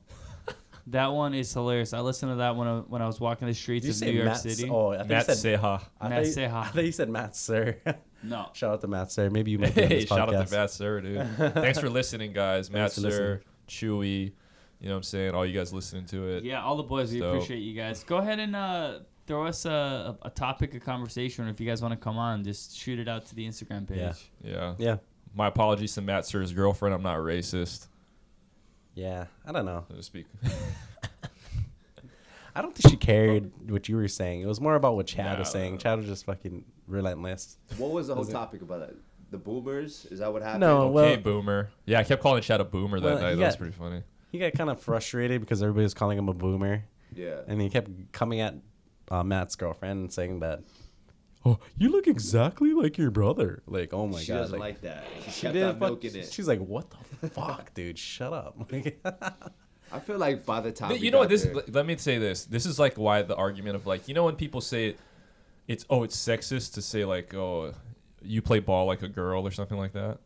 S3: that one is hilarious. I listened to that when I, when I was walking the streets
S2: Did you
S3: of
S2: say
S3: New York
S2: Matt?
S3: City.
S2: Oh, I think
S4: Matt
S2: you said.
S4: Seha.
S2: I thought,
S3: Matt
S2: you,
S3: Seha.
S2: I thought you said Matt Sir.
S3: No.
S2: shout out to Matt Sir. Maybe you might be on
S4: Hey,
S2: this
S4: shout out
S2: podcast.
S4: to Matt Sir, dude. Thanks for listening, guys. Matt
S2: Thanks for listening.
S4: Sir, Chewy, you know what I'm saying? All you guys listening to it.
S3: Yeah, all the boys, we
S4: So-
S3: appreciate you guys. Go ahead and uh, throw us a, a topic of conversation. If you guys want to come on, just shoot it out to the Instagram page.
S2: Yeah.
S4: Yeah.
S2: Yeah,
S4: My apologies to Matt Sir's girlfriend. I'm not racist.
S2: yeah. I don't know.
S4: So to speak.
S2: I don't think she cared what you were saying. It was more about what Chad
S4: Nah,
S2: was saying.
S4: nah.
S2: Chad was just fucking relentless.
S8: What was the whole topic about that? The boomers? Is that what happened?
S2: No, Oh, well,
S4: hey, boomer. Yeah, I kept calling Chad a boomer that
S2: Well,
S4: night.
S2: you
S4: That was
S2: got-
S4: pretty funny.
S2: he got kind of frustrated because everybody was calling him a boomer.
S8: Yeah.
S2: and he kept coming at uh, Matt's girlfriend and saying that, "Oh, you look exactly like your brother." Like, oh my
S8: she
S2: god,
S8: doesn't
S2: like,
S8: like that. She,
S2: she
S8: kept
S2: didn't
S8: on
S2: fuck-
S8: milking it.
S2: She's like, "What the fuck, dude? Shut up!" Like,
S1: I feel like by the time
S4: Th- you know what this let- let me say this this is like why the argument of like you know when people say it's oh it's sexist to say like oh you play ball like a girl or something like that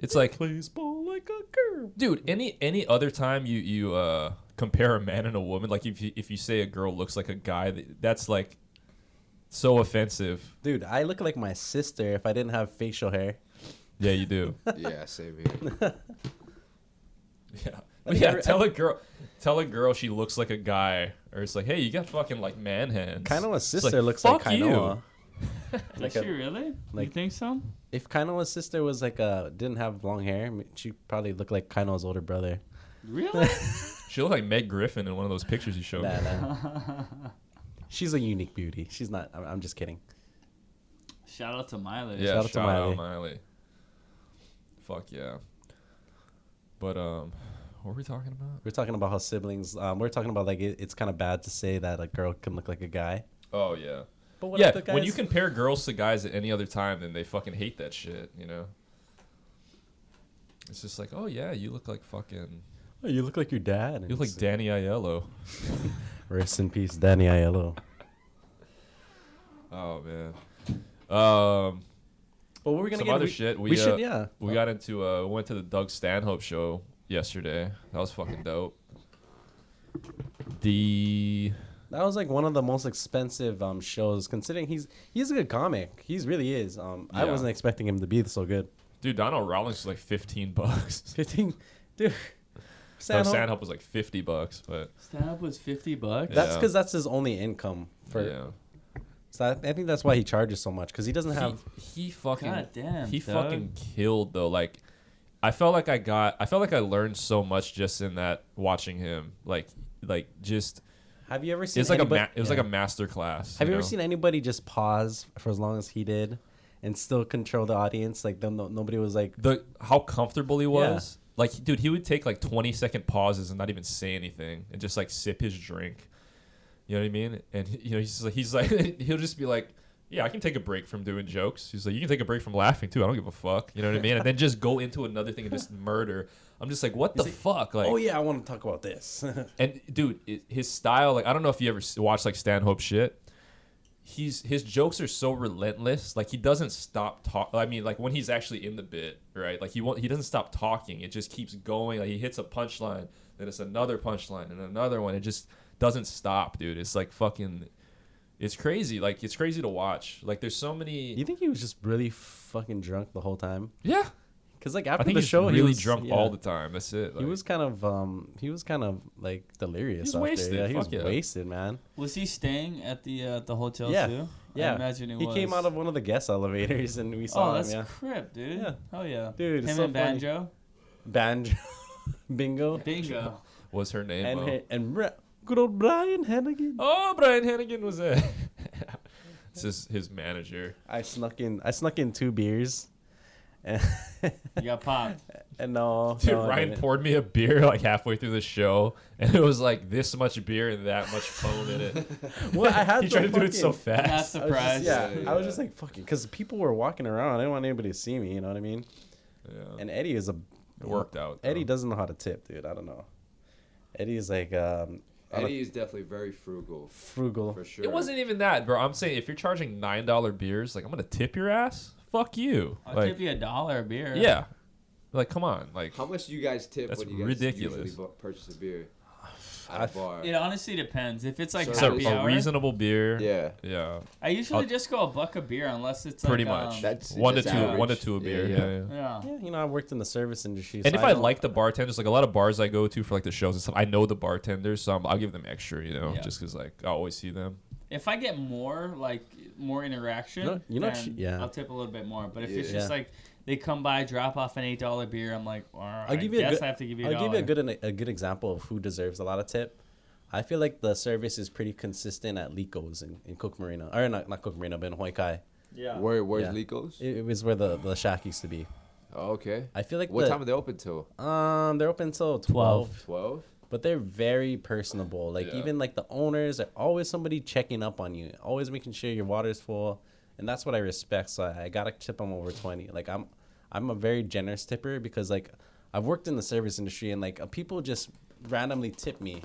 S4: it's like
S2: plays ball like a girl.
S4: dude any any other time you you uh compare a man and a woman like if you if you say a girl looks like a guy th- that's like so offensive
S2: Dude, I look like my sister if I didn't have facial hair.
S4: yeah you do
S1: yeah, same here.
S4: yeah
S2: think
S4: yeah
S2: I re-
S4: tell a girl tell a girl she looks like a guy or it's like hey you got fucking like man hands
S2: Kainoa's
S4: It's like,
S2: sister looks like
S4: fuck you.
S2: Kainoa.
S3: Is
S2: Like
S3: she
S2: a,
S3: really? you
S2: like-
S3: think so?
S2: if Kainoa's sister was like uh didn't have long hair, I mean, she probably looked like Kainoa's older brother.
S3: Really?
S4: She looked like Meg Griffin in one of those pictures you showed me.
S2: Nah, nah. She's a unique beauty. She's not. I'm, I'm just kidding.
S3: Shout out to Miley.
S4: Yeah,
S2: Shout out to Miley.
S4: Fuck yeah. But um, what were we talking about?
S2: We're talking about how siblings. Um, we're talking about like it, it's kind of bad to say that a girl can look like a guy.
S4: Oh yeah.
S2: But what if the
S4: yeah,
S2: guys,
S4: when you compare girls to guys at any other time, then they fucking hate that shit. You know. It's just like, oh yeah, you look like fucking,
S2: oh, you look like your dad. and
S4: you look like
S2: it's-
S4: Danny Aiello.
S2: Rest in peace, Danny Aiello.
S4: Oh man. Um,
S2: But we're gonna
S4: some
S2: get
S4: other
S2: we,
S4: shit. We,
S2: We, should,
S4: uh,
S2: yeah.
S4: We got into uh, went to the Doug Stanhope show yesterday. That was fucking dope. The
S2: That was like one of the most expensive um shows, considering he's he's a good comic. He's really is. Um, I
S4: Yeah.
S2: wasn't expecting him to be so good.
S4: Dude, Donald Rollins was like 15 bucks.
S2: Fifteen, dude.
S4: Sandhope.
S2: Sandhope-
S4: was like 50 bucks, but
S3: Stand up was 50 bucks.
S2: That's
S4: Yeah.
S2: because that's his only income. For
S4: yeah.
S2: so I, I think that's why he charges so much because he doesn't have.
S4: He, he fucking
S3: God damn,
S4: he
S3: Doug.
S4: fucking killed though. Like I felt like I got I felt like I learned so much just in that watching him. Like like just
S2: Have you ever seen?
S4: it's like
S2: anybody-
S4: a ma- it was
S2: yeah.
S4: like a master class.
S2: Have you, ever
S4: know?
S2: seen anybody just pause for as long as he did and still control the audience? Like, them, no, nobody was like,
S4: the how comfortable he was? Like dude, he would take like 20 second pauses and not even say anything and just like sip his drink. You know what I mean? And he- you know, he's just like, he's like, he'll just be like, yeah, I can take a break from doing jokes. He's like, you can take a break from laughing too. I don't give a fuck. You know what I mean? And then just go into another thing and just murder. I'm just like, what the fuck? Like,
S2: oh yeah, I want to talk about this.
S4: and dude, it, his style, like I don't know if you ever s- watched like Stanhope shit. He's his jokes are so relentless. Like he doesn't stop talk. I mean, like when he's actually in the bit, right? Like he won't. He doesn't stop talking. It just keeps going. Like he hits a punchline, then it's another punchline and another one. It just doesn't stop, dude. It's like fucking. It's crazy. Like it's crazy to watch. Like there's so
S2: you
S4: many.
S2: think he was just really fucking drunk the whole time?
S4: Yeah,
S2: Because like
S4: I
S2: after
S4: think
S2: the
S4: he's
S2: show,
S4: really
S2: he was
S4: drunk
S2: yeah.
S4: all the time. That's it.
S2: he
S4: like-
S2: was kind of um he was kind of like delirious
S4: He's
S2: out
S4: wasted,
S2: there. Yeah, he was
S4: fuck yeah.
S2: wasted, man.
S3: Was he staying at the uh, the hotel
S2: Yeah,
S3: too?
S2: yeah.
S3: I imagine he,
S2: He
S3: was.
S2: came out of one of the guest elevators and we saw
S3: Oh,
S2: him,
S3: that's
S2: yeah.
S3: crip, dude.
S2: Yeah.
S3: Oh yeah,
S2: Dude,
S3: Him
S2: it's so
S3: and
S2: funny. Oh,
S3: banjo,
S2: Banjo bingo.
S3: bingo.
S4: was her name?
S2: And
S4: oh.
S2: he- and Bra- good old Brian Hennigan.
S4: Oh, Brian Hannigan was it. it's his, his manager.
S2: I snuck in I snuck in two beers. And,
S3: You got popped.
S2: and no,
S4: Dude,
S2: no, I
S4: Ryan
S2: didn't.
S4: poured me a beer like halfway through the show, and it was like this much beer and that much phone in it.
S2: Well, I had
S4: he
S2: the
S4: tried to do it so
S2: fucking-
S3: Not
S4: fast.
S2: I was
S3: surprised.
S2: just, yeah,
S8: Yeah,
S2: I was
S8: yeah.
S2: just like fucking because people were walking around. I didn't want anybody to see me. You know what I mean?
S4: Yeah,
S2: And Eddie is a
S4: it worked out. though.
S2: Eddie doesn't know how to tip, dude. I don't know. Eddie is like um, on a
S8: Eddie is definitely very frugal,
S2: frugal.
S8: for sure.
S4: It wasn't even that, bro. I'm saying if you're charging nine dollar beers, like I'm gonna tip your ass. Fuck you.
S3: I'll
S4: like
S3: tip you a dollar a beer.
S4: yeah, like come on, like
S8: How much do you guys tip
S4: That's
S8: when you guys
S4: ridiculous.
S8: usually bu- purchase a beer at a bar?
S3: It honestly depends. If it's like
S8: So-
S4: it's a,
S3: happy
S4: a
S3: hour,
S4: reasonable beer.
S8: Yeah.
S4: yeah,
S3: I usually
S4: I'll-
S3: just go a buck a beer unless it's
S4: pretty
S3: like,
S4: much.
S3: um,
S1: That's
S4: one to two,
S1: just average.
S4: one to two a beer.
S1: Yeah, yeah.
S4: yeah. yeah.
S3: yeah.
S2: Yeah, you know, I worked in the service industry.
S4: And
S2: so
S4: if I,
S2: don't-
S4: like the bartenders, like a lot of bars I go to for like the shows and stuff, I know the bartenders, so I'm, I'll give them extra, you know,
S3: Yeah.
S4: just 'cause like I always see them.
S3: If I get more like more interaction,
S2: No, you know
S3: then
S2: she- yeah.
S3: I'll tip a little bit more. But if it's
S8: Yeah.
S3: just
S2: Yeah.
S3: like they come by, drop off an eight dollar beer, I'm like, all right,
S2: I'll give you a
S3: guess
S2: good,
S3: I have to give you.
S2: I'll give you a
S3: dollar."
S2: good a good example of who deserves a lot of tip. I feel like the service is pretty consistent at Lico's in, in Cook Marina, or not not Cook Marina, but in Huaycai.
S3: Yeah.
S1: Where where's
S2: Yeah.
S1: Lico's?
S2: It, it was where the the shack used to be.
S1: Oh, okay.
S2: I feel like
S1: What
S2: the,
S1: time are they open till?
S2: Um, they're open till twelve,
S1: Twelve.
S2: but they're very personable. Like
S4: Yeah.
S2: even like the owners are always somebody checking up on you, always making sure your water's full, and that's what I respect. So I, I gotta tip them over twenty. Like I'm, I'm a very generous tipper because like I've worked in the service industry and like uh, people just randomly tip me,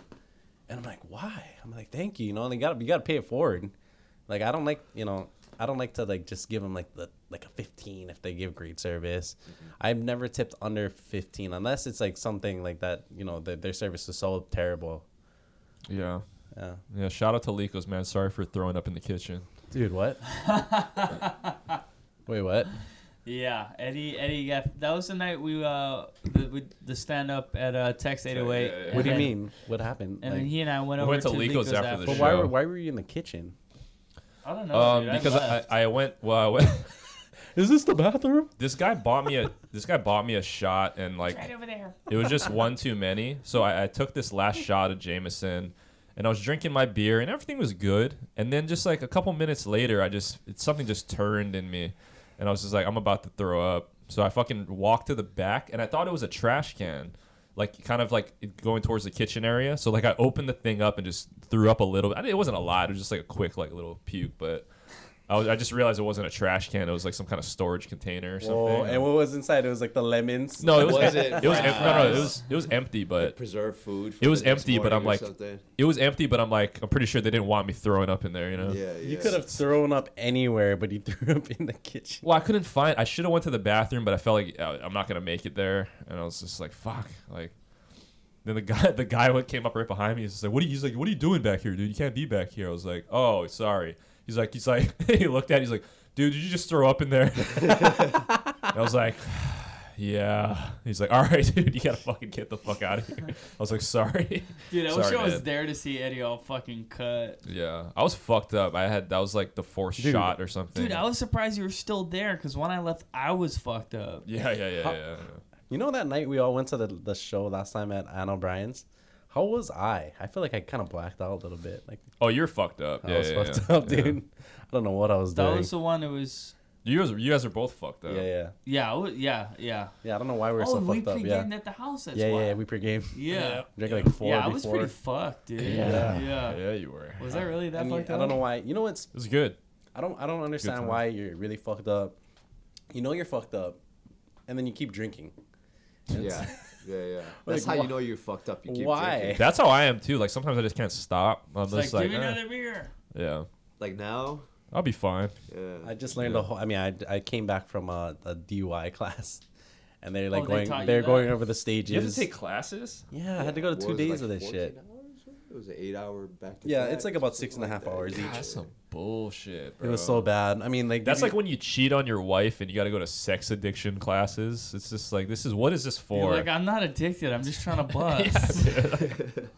S2: and I'm like, why? I'm like, thank you. You know, and you gotta you gotta pay it forward. Like I don't like you know I don't like to like just give them like the like a 15 if they give great service.
S3: Mm-hmm.
S2: I've never tipped under 15 unless it's like something like that. You know their their service is so terrible.
S4: Yeah.
S2: Yeah.
S4: Yeah. Shout out to Lico's, man. Sorry for throwing up in the kitchen.
S2: Dude, what? Wait, what?
S3: Yeah, Eddie. Eddie got that was the night we uh the we, the stand up at uh Tex eight oh eight.
S4: yeah, yeah.
S2: What do you mean? What happened?
S3: And
S2: Like,
S3: then he and I went
S4: We
S3: over
S4: went
S3: to
S4: to Lico's
S3: Lico's
S4: after
S3: after
S4: the
S3: the
S2: but
S4: show.
S2: why were why were you in the kitchen?
S3: I don't know.
S4: Um,
S3: Oh, dude,
S4: because
S3: I,
S4: I,
S3: left.
S4: I, I went. Well, I went.
S2: Is this the bathroom?
S4: this guy bought me a. This guy bought me a shot, and like
S3: right over there.
S4: it was just one too many. So I, I took this last shot of Jameson, and I was drinking my beer, and everything was good. And then just like a couple minutes later, I just it, something just turned in me, and I was just like, I'm about to throw up. So I fucking walked to the back, and I thought it was a trash can, like kind of like it going towards the kitchen area. So like I opened the thing up and just threw up a little. I didn't- it wasn't a lot. It was just like a quick like little puke, but. I, was, I just realized it wasn't a trash can. It was like some kind of storage container or something.
S2: Oh, and what was inside? It was like the lemons.
S4: No, it was,
S8: Was
S4: em-
S8: it
S4: it, was
S8: french
S4: em- no, no, it
S8: fries?
S4: was it was empty, but
S8: Preserve food. for
S4: It was
S8: the next
S4: empty, but
S8: morning
S4: I'm
S8: or
S4: like-
S8: something.
S4: it was empty, but I'm like I'm pretty sure they didn't want me throwing up in there, you know.
S8: yeah, yeah.
S2: You could have thrown up anywhere, but you threw up in the kitchen.
S4: Well, I couldn't find. I should have went to the bathroom, but I felt like uh, I'm not gonna make it there, and I was just like, "Fuck!" Like, then the guy, the guy what came up right behind me. He's just like, "What are you?" He's like, "What are you doing back here, dude? You can't be back here." I was like, "Oh, sorry." He's like, he's like, he looked at. It, he's like, "Dude, did you just throw up in there?" I was like, "Yeah." He's like, "All right, dude, you gotta fucking get the fuck out of here." I was like, "Sorry."
S3: Dude, I wish
S4: Sorry,
S3: I was
S4: man.
S3: there to see Eddie all fucking cut.
S4: Yeah, I was fucked up. I had that was like the fourth shot or something.
S3: Dude, I was surprised you were still there because when I left, I was fucked up.
S4: yeah, yeah, yeah, yeah. yeah.
S2: You know that night we all went to the, the show last time at Anne O'Brien's? How was I? I feel like I kind of blacked out a little bit. Like
S4: Oh, you're fucked up.
S2: I
S4: yeah,
S2: was
S4: yeah,
S2: fucked
S4: yeah.
S2: up,
S4: Yeah.
S2: dude. I don't know what I was
S3: That
S2: doing.
S3: was the one that was.
S4: You guys, you guys are both fucked up.
S2: Yeah, yeah,
S3: Yeah, oh, yeah, yeah.
S2: yeah. I don't know why we were
S3: oh,
S2: so
S3: we
S2: fucked up.
S3: pre-gamed
S2: Yeah,
S3: at the house. That's
S2: yeah, yeah,
S3: why.
S2: yeah. We pregame.
S3: yeah.
S2: Drank like four
S3: Yeah, I was
S2: before.
S3: pretty fucked, dude.
S2: Yeah.
S3: Yeah.
S4: Yeah, you were. It
S3: Was that really that
S2: I, mean,
S3: fucked
S2: I
S3: up?
S2: don't know why. You know what's?
S4: was good.
S2: I don't. I don't understand
S4: times.
S2: why you're really fucked up. You know you're fucked up, and then you keep drinking.
S1: Yeah, yeah, yeah. That's how
S2: wh-
S1: you know you fucked up. You keep
S2: why?
S1: drinking.
S4: That's how I am too. Like sometimes I just can't stop. I'm
S3: It's
S4: just
S3: like,
S4: like,
S3: give me
S2: uh,
S4: eh,
S3: another beer.
S4: yeah,
S1: Like now.
S4: I'll be fine.
S1: Yeah.
S2: I just learned a whole. I mean, I, I came back from a, a DUI class, and they're like
S3: Oh, they
S2: going.
S3: taught you
S2: They are
S3: that?
S2: going over the stages.
S4: classes.
S2: yeah, I had to go to two
S8: What was it,
S2: days
S8: like
S2: of this
S8: 14
S2: shit.
S8: hours? It was an eight-hour back to
S2: Yeah,
S8: back,
S2: it's like about
S8: something
S2: six and a
S8: like
S2: half
S8: that.
S2: hours each.
S4: That's some bullshit, bro.
S2: It was so bad. I mean, like
S4: That's
S2: you-
S4: like when you cheat on your wife and you got to go to sex addiction classes. It's just like this is what is this
S3: You're
S4: for?
S3: like, I'm not addicted. I'm just trying to bust.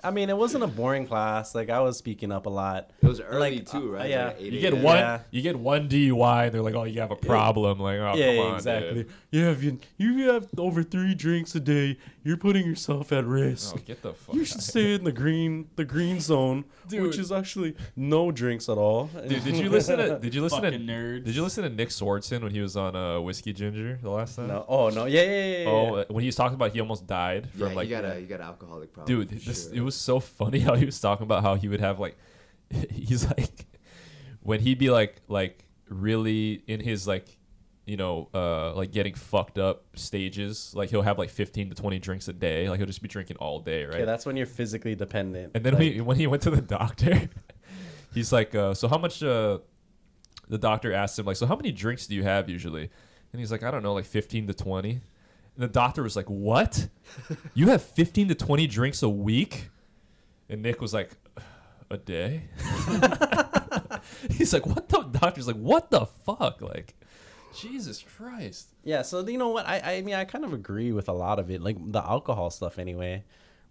S2: I mean, it wasn't a boring class. Like I was speaking up a lot.
S1: It was early
S2: Like,
S1: too,
S2: uh,
S1: right?
S2: yeah.
S1: Like at 8
S4: you get
S1: a.m.
S4: one,
S2: Yeah.
S4: you get one DUI, and they're like, "Oh, you have a problem." Like, oh,
S2: yeah,
S4: come on,
S2: exactly.
S4: dude.
S2: Yeah, if you you have over three drinks a day, you're putting yourself at risk.
S4: Oh, get the fuck.
S2: You should stay in the green the green zone, which
S4: Dude.
S2: is actually no drinks at all.
S4: Dude, did you listen to? Did you listen to?
S3: Fucking nerds.
S4: Did you listen to Nick Swartzen when he was on uh, Whiskey Ginger the last time?
S2: No. Oh no. Yeah. yeah, yeah, yeah,
S4: Oh,
S2: yeah.
S4: uh, when he was talking about he almost died
S1: Yeah,
S4: from like
S1: you got a you got an alcoholic problem.
S4: dude
S1: for
S4: this,
S1: sure.
S4: it was so funny how he was talking about how he would have like he's like when he'd be like like really in his like you know uh like getting fucked up stages like he'll have like 15 to 20 drinks a day like he'll just be drinking all day right
S2: Okay, that's when you're physically dependent.
S4: and then
S2: Like,
S4: we, when he went to the doctor, he's like, uh, "So how much?" Uh, the doctor asked him, "Like, so how many drinks do you have usually?" And he's like, "I don't know, like fifteen to 20. And the doctor was like, "What? you have fifteen to twenty drinks a week?" And Nick was like, "A day." he's like, "What the?" Doctor's like, "What the fuck?" Like, Jesus Christ.
S2: yeah. So you know what? I I mean I kind of agree with a lot of it, like the alcohol stuff anyway.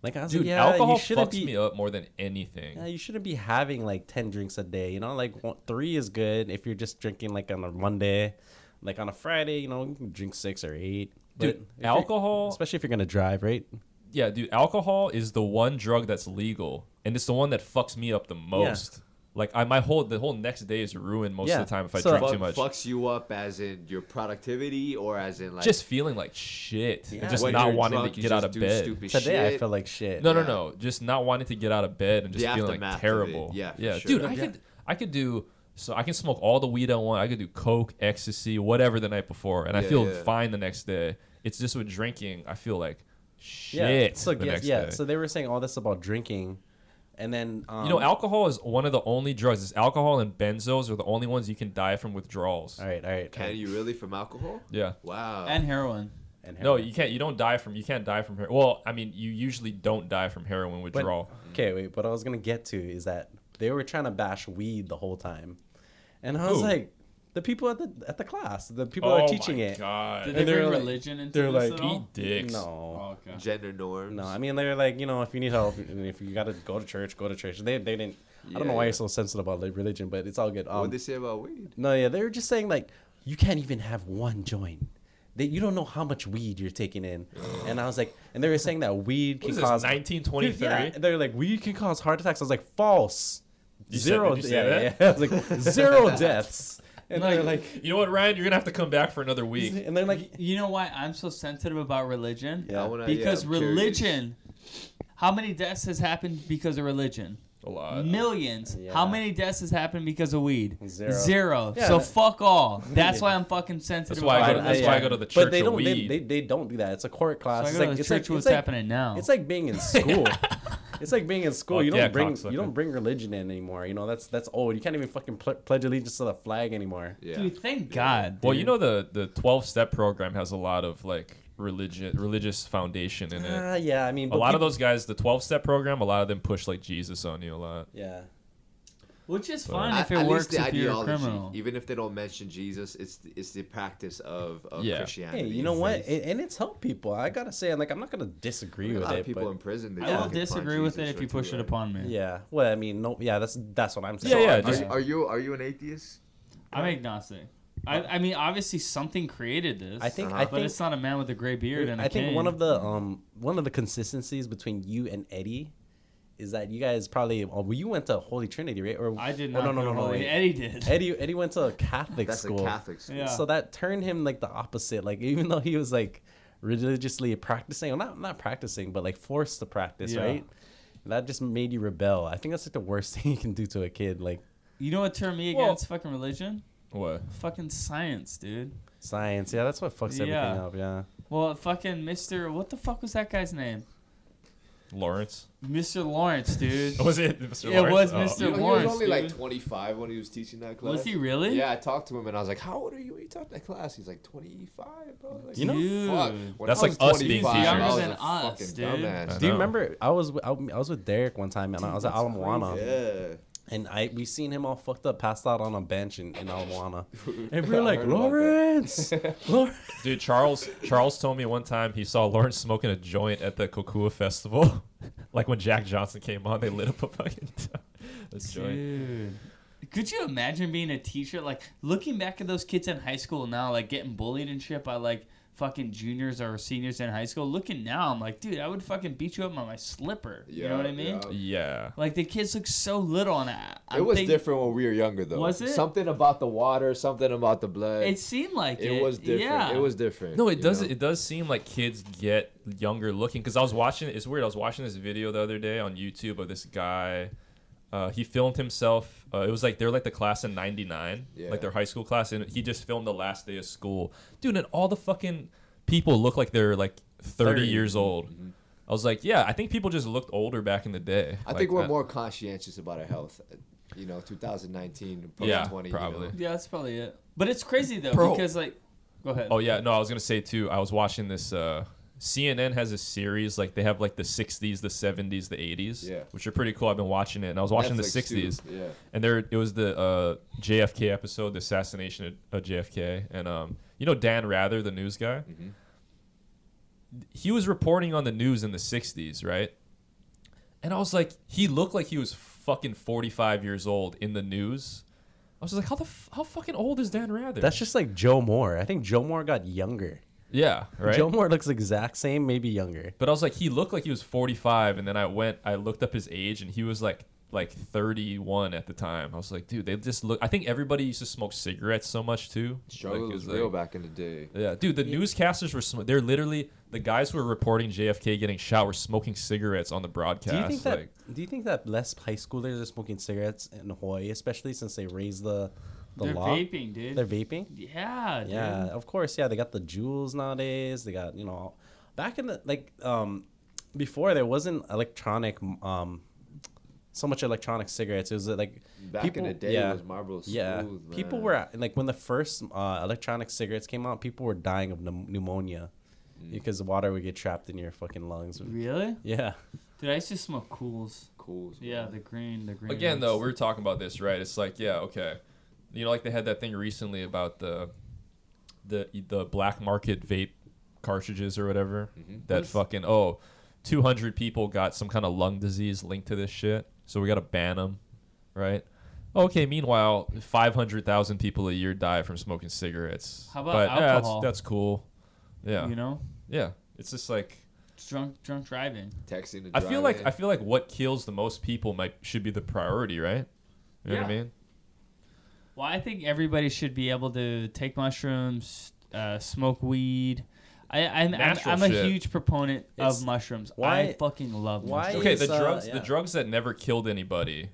S2: Like I was
S4: Dude,
S2: like, yeah,
S4: alcohol
S2: you shouldn't
S4: fucks
S2: be.
S4: me up more than anything.
S2: Yeah, you shouldn't be having like ten drinks a day. You know, like one, three is good if you're just drinking like on a Monday, like on a Friday. You know, you can drink six or eight.
S4: Dude,
S2: But if you're-
S4: alcohol-
S2: especially if you're gonna drive, right?
S4: yeah, dude, alcohol is the one drug that's legal, and it's the one that fucks me up the most. Like I, my whole the whole next day is ruined most
S2: Yeah,
S4: of the time if I
S2: so-
S4: drink
S1: Fuck-
S4: too much.
S1: fucks you up as in your productivity or as in like
S4: just feeling like shit,
S2: Yeah.
S4: and just
S1: when
S4: not
S1: you're
S4: wanting
S1: drunk,
S4: to
S1: you
S4: get out
S1: just
S4: of
S1: do
S4: bed.
S1: Stupid
S2: Today
S1: shit.
S2: I felt like shit.
S4: No, no,
S1: Yeah.
S4: no, just not wanting to get out of bed and just
S1: The
S4: feeling
S1: aftermath
S4: like
S1: of it,
S4: terrible.
S1: yeah, for
S4: yeah,
S1: sure.
S4: dude, I could, I could do. So I can smoke all the weed I want. I could do coke, ecstasy, whatever the night before, and I
S1: Yeah,
S4: feel
S1: yeah.
S4: fine the next day. It's just with drinking, I feel like shit
S2: Yeah. so
S4: the
S2: yeah,
S4: next
S2: yeah.
S4: day.
S2: So they were saying all this about drinking, and then um,
S4: You know, alcohol is one of the only drugs. It's alcohol and benzos are the only ones you can die from withdrawals.
S2: All right, all right. all
S1: Can
S2: right.
S1: you really from alcohol?
S4: Yeah.
S1: Wow.
S3: and heroin.
S2: And
S4: No,
S2: heroin.
S4: you can't. You don't die from. You can't die from heroin. Well, I mean, you usually don't die from heroin
S2: But-
S4: withdrawal.
S2: Okay, wait. What I was gonna get to is that they were trying to bash weed the whole time, and I was
S4: Who?
S2: like, the people at the at the class, the people that are teaching it.
S4: Oh God.
S3: Did
S2: And
S3: they
S2: they're
S3: bring
S2: like-
S3: religion into
S2: they're
S3: this
S2: like,
S3: at
S4: Eat
S3: all?
S4: dicks.
S2: No,
S3: Oh, okay.
S1: Gender norms.
S2: no. I mean, they're like, you know, if you need help, and if you gotta go to church, go to church. They they didn't. I don't know
S1: Yeah,
S2: why
S1: yeah.
S2: you're so sensitive about like, religion, but it's all good. Um,
S1: What'd they say about weed?
S2: No, yeah, they were just saying like you can't even have one joint. That you don't know how much weed you're taking in, and I was like, and they were saying that weed
S4: What
S2: can
S4: is
S2: cause
S4: this? 19,
S2: Dude,
S4: 20,
S2: yeah,
S4: 30?
S2: they're like weed can cause heart attacks. I was like, false.
S4: You said-
S2: zero.
S4: did you
S2: yeah,
S4: say
S2: yeah,
S4: that?
S2: yeah. I was like zero deaths, and they're like,
S4: You know what, Ryan? You're gonna have to come back for another week.
S2: and they're like,
S3: You know why I'm so sensitive about religion?
S2: Yeah.
S1: I wanna- yeah,
S3: Because
S1: I'm curious.
S3: religion. How many deaths has happened because of religion?
S4: A lot.
S3: Millions.
S2: Yeah.
S3: How many deaths has happened because of weed?
S2: Zero. Yeah,
S3: so
S2: that-
S3: fuck all. That's why I'm fucking
S4: That's
S3: sensitive.
S4: why I
S3: about
S4: go. To,
S2: I-
S4: that's
S2: I-
S4: why
S2: yeah.
S4: I go to the church.
S2: but they
S4: of
S2: don't. They,
S4: Weed.
S2: they, they don't do that. It's a court class.
S3: So I
S2: it's
S3: go to
S2: like
S3: the
S2: it's
S3: church
S2: like
S3: what's
S2: it's like,
S3: happening now.
S2: It's like being in school. it's like being in school.
S4: Fuck
S2: you don't
S4: yeah,
S2: bring
S4: cocksucker.
S2: you don't bring religion in anymore. You know that's that's old. You can't even fucking ple- pledge allegiance to the flag anymore.
S1: Yeah.
S3: Dude, thank God.
S4: well,
S3: dude.
S4: you know the the 12 step program has a lot of like religion religious foundation in it.
S2: Ah, yeah. I mean,
S4: A lot of those guys, the 12 step program, a lot of them push like Jesus on you a lot.
S2: Yeah.
S3: which is fine
S1: A-
S3: if it
S1: at least
S3: works
S1: the
S3: if you're a
S1: ideology,
S3: criminal.
S1: even if they don't mention Jesus, it's it's the practice of, of
S4: Yeah.
S2: Hey,
S1: Christianity.
S2: you know what? It, and it's helped people. I gotta say, I'm like, I'm not gonna disagree
S1: A
S2: with
S1: lot of
S2: it.
S1: people
S2: But
S1: in prison. They
S3: I will
S1: fucking find
S3: disagree with
S1: Jesus
S3: it if
S1: or
S3: you push
S1: two
S3: it
S1: are-
S3: upon me.
S2: yeah. Well, I mean, no. Yeah, that's that's what I'm saying.
S4: Yeah, yeah,
S2: I'm
S4: just-
S2: just-
S1: Are, are you are you an atheist?
S3: I'm agnostic. I, I mean, obviously something created this.
S2: I think- I
S4: Uh-huh.
S3: but
S2: think-
S3: it's not a man with a gray beard and a
S2: I think
S3: cane.
S2: one of the um one of the consistencies between you and Eddie is that you guys probably oh, well, you went to Holy Trinity, right? Or
S3: I did
S2: oh,
S3: not.
S2: no, no, no, no.
S3: Holy.
S2: wait.
S3: Eddie did.
S2: Eddie Eddie went to a Catholic
S1: That's
S2: school.
S1: a Catholic school.
S3: Yeah.
S2: So that turned him like the opposite. Like even though he was like religiously practicing, well, not not practicing, but like forced to practice,
S3: Yeah.
S2: right? that just made you rebel. I think that's like the worst thing you can do to a kid, like
S3: You know what turned me
S4: Well-
S3: against fucking religion?
S4: What?
S3: Fucking science, dude.
S2: science. Yeah, that's what fucks everything
S3: Yeah.
S2: up. Yeah.
S3: Well, fucking Mr. What the fuck was that guy's name?
S4: Lawrence?
S3: Mr. Lawrence, dude.
S4: Was it Mr.
S3: It
S4: Lawrence?
S3: was Mr.
S4: Oh.
S8: he was
S3: Lawrence,
S8: only like
S3: dude.
S8: 25 when he was teaching that class.
S3: Was he really?
S8: Yeah, I talked to him and I was like, "How old are you when you taught that class?" He's like, "25, bro." Like,
S2: You know-
S8: fuck.
S3: Dude.
S8: When
S4: That's
S8: I was
S4: like us being
S8: 25,
S4: teachers.
S8: I was
S3: Younger
S8: a
S3: than us,
S8: fucking
S3: dude.
S4: I
S8: dumbass.
S2: Do you
S4: know.
S2: remember? I was I was with Derek one time, and I was at Alamoana.
S8: Yeah.
S2: and I we seen him all fucked up, passed out on a bench in, in Alamoana. And we
S8: I
S2: were like,
S8: heard about that.
S2: Lawrence, Lawrence.
S4: Dude, Charles Charles told me one time he saw Lawrence smoking a joint at the Kokua Festival. like when Jack Johnson came on, they lit up a fucking a joint.
S3: Dude. Could you imagine being a teacher? Like looking back at those kids in high school now, like getting bullied and shit by like fucking juniors or seniors in high school. Looking now, I'm like, dude, I would fucking beat you up on my slipper. you know what I mean?
S8: yeah.
S4: Yeah.
S3: Like the kids look so little, and I, I
S1: It was
S3: think-
S1: different when we were younger, though.
S3: Was it?
S1: Something about the water, something about the blood.
S3: It seemed like it.
S1: it was different.
S3: Yeah.
S1: It was different.
S4: No, it
S1: you
S4: does.
S1: know?
S4: It does seem like kids get younger looking. Because I was watching. It's weird. I was watching this video the other day on YouTube of this guy. Uh, he filmed himself. Uh, it was like they're like the class in '99,
S1: Yeah.
S4: like their high school class, and he just filmed the last day of school, dude. And all the fucking people look like they're like 30,
S2: 30.
S4: years old.
S1: Mm-hmm.
S4: I was like, yeah, I think people just looked older back in the day.
S1: I think we're more conscientious about our health. uh, You know, 2019,
S4: Yeah,
S1: 2020.
S4: probably.
S1: You know.
S3: Yeah, that's probably it. But it's crazy though
S4: Bro.
S3: because like, go ahead.
S4: Oh yeah, no, I was gonna say too. I was watching this. Uh, CNN has a series like they have like the '60s, the '70s, the '80s,
S1: Yeah.
S4: which are pretty cool. I've been watching it, and I was watching
S1: Netflix,
S4: the
S1: too.
S4: '60s,
S1: Yeah.
S4: and there it was the uh, JFK episode, the assassination of, of JFK, and um, you know Dan Rather, the news guy.
S1: Mm-hmm.
S4: He was reporting on the news in the '60s, right? And I was like, he looked like he was fucking 45 years old in the news. I was just like, how the f- how fucking old is Dan Rather?
S2: That's just like Joe Moore. I think Joe Moore got younger.
S4: yeah, right.
S2: Joe Moore looks exact same, maybe younger.
S4: But I was like, he looked like he was 45, and then I went, I looked up his age, and he was like, like 31 at the time. I was like, dude, they just look. I think everybody used to smoke cigarettes so much too.
S1: Struggle
S4: Like, it
S1: was
S4: like-
S1: real back in the day.
S4: Yeah, dude, the newscasters were. Sm- they're literally the guys who were reporting JFK getting shot were smoking cigarettes on the broadcast.
S2: Do you think that?
S4: like,
S2: do you think that less high schoolers are smoking cigarettes in Hawaii, especially since they raised the the
S3: they're
S2: law?
S3: vaping, dude.
S2: They're vaping.
S3: yeah, dude.
S2: Yeah, of course. Yeah, they got the jewels nowadays. They got you know, back in the like um, before there wasn't electronic um, so much electronic cigarettes. It was uh, like
S1: Back
S2: people-
S1: in the day,
S2: yeah,
S1: it was Marlboro Smooth.
S2: yeah. People
S1: man.
S2: were like when the first uh, electronic cigarettes came out, people were dying of pneum- pneumonia
S1: Mm.
S2: because the water would get trapped in your fucking lungs.
S3: Really?
S2: Yeah,
S3: Dude, I used to smoke cools.
S1: cool.
S3: Yeah, the green, the green.
S4: again,
S3: ones.
S4: though, we were talking about this, right? It's like, yeah, okay, you know, like they had that thing recently about the, the the black market vape cartridges or whatever. That fucking oh, 200 people got some kind of lung disease linked to this shit, so we gotta ban them, right? Okay. Meanwhile, 500,000 people a year die from smoking cigarettes.
S3: How about
S4: but, yeah, that's-
S3: alcohol?
S4: that's, cool. Yeah.
S3: you know,
S4: Yeah. It's just like
S3: drunk, drunk driving.
S1: Texting and
S4: I feel like I
S1: driving.
S4: feel like what kills the most people might should be the priority, right? You know what I
S3: Yeah.
S4: mean?
S3: Well, I think everybody should be able to take mushrooms, uh, smoke weed. I, I'm, I'm,
S4: Natural
S3: I'm a
S4: shit.
S3: huge proponent
S2: It's-
S3: of mushrooms. I
S2: why-
S3: fucking love
S2: why-
S3: mushrooms.
S4: okay the
S2: is, uh,
S4: drugs the
S2: yeah.
S4: drugs that never killed anybody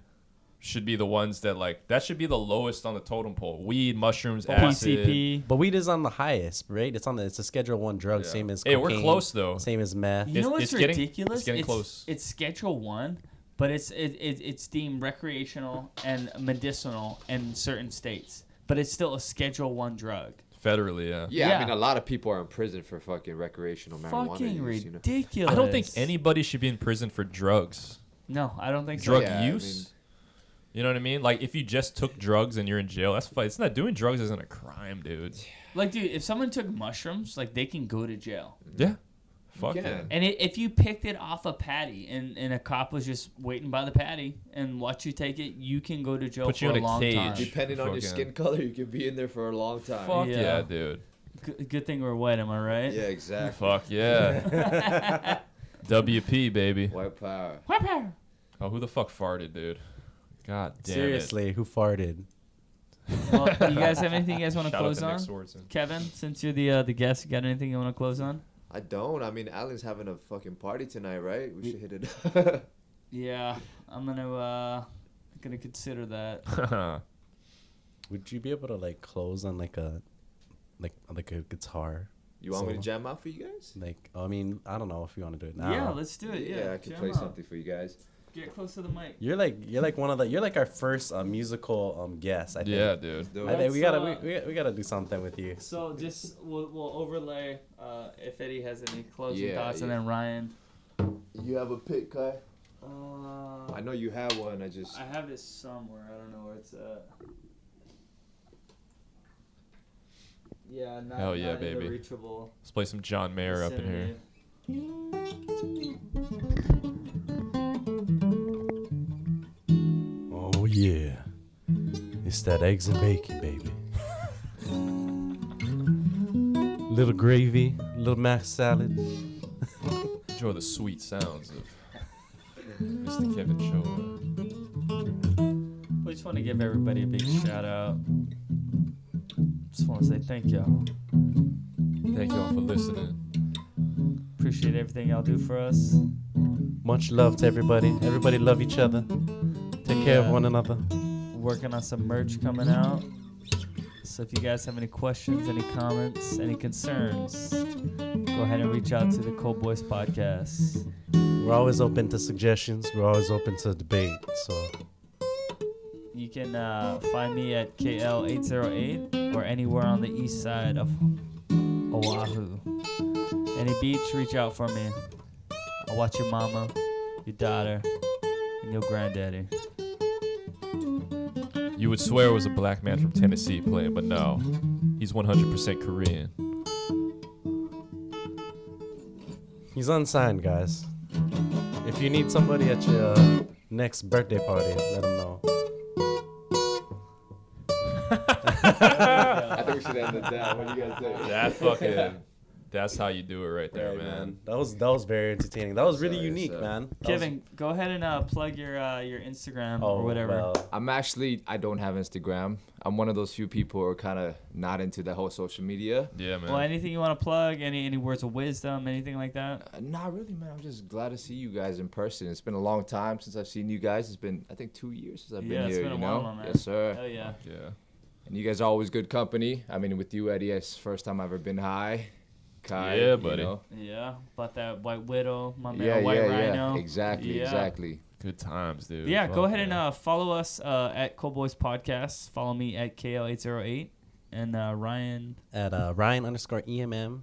S4: should be the ones that like that should be the lowest on the totem pole weed mushrooms acid
S3: PCP.
S2: but weed is on the highest, right? It's on the it's a Schedule One drug,
S4: Yeah.
S2: same as
S4: Hey, we're
S2: cocaine,
S4: close, though.
S2: Same as meth.
S3: You know what's
S4: It's- it's getting-
S3: ridiculous?
S4: it's getting close.
S3: It's Schedule One, but it's it, it, it's deemed recreational and medicinal in certain states. But it's still a Schedule One drug.
S4: federally yeah.
S1: Yeah,
S3: Yeah.
S1: I mean, a lot of people are in prison for fucking recreational marijuana.
S3: Fucking
S1: use, you know?
S3: ridiculous.
S4: i don't think anybody should be in prison for drugs
S3: No, I don't think
S4: drug
S3: so.
S1: Yeah, I
S4: use you know what i mean like if you just took drugs and you're in jail that's fine it's not doing drugs isn't a crime dude
S3: Like, dude, if someone took mushrooms, like they can go to jail.
S1: Mm.
S4: yeah fuck
S1: Yeah.
S4: yeah
S3: And it, if you picked it off a patty, and, and a cop was just waiting by the patty and watch you take it, you can go to jail
S4: Put
S3: for
S4: you
S3: a
S4: in a
S3: long
S4: cage.
S3: time.
S4: You
S1: Depending on your
S4: Fucking-
S1: skin color, you can be in there for a long time.
S4: fuck yeah.
S3: Yeah.
S4: dude
S3: Good- good thing we're white, am I right?
S1: Yeah, exactly.
S4: fuck yeah wp baby
S1: White power.
S3: White power.
S4: Oh, who the fuck farted, dude? God damn
S2: Seriously, who farted?
S3: Well, you guys have anything you guys want
S4: it.
S3: to
S4: Shout out
S3: close
S4: to Nick
S3: on?
S4: Swartzen.
S3: Kevin, since you're the uh, the guest, you got anything you want to close on?
S8: I don't. I mean, Alan's having a fucking party tonight, right? We should hit it. up.
S3: Yeah, I'm gonna uh, gonna consider that.
S2: Would you be able to like close on like a like like a guitar?
S8: you want me to
S2: Solo.
S8: jam out for you guys?
S2: Like I mean, I don't know if you want to do it now.
S3: Yeah, let's do it. Yeah,
S8: I could
S3: jam
S8: play
S3: out.
S8: something for you guys.
S3: Get close to the mic.
S2: You're like you're like one of the you're like our first uh, musical um guest. I think.
S4: yeah, dude.
S8: Do
S2: I
S8: it.
S2: think we
S3: That's,
S2: gotta
S3: uh,
S2: we, we, we gotta do something with you.
S3: So just we'll, we'll overlay uh, if Eddie has any closing
S8: Yeah,
S3: thoughts, and
S8: yeah.
S3: then Ryan.
S8: You have a pick, Kai?
S3: Uh,
S8: I know you have one. I just.
S3: I have it somewhere. I don't know where it's at. Yeah, not,
S4: Hell yeah,
S3: not in the
S4: baby.
S3: reachable
S4: Let's play some John Mayer up in here.
S3: vicinity.
S2: Oh yeah, it's that eggs and bacon, baby. little gravy, little mac salad.
S4: Enjoy the sweet sounds of Mr. Kevin Show.
S3: We just want to give everybody a big shout out. Just want to say thank y'all.
S4: Thank you all for listening.
S3: Appreciate everything y'all do for us.
S2: Much love to everybody. Everybody love each other. Take care of
S3: Yeah.
S2: one another.
S3: Working on some merch coming out. So if you guys have any questions, any comments, any concerns, go ahead and reach out to the Cold Boys Podcast.
S2: We're always open to suggestions. We're always open to debate. So
S3: You can uh, find me at KL808 or anywhere on the east side of Oahu. Any beach, reach out for me. I'll watch your mama, your daughter, and your granddaddy.
S4: You would swear it was a black man from Tennessee playing, but no. He's 100% Korean.
S2: he's unsigned, guys. If you need somebody at your uh, next birthday party, let them know.
S8: I think we should end it down. What do you guys think?
S4: That fucking. That's how you do it right there,
S2: Right,
S4: man.
S2: That was that was very entertaining. That was really
S8: Sorry,
S2: unique,
S8: sir.
S2: man. That was-
S3: Kevin, go ahead and uh, plug your uh, your Instagram
S2: oh,
S3: or whatever.
S2: well,
S1: I'm actually I don't have Instagram. I'm one of those few people who are kind of not into the whole social media.
S4: Yeah, man.
S3: Well, anything you want to plug, any any words of wisdom, anything like that.
S1: Uh, Not really, man. I'm just glad to see you guys in person. It's been a long time since I've seen you guys. It's been I think two years since I've
S3: Yeah,
S1: been
S3: it's
S1: here.
S3: been a
S1: you know,
S3: while, my man.
S1: yes sir.
S3: Oh yeah.
S4: Yeah.
S1: And you guys are always good company. I mean, with you, Eddie, it's first time I've ever been high. Kai,
S4: Yeah,
S1: you
S4: buddy.
S1: know.
S3: Yeah, about that White Widow, my man,
S1: Yeah,
S3: White
S1: yeah,
S3: Rhino.
S1: yeah. Exactly,
S3: Yeah.
S1: exactly.
S4: Good times, dude.
S3: Yeah, go
S4: Fuck
S3: ahead and
S4: yeah.
S3: uh, follow us uh, at Cowboys Podcast. Follow me at KL808 and uh, Ryan.
S2: at uh, Ryan underscore EMM.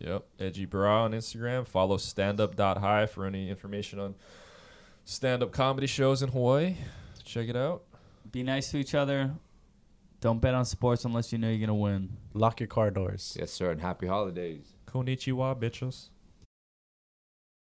S4: Yep. Edgy Bra on Instagram. Follow standup.hi for any information on stand up comedy shows in Hawaii. Check it out.
S3: Be nice to each other. Don't bet on sports unless you know you're gonna win.
S2: Lock your car doors.
S1: Yes, sir. And happy holidays.
S4: Konnichiwa, bitches.